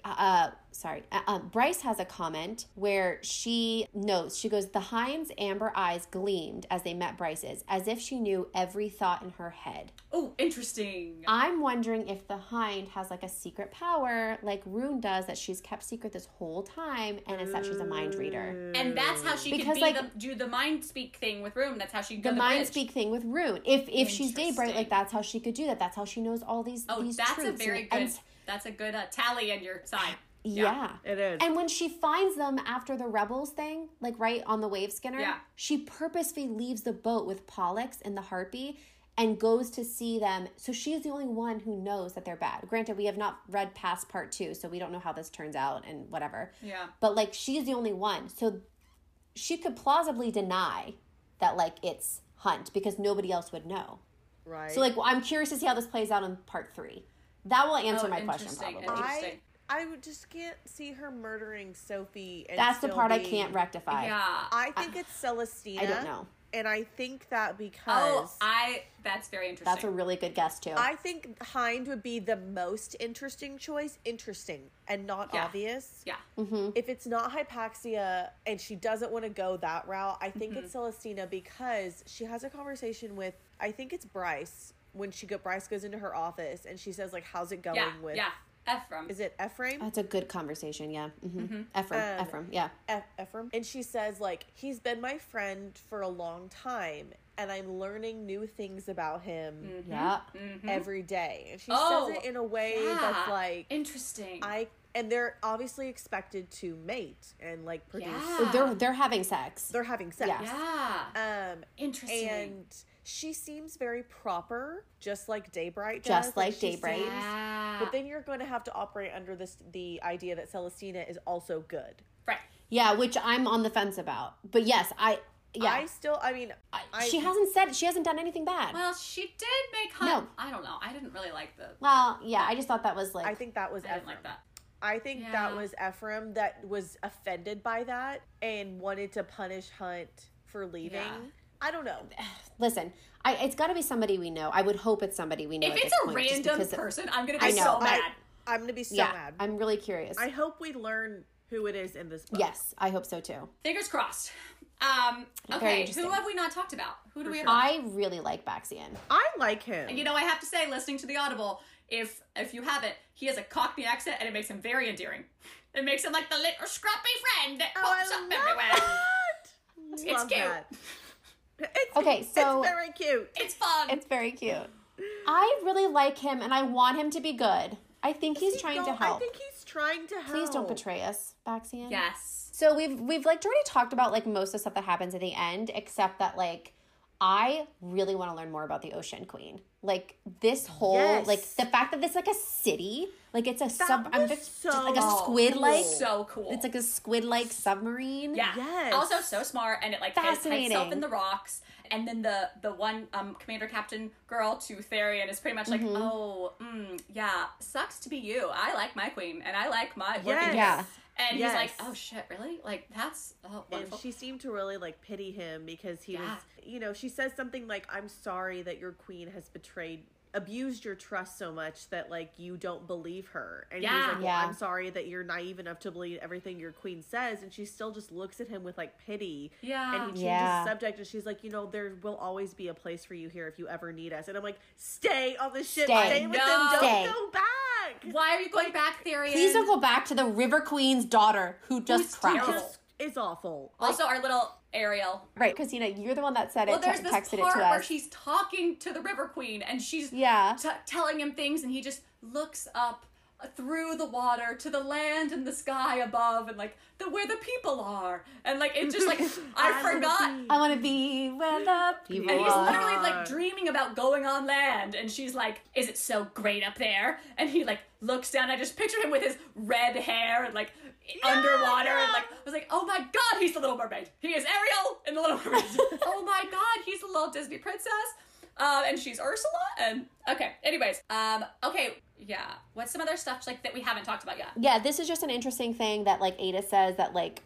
Speaker 3: uh sorry. Uh, um, Bryce has a comment where she notes she goes the Heinz amber eyes gleamed as they met Bryce's as if she knew every thought in her head.
Speaker 2: Oh, interesting.
Speaker 3: I'm wondering if the hind has like a secret power like Rune does that she's kept secret this whole time and it's that she's a mind reader.
Speaker 2: And that's how she
Speaker 3: Mm. Because,
Speaker 2: could be
Speaker 3: like-
Speaker 2: the, do the mind speak thing with Room. That's how she
Speaker 3: the
Speaker 2: the
Speaker 3: mind
Speaker 2: bridge.
Speaker 3: speak thing with Rune. If if she's Daybreak,
Speaker 2: Interesting.
Speaker 3: like that's how she could do that. That's how she knows all these.
Speaker 2: Oh,
Speaker 3: these
Speaker 2: that's a
Speaker 3: truths.
Speaker 2: very
Speaker 3: And-
Speaker 2: good.
Speaker 3: and-
Speaker 2: that's a good uh, tally on your side.
Speaker 3: yeah.
Speaker 1: It is.
Speaker 3: And when she finds them after the rebels thing, like right on the wave skinner,
Speaker 2: Yeah.
Speaker 3: she purposefully leaves the boat with Pollux and the harpy and goes to see them. So she is the only one who knows that they're bad. Granted, we have not read past part two, so we don't know how this turns out and whatever.
Speaker 2: Yeah.
Speaker 3: But like she's the only one. So she could plausibly deny that like it's Hunt because nobody else would know.
Speaker 1: right.
Speaker 3: So like well, I'm curious to see how this plays out in part three. That will answer
Speaker 2: Oh,
Speaker 3: my question
Speaker 2: interesting.
Speaker 3: probably.
Speaker 2: Interesting.
Speaker 1: I I would just can't see her murdering Sophie. And
Speaker 3: That's the
Speaker 1: still
Speaker 3: part I
Speaker 1: being-
Speaker 3: can't rectify.
Speaker 2: Yeah.
Speaker 1: I think it's Celestina.
Speaker 3: I don't know.
Speaker 1: And I think that
Speaker 2: Oh,
Speaker 1: because
Speaker 2: I. That's very interesting.
Speaker 3: That's a really good guess too.
Speaker 1: I think Hind would be the most interesting choice, interesting and not
Speaker 2: Yeah.
Speaker 1: obvious.
Speaker 2: yeah.
Speaker 3: Mm-hmm.
Speaker 1: If it's not Hypaxia and she doesn't want to go that route, I think
Speaker 2: Mm-hmm.
Speaker 1: it's Celestina because she has a conversation with I think it's Bryce when she go Bryce goes into her office and she says like how's it going
Speaker 2: Yeah.
Speaker 1: with
Speaker 2: Yeah. Ephraim.
Speaker 1: is it Ephraim?
Speaker 3: That's a good conversation. Yeah. hmm
Speaker 2: Mm-hmm.
Speaker 3: Ephraim.
Speaker 1: Um,
Speaker 3: Ephraim. Yeah.
Speaker 1: Eph- Ephraim. And she says, like, he's been my friend for a long time, and I'm learning new things about him
Speaker 2: Mm-hmm.
Speaker 3: Yeah.
Speaker 1: every day. And she
Speaker 2: Oh,
Speaker 1: says it in a way that's
Speaker 2: Yeah.
Speaker 1: like,
Speaker 2: interesting.
Speaker 1: I, and they're obviously expected to mate and like produce,
Speaker 2: Yeah.
Speaker 3: They're they're having sex.
Speaker 1: they're having sex.
Speaker 3: Yeah.
Speaker 2: yeah.
Speaker 1: Um,
Speaker 2: Interesting.
Speaker 1: and she seems very proper, just like Daybright does.
Speaker 3: Just like
Speaker 1: she
Speaker 3: Daybright.
Speaker 1: seems-
Speaker 2: yeah.
Speaker 1: But then you're going to have to operate under this the idea that Celestina is also good.
Speaker 2: right.
Speaker 3: Yeah, which I'm on the fence about. But yes, I
Speaker 1: I
Speaker 3: yeah.
Speaker 1: still, I mean, I-
Speaker 3: she hasn't said she hasn't done anything bad. Well,
Speaker 2: Well, she did make Hunt. I don't know. I didn't really like the.
Speaker 3: yeah, I just thought that was like
Speaker 1: I think that was
Speaker 2: I didn't
Speaker 1: Ephraim.
Speaker 2: like that.
Speaker 1: I think
Speaker 2: Yeah.
Speaker 1: that was Ephraim that was offended by that and wanted to punish Hunt for leaving.
Speaker 2: Yeah.
Speaker 1: I don't know.
Speaker 3: listen, I it's got to be somebody we know. I would hope it's somebody we know.
Speaker 2: If
Speaker 3: at
Speaker 2: it's
Speaker 3: this
Speaker 2: a
Speaker 3: point, just
Speaker 2: random
Speaker 3: because it-
Speaker 2: person, I'm gonna be
Speaker 3: I know.
Speaker 2: so
Speaker 3: I-
Speaker 2: mad.
Speaker 1: I, am gonna be so
Speaker 3: yeah,
Speaker 1: mad. i
Speaker 3: I'm really curious.
Speaker 1: hope we learn who it is in this book.
Speaker 3: yes, I hope so too.
Speaker 2: Fingers crossed. Um, okay,
Speaker 3: interesting.
Speaker 2: who have we not talked about? Who do we? Have not-
Speaker 3: I really like Baxian.
Speaker 1: I like him.
Speaker 2: You know, I have to say, listening to the Audible, if if you haven't, he has a Cockney accent, and it makes him very endearing. It makes him like the little scrappy friend that
Speaker 1: oh, I
Speaker 2: pops
Speaker 1: love
Speaker 2: up everywhere.
Speaker 1: that.
Speaker 2: It's
Speaker 1: Love
Speaker 2: cute.
Speaker 1: that. It's,
Speaker 3: Okay, so-
Speaker 1: it's very cute.
Speaker 2: It's fun.
Speaker 3: It's very cute. I really like him, and I want him to be good. I think he's
Speaker 1: You
Speaker 3: trying
Speaker 1: know,
Speaker 3: to help.
Speaker 1: I think he's trying to help.
Speaker 3: Please don't betray us, Baxian.
Speaker 2: yes.
Speaker 3: So we've we've like already talked about like most of the stuff that happens at the end, except that like I really want to learn more about the Ocean Queen. Like this whole
Speaker 1: Yes.
Speaker 3: like the fact that it's like a city, like it's a sub. I'm
Speaker 1: was
Speaker 3: just,
Speaker 1: so
Speaker 3: just like a squid like.
Speaker 2: Oh, so cool.
Speaker 3: It's like a squid like submarine.
Speaker 2: Yeah.
Speaker 1: Yes.
Speaker 2: Also so smart and it like hides
Speaker 3: Fascinating.
Speaker 2: itself in the rocks. And then the the one um commander captain girl to Therian is pretty much like,
Speaker 1: Mm-hmm.
Speaker 2: Oh, mm, yeah, sucks to be you. I like my queen and I like my working
Speaker 1: Yes.
Speaker 3: Yeah.
Speaker 2: And
Speaker 1: Yes.
Speaker 2: he's like, Oh shit, really? Like that's oh
Speaker 1: and
Speaker 2: wonderful.
Speaker 1: she seemed to really like pity him because he
Speaker 2: Yeah.
Speaker 1: was you know she says something like i'm sorry that your queen has betrayed abused your trust so much that like you don't believe her and he's
Speaker 2: Yeah.
Speaker 1: like well,
Speaker 3: Yeah.
Speaker 1: i'm sorry that you're naive enough to believe everything your queen says and she still just looks at him with like pity
Speaker 2: Yeah.
Speaker 1: and he changes
Speaker 3: Ah. Yeah.
Speaker 1: subject and she's like you know there will always be a place for you here if you ever need us and i'm like stay on the ship
Speaker 3: Stay.
Speaker 1: stay, with
Speaker 2: No.
Speaker 1: them don't
Speaker 3: Stay.
Speaker 1: go back
Speaker 2: Why are you going back, Therian?
Speaker 3: Please don't go back to the River Queen's daughter who just crashed.
Speaker 2: terrible.
Speaker 1: Just is awful.
Speaker 2: also, our little Ariel.
Speaker 3: Right, Christina, you're the one that said
Speaker 2: Well,
Speaker 3: it, te-
Speaker 2: there's this
Speaker 3: texted it
Speaker 2: part
Speaker 3: to
Speaker 2: where
Speaker 3: us.
Speaker 2: she's talking to the River Queen, and she's
Speaker 3: Yeah.
Speaker 2: t- telling him things, and he just looks up through the water to the land and the sky above, and like the where the people are, and like it just like
Speaker 3: [laughs]
Speaker 2: I forgot
Speaker 3: I want to be where the people
Speaker 2: And he's
Speaker 3: are.
Speaker 2: literally like
Speaker 1: God.
Speaker 2: dreaming about going on land, and she's like, "Is it so great up there?" And he like looks down. I just pictured him with his red hair and like underwater, and like I was like, "Oh my god, he's the Little Mermaid. He is Ariel in the Little
Speaker 3: [laughs]
Speaker 2: Mermaid. oh my god, he's the little Disney princess, um, and she's Ursula." And okay, anyways, um, okay, yeah. What's some other stuff like that we haven't talked about yet?
Speaker 3: yeah, this is just an interesting thing that like Ada says that like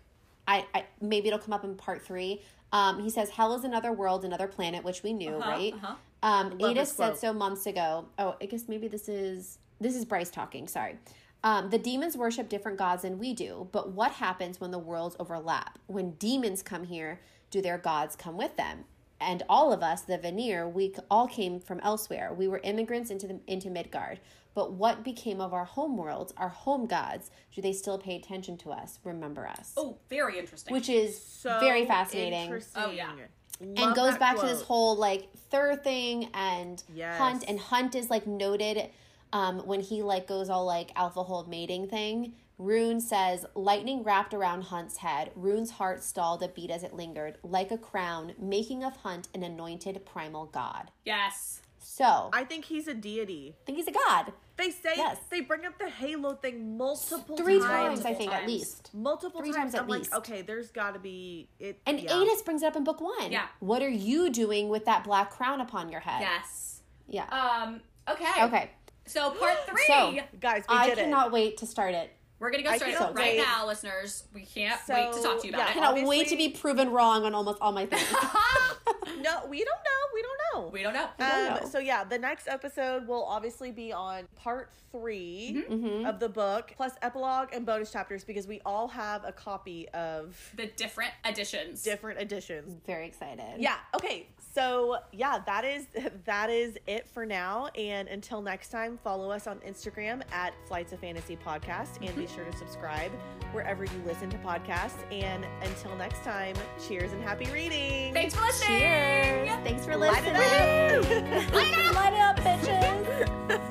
Speaker 3: I, I maybe it'll come up in part three. Um, he says hell is another world, another planet, which we knew,
Speaker 2: Uh-huh,
Speaker 3: right?
Speaker 2: uh-huh.
Speaker 3: Um,
Speaker 1: Love
Speaker 3: Ada
Speaker 1: this
Speaker 3: said
Speaker 1: quote.
Speaker 3: so months ago. Oh, I guess maybe this is this is Bryce talking. Sorry. Um, the demons worship different gods than we do, but what happens when the worlds overlap? When demons come here, do their gods come with them? And all of us, the Vanir, we c- all came from elsewhere. We were immigrants into the, into Midgard. But what became of our home worlds, our home gods? Do they still pay attention to us? Remember us?
Speaker 2: Oh, very interesting.
Speaker 3: Which is
Speaker 1: So
Speaker 3: very fascinating
Speaker 2: Oh, yeah.
Speaker 3: and goes back to this whole like Thur thing and
Speaker 1: Yes.
Speaker 3: Hunt and Hunt is like noted um, when he like goes all like alpha hole mating thing. Rune says lightning wrapped around Hunt's head. Rune's heart stalled a beat as it lingered, like a crown, making of Hunt an anointed primal god.
Speaker 2: yes.
Speaker 3: So I
Speaker 1: I think he's a deity.
Speaker 3: think he's a god.
Speaker 1: They say
Speaker 3: Yes.
Speaker 1: they bring up the Halo thing multiple
Speaker 3: Three
Speaker 1: times.
Speaker 3: times, I think at
Speaker 2: times.
Speaker 3: least.
Speaker 1: Multiple
Speaker 3: Three
Speaker 1: times.
Speaker 3: times at
Speaker 1: I'm
Speaker 3: least.
Speaker 1: like, okay, there's got to be it.
Speaker 3: And
Speaker 1: yeah.
Speaker 3: Adis brings it up in book one.
Speaker 2: Yeah.
Speaker 3: What are you doing with that black crown upon your head?
Speaker 2: Yes.
Speaker 3: Yeah.
Speaker 2: Um. Okay.
Speaker 3: okay.
Speaker 2: So part
Speaker 3: [gasps]
Speaker 2: three.
Speaker 3: So-
Speaker 1: guys, we
Speaker 3: I
Speaker 1: did
Speaker 3: cannot wait to start it.
Speaker 2: We're gonna go
Speaker 1: I
Speaker 2: start it
Speaker 1: can't
Speaker 2: right
Speaker 1: wait.
Speaker 2: now, listeners. We can't wait to talk to you about
Speaker 1: So,
Speaker 3: cannot wait to
Speaker 1: Obviously-
Speaker 3: be proven wrong on almost all
Speaker 1: [laughs]
Speaker 3: my things.
Speaker 1: it. No, we don't know. We don't know.
Speaker 2: it. [laughs] We don't know.
Speaker 3: don't know.
Speaker 1: Um, so yeah, the next episode will obviously be on part 3
Speaker 3: Mm-hmm.
Speaker 1: of the book, plus epilogue and bonus chapters because we all have a copy of
Speaker 2: the different editions.
Speaker 1: different editions.
Speaker 3: Very excited.
Speaker 1: Yeah. Okay. So yeah, that is [laughs] that is it for now. And until next time, follow us on Instagram at Flights of Fantasy Podcast, and
Speaker 3: Mm-hmm.
Speaker 1: be sure to subscribe wherever you listen to podcasts. And until next time, cheers and happy reading.
Speaker 2: Thanks for listening.
Speaker 3: Cheers. Thanks for
Speaker 1: Light it
Speaker 3: listening.
Speaker 1: [laughs] up.
Speaker 3: Light it up, bitches.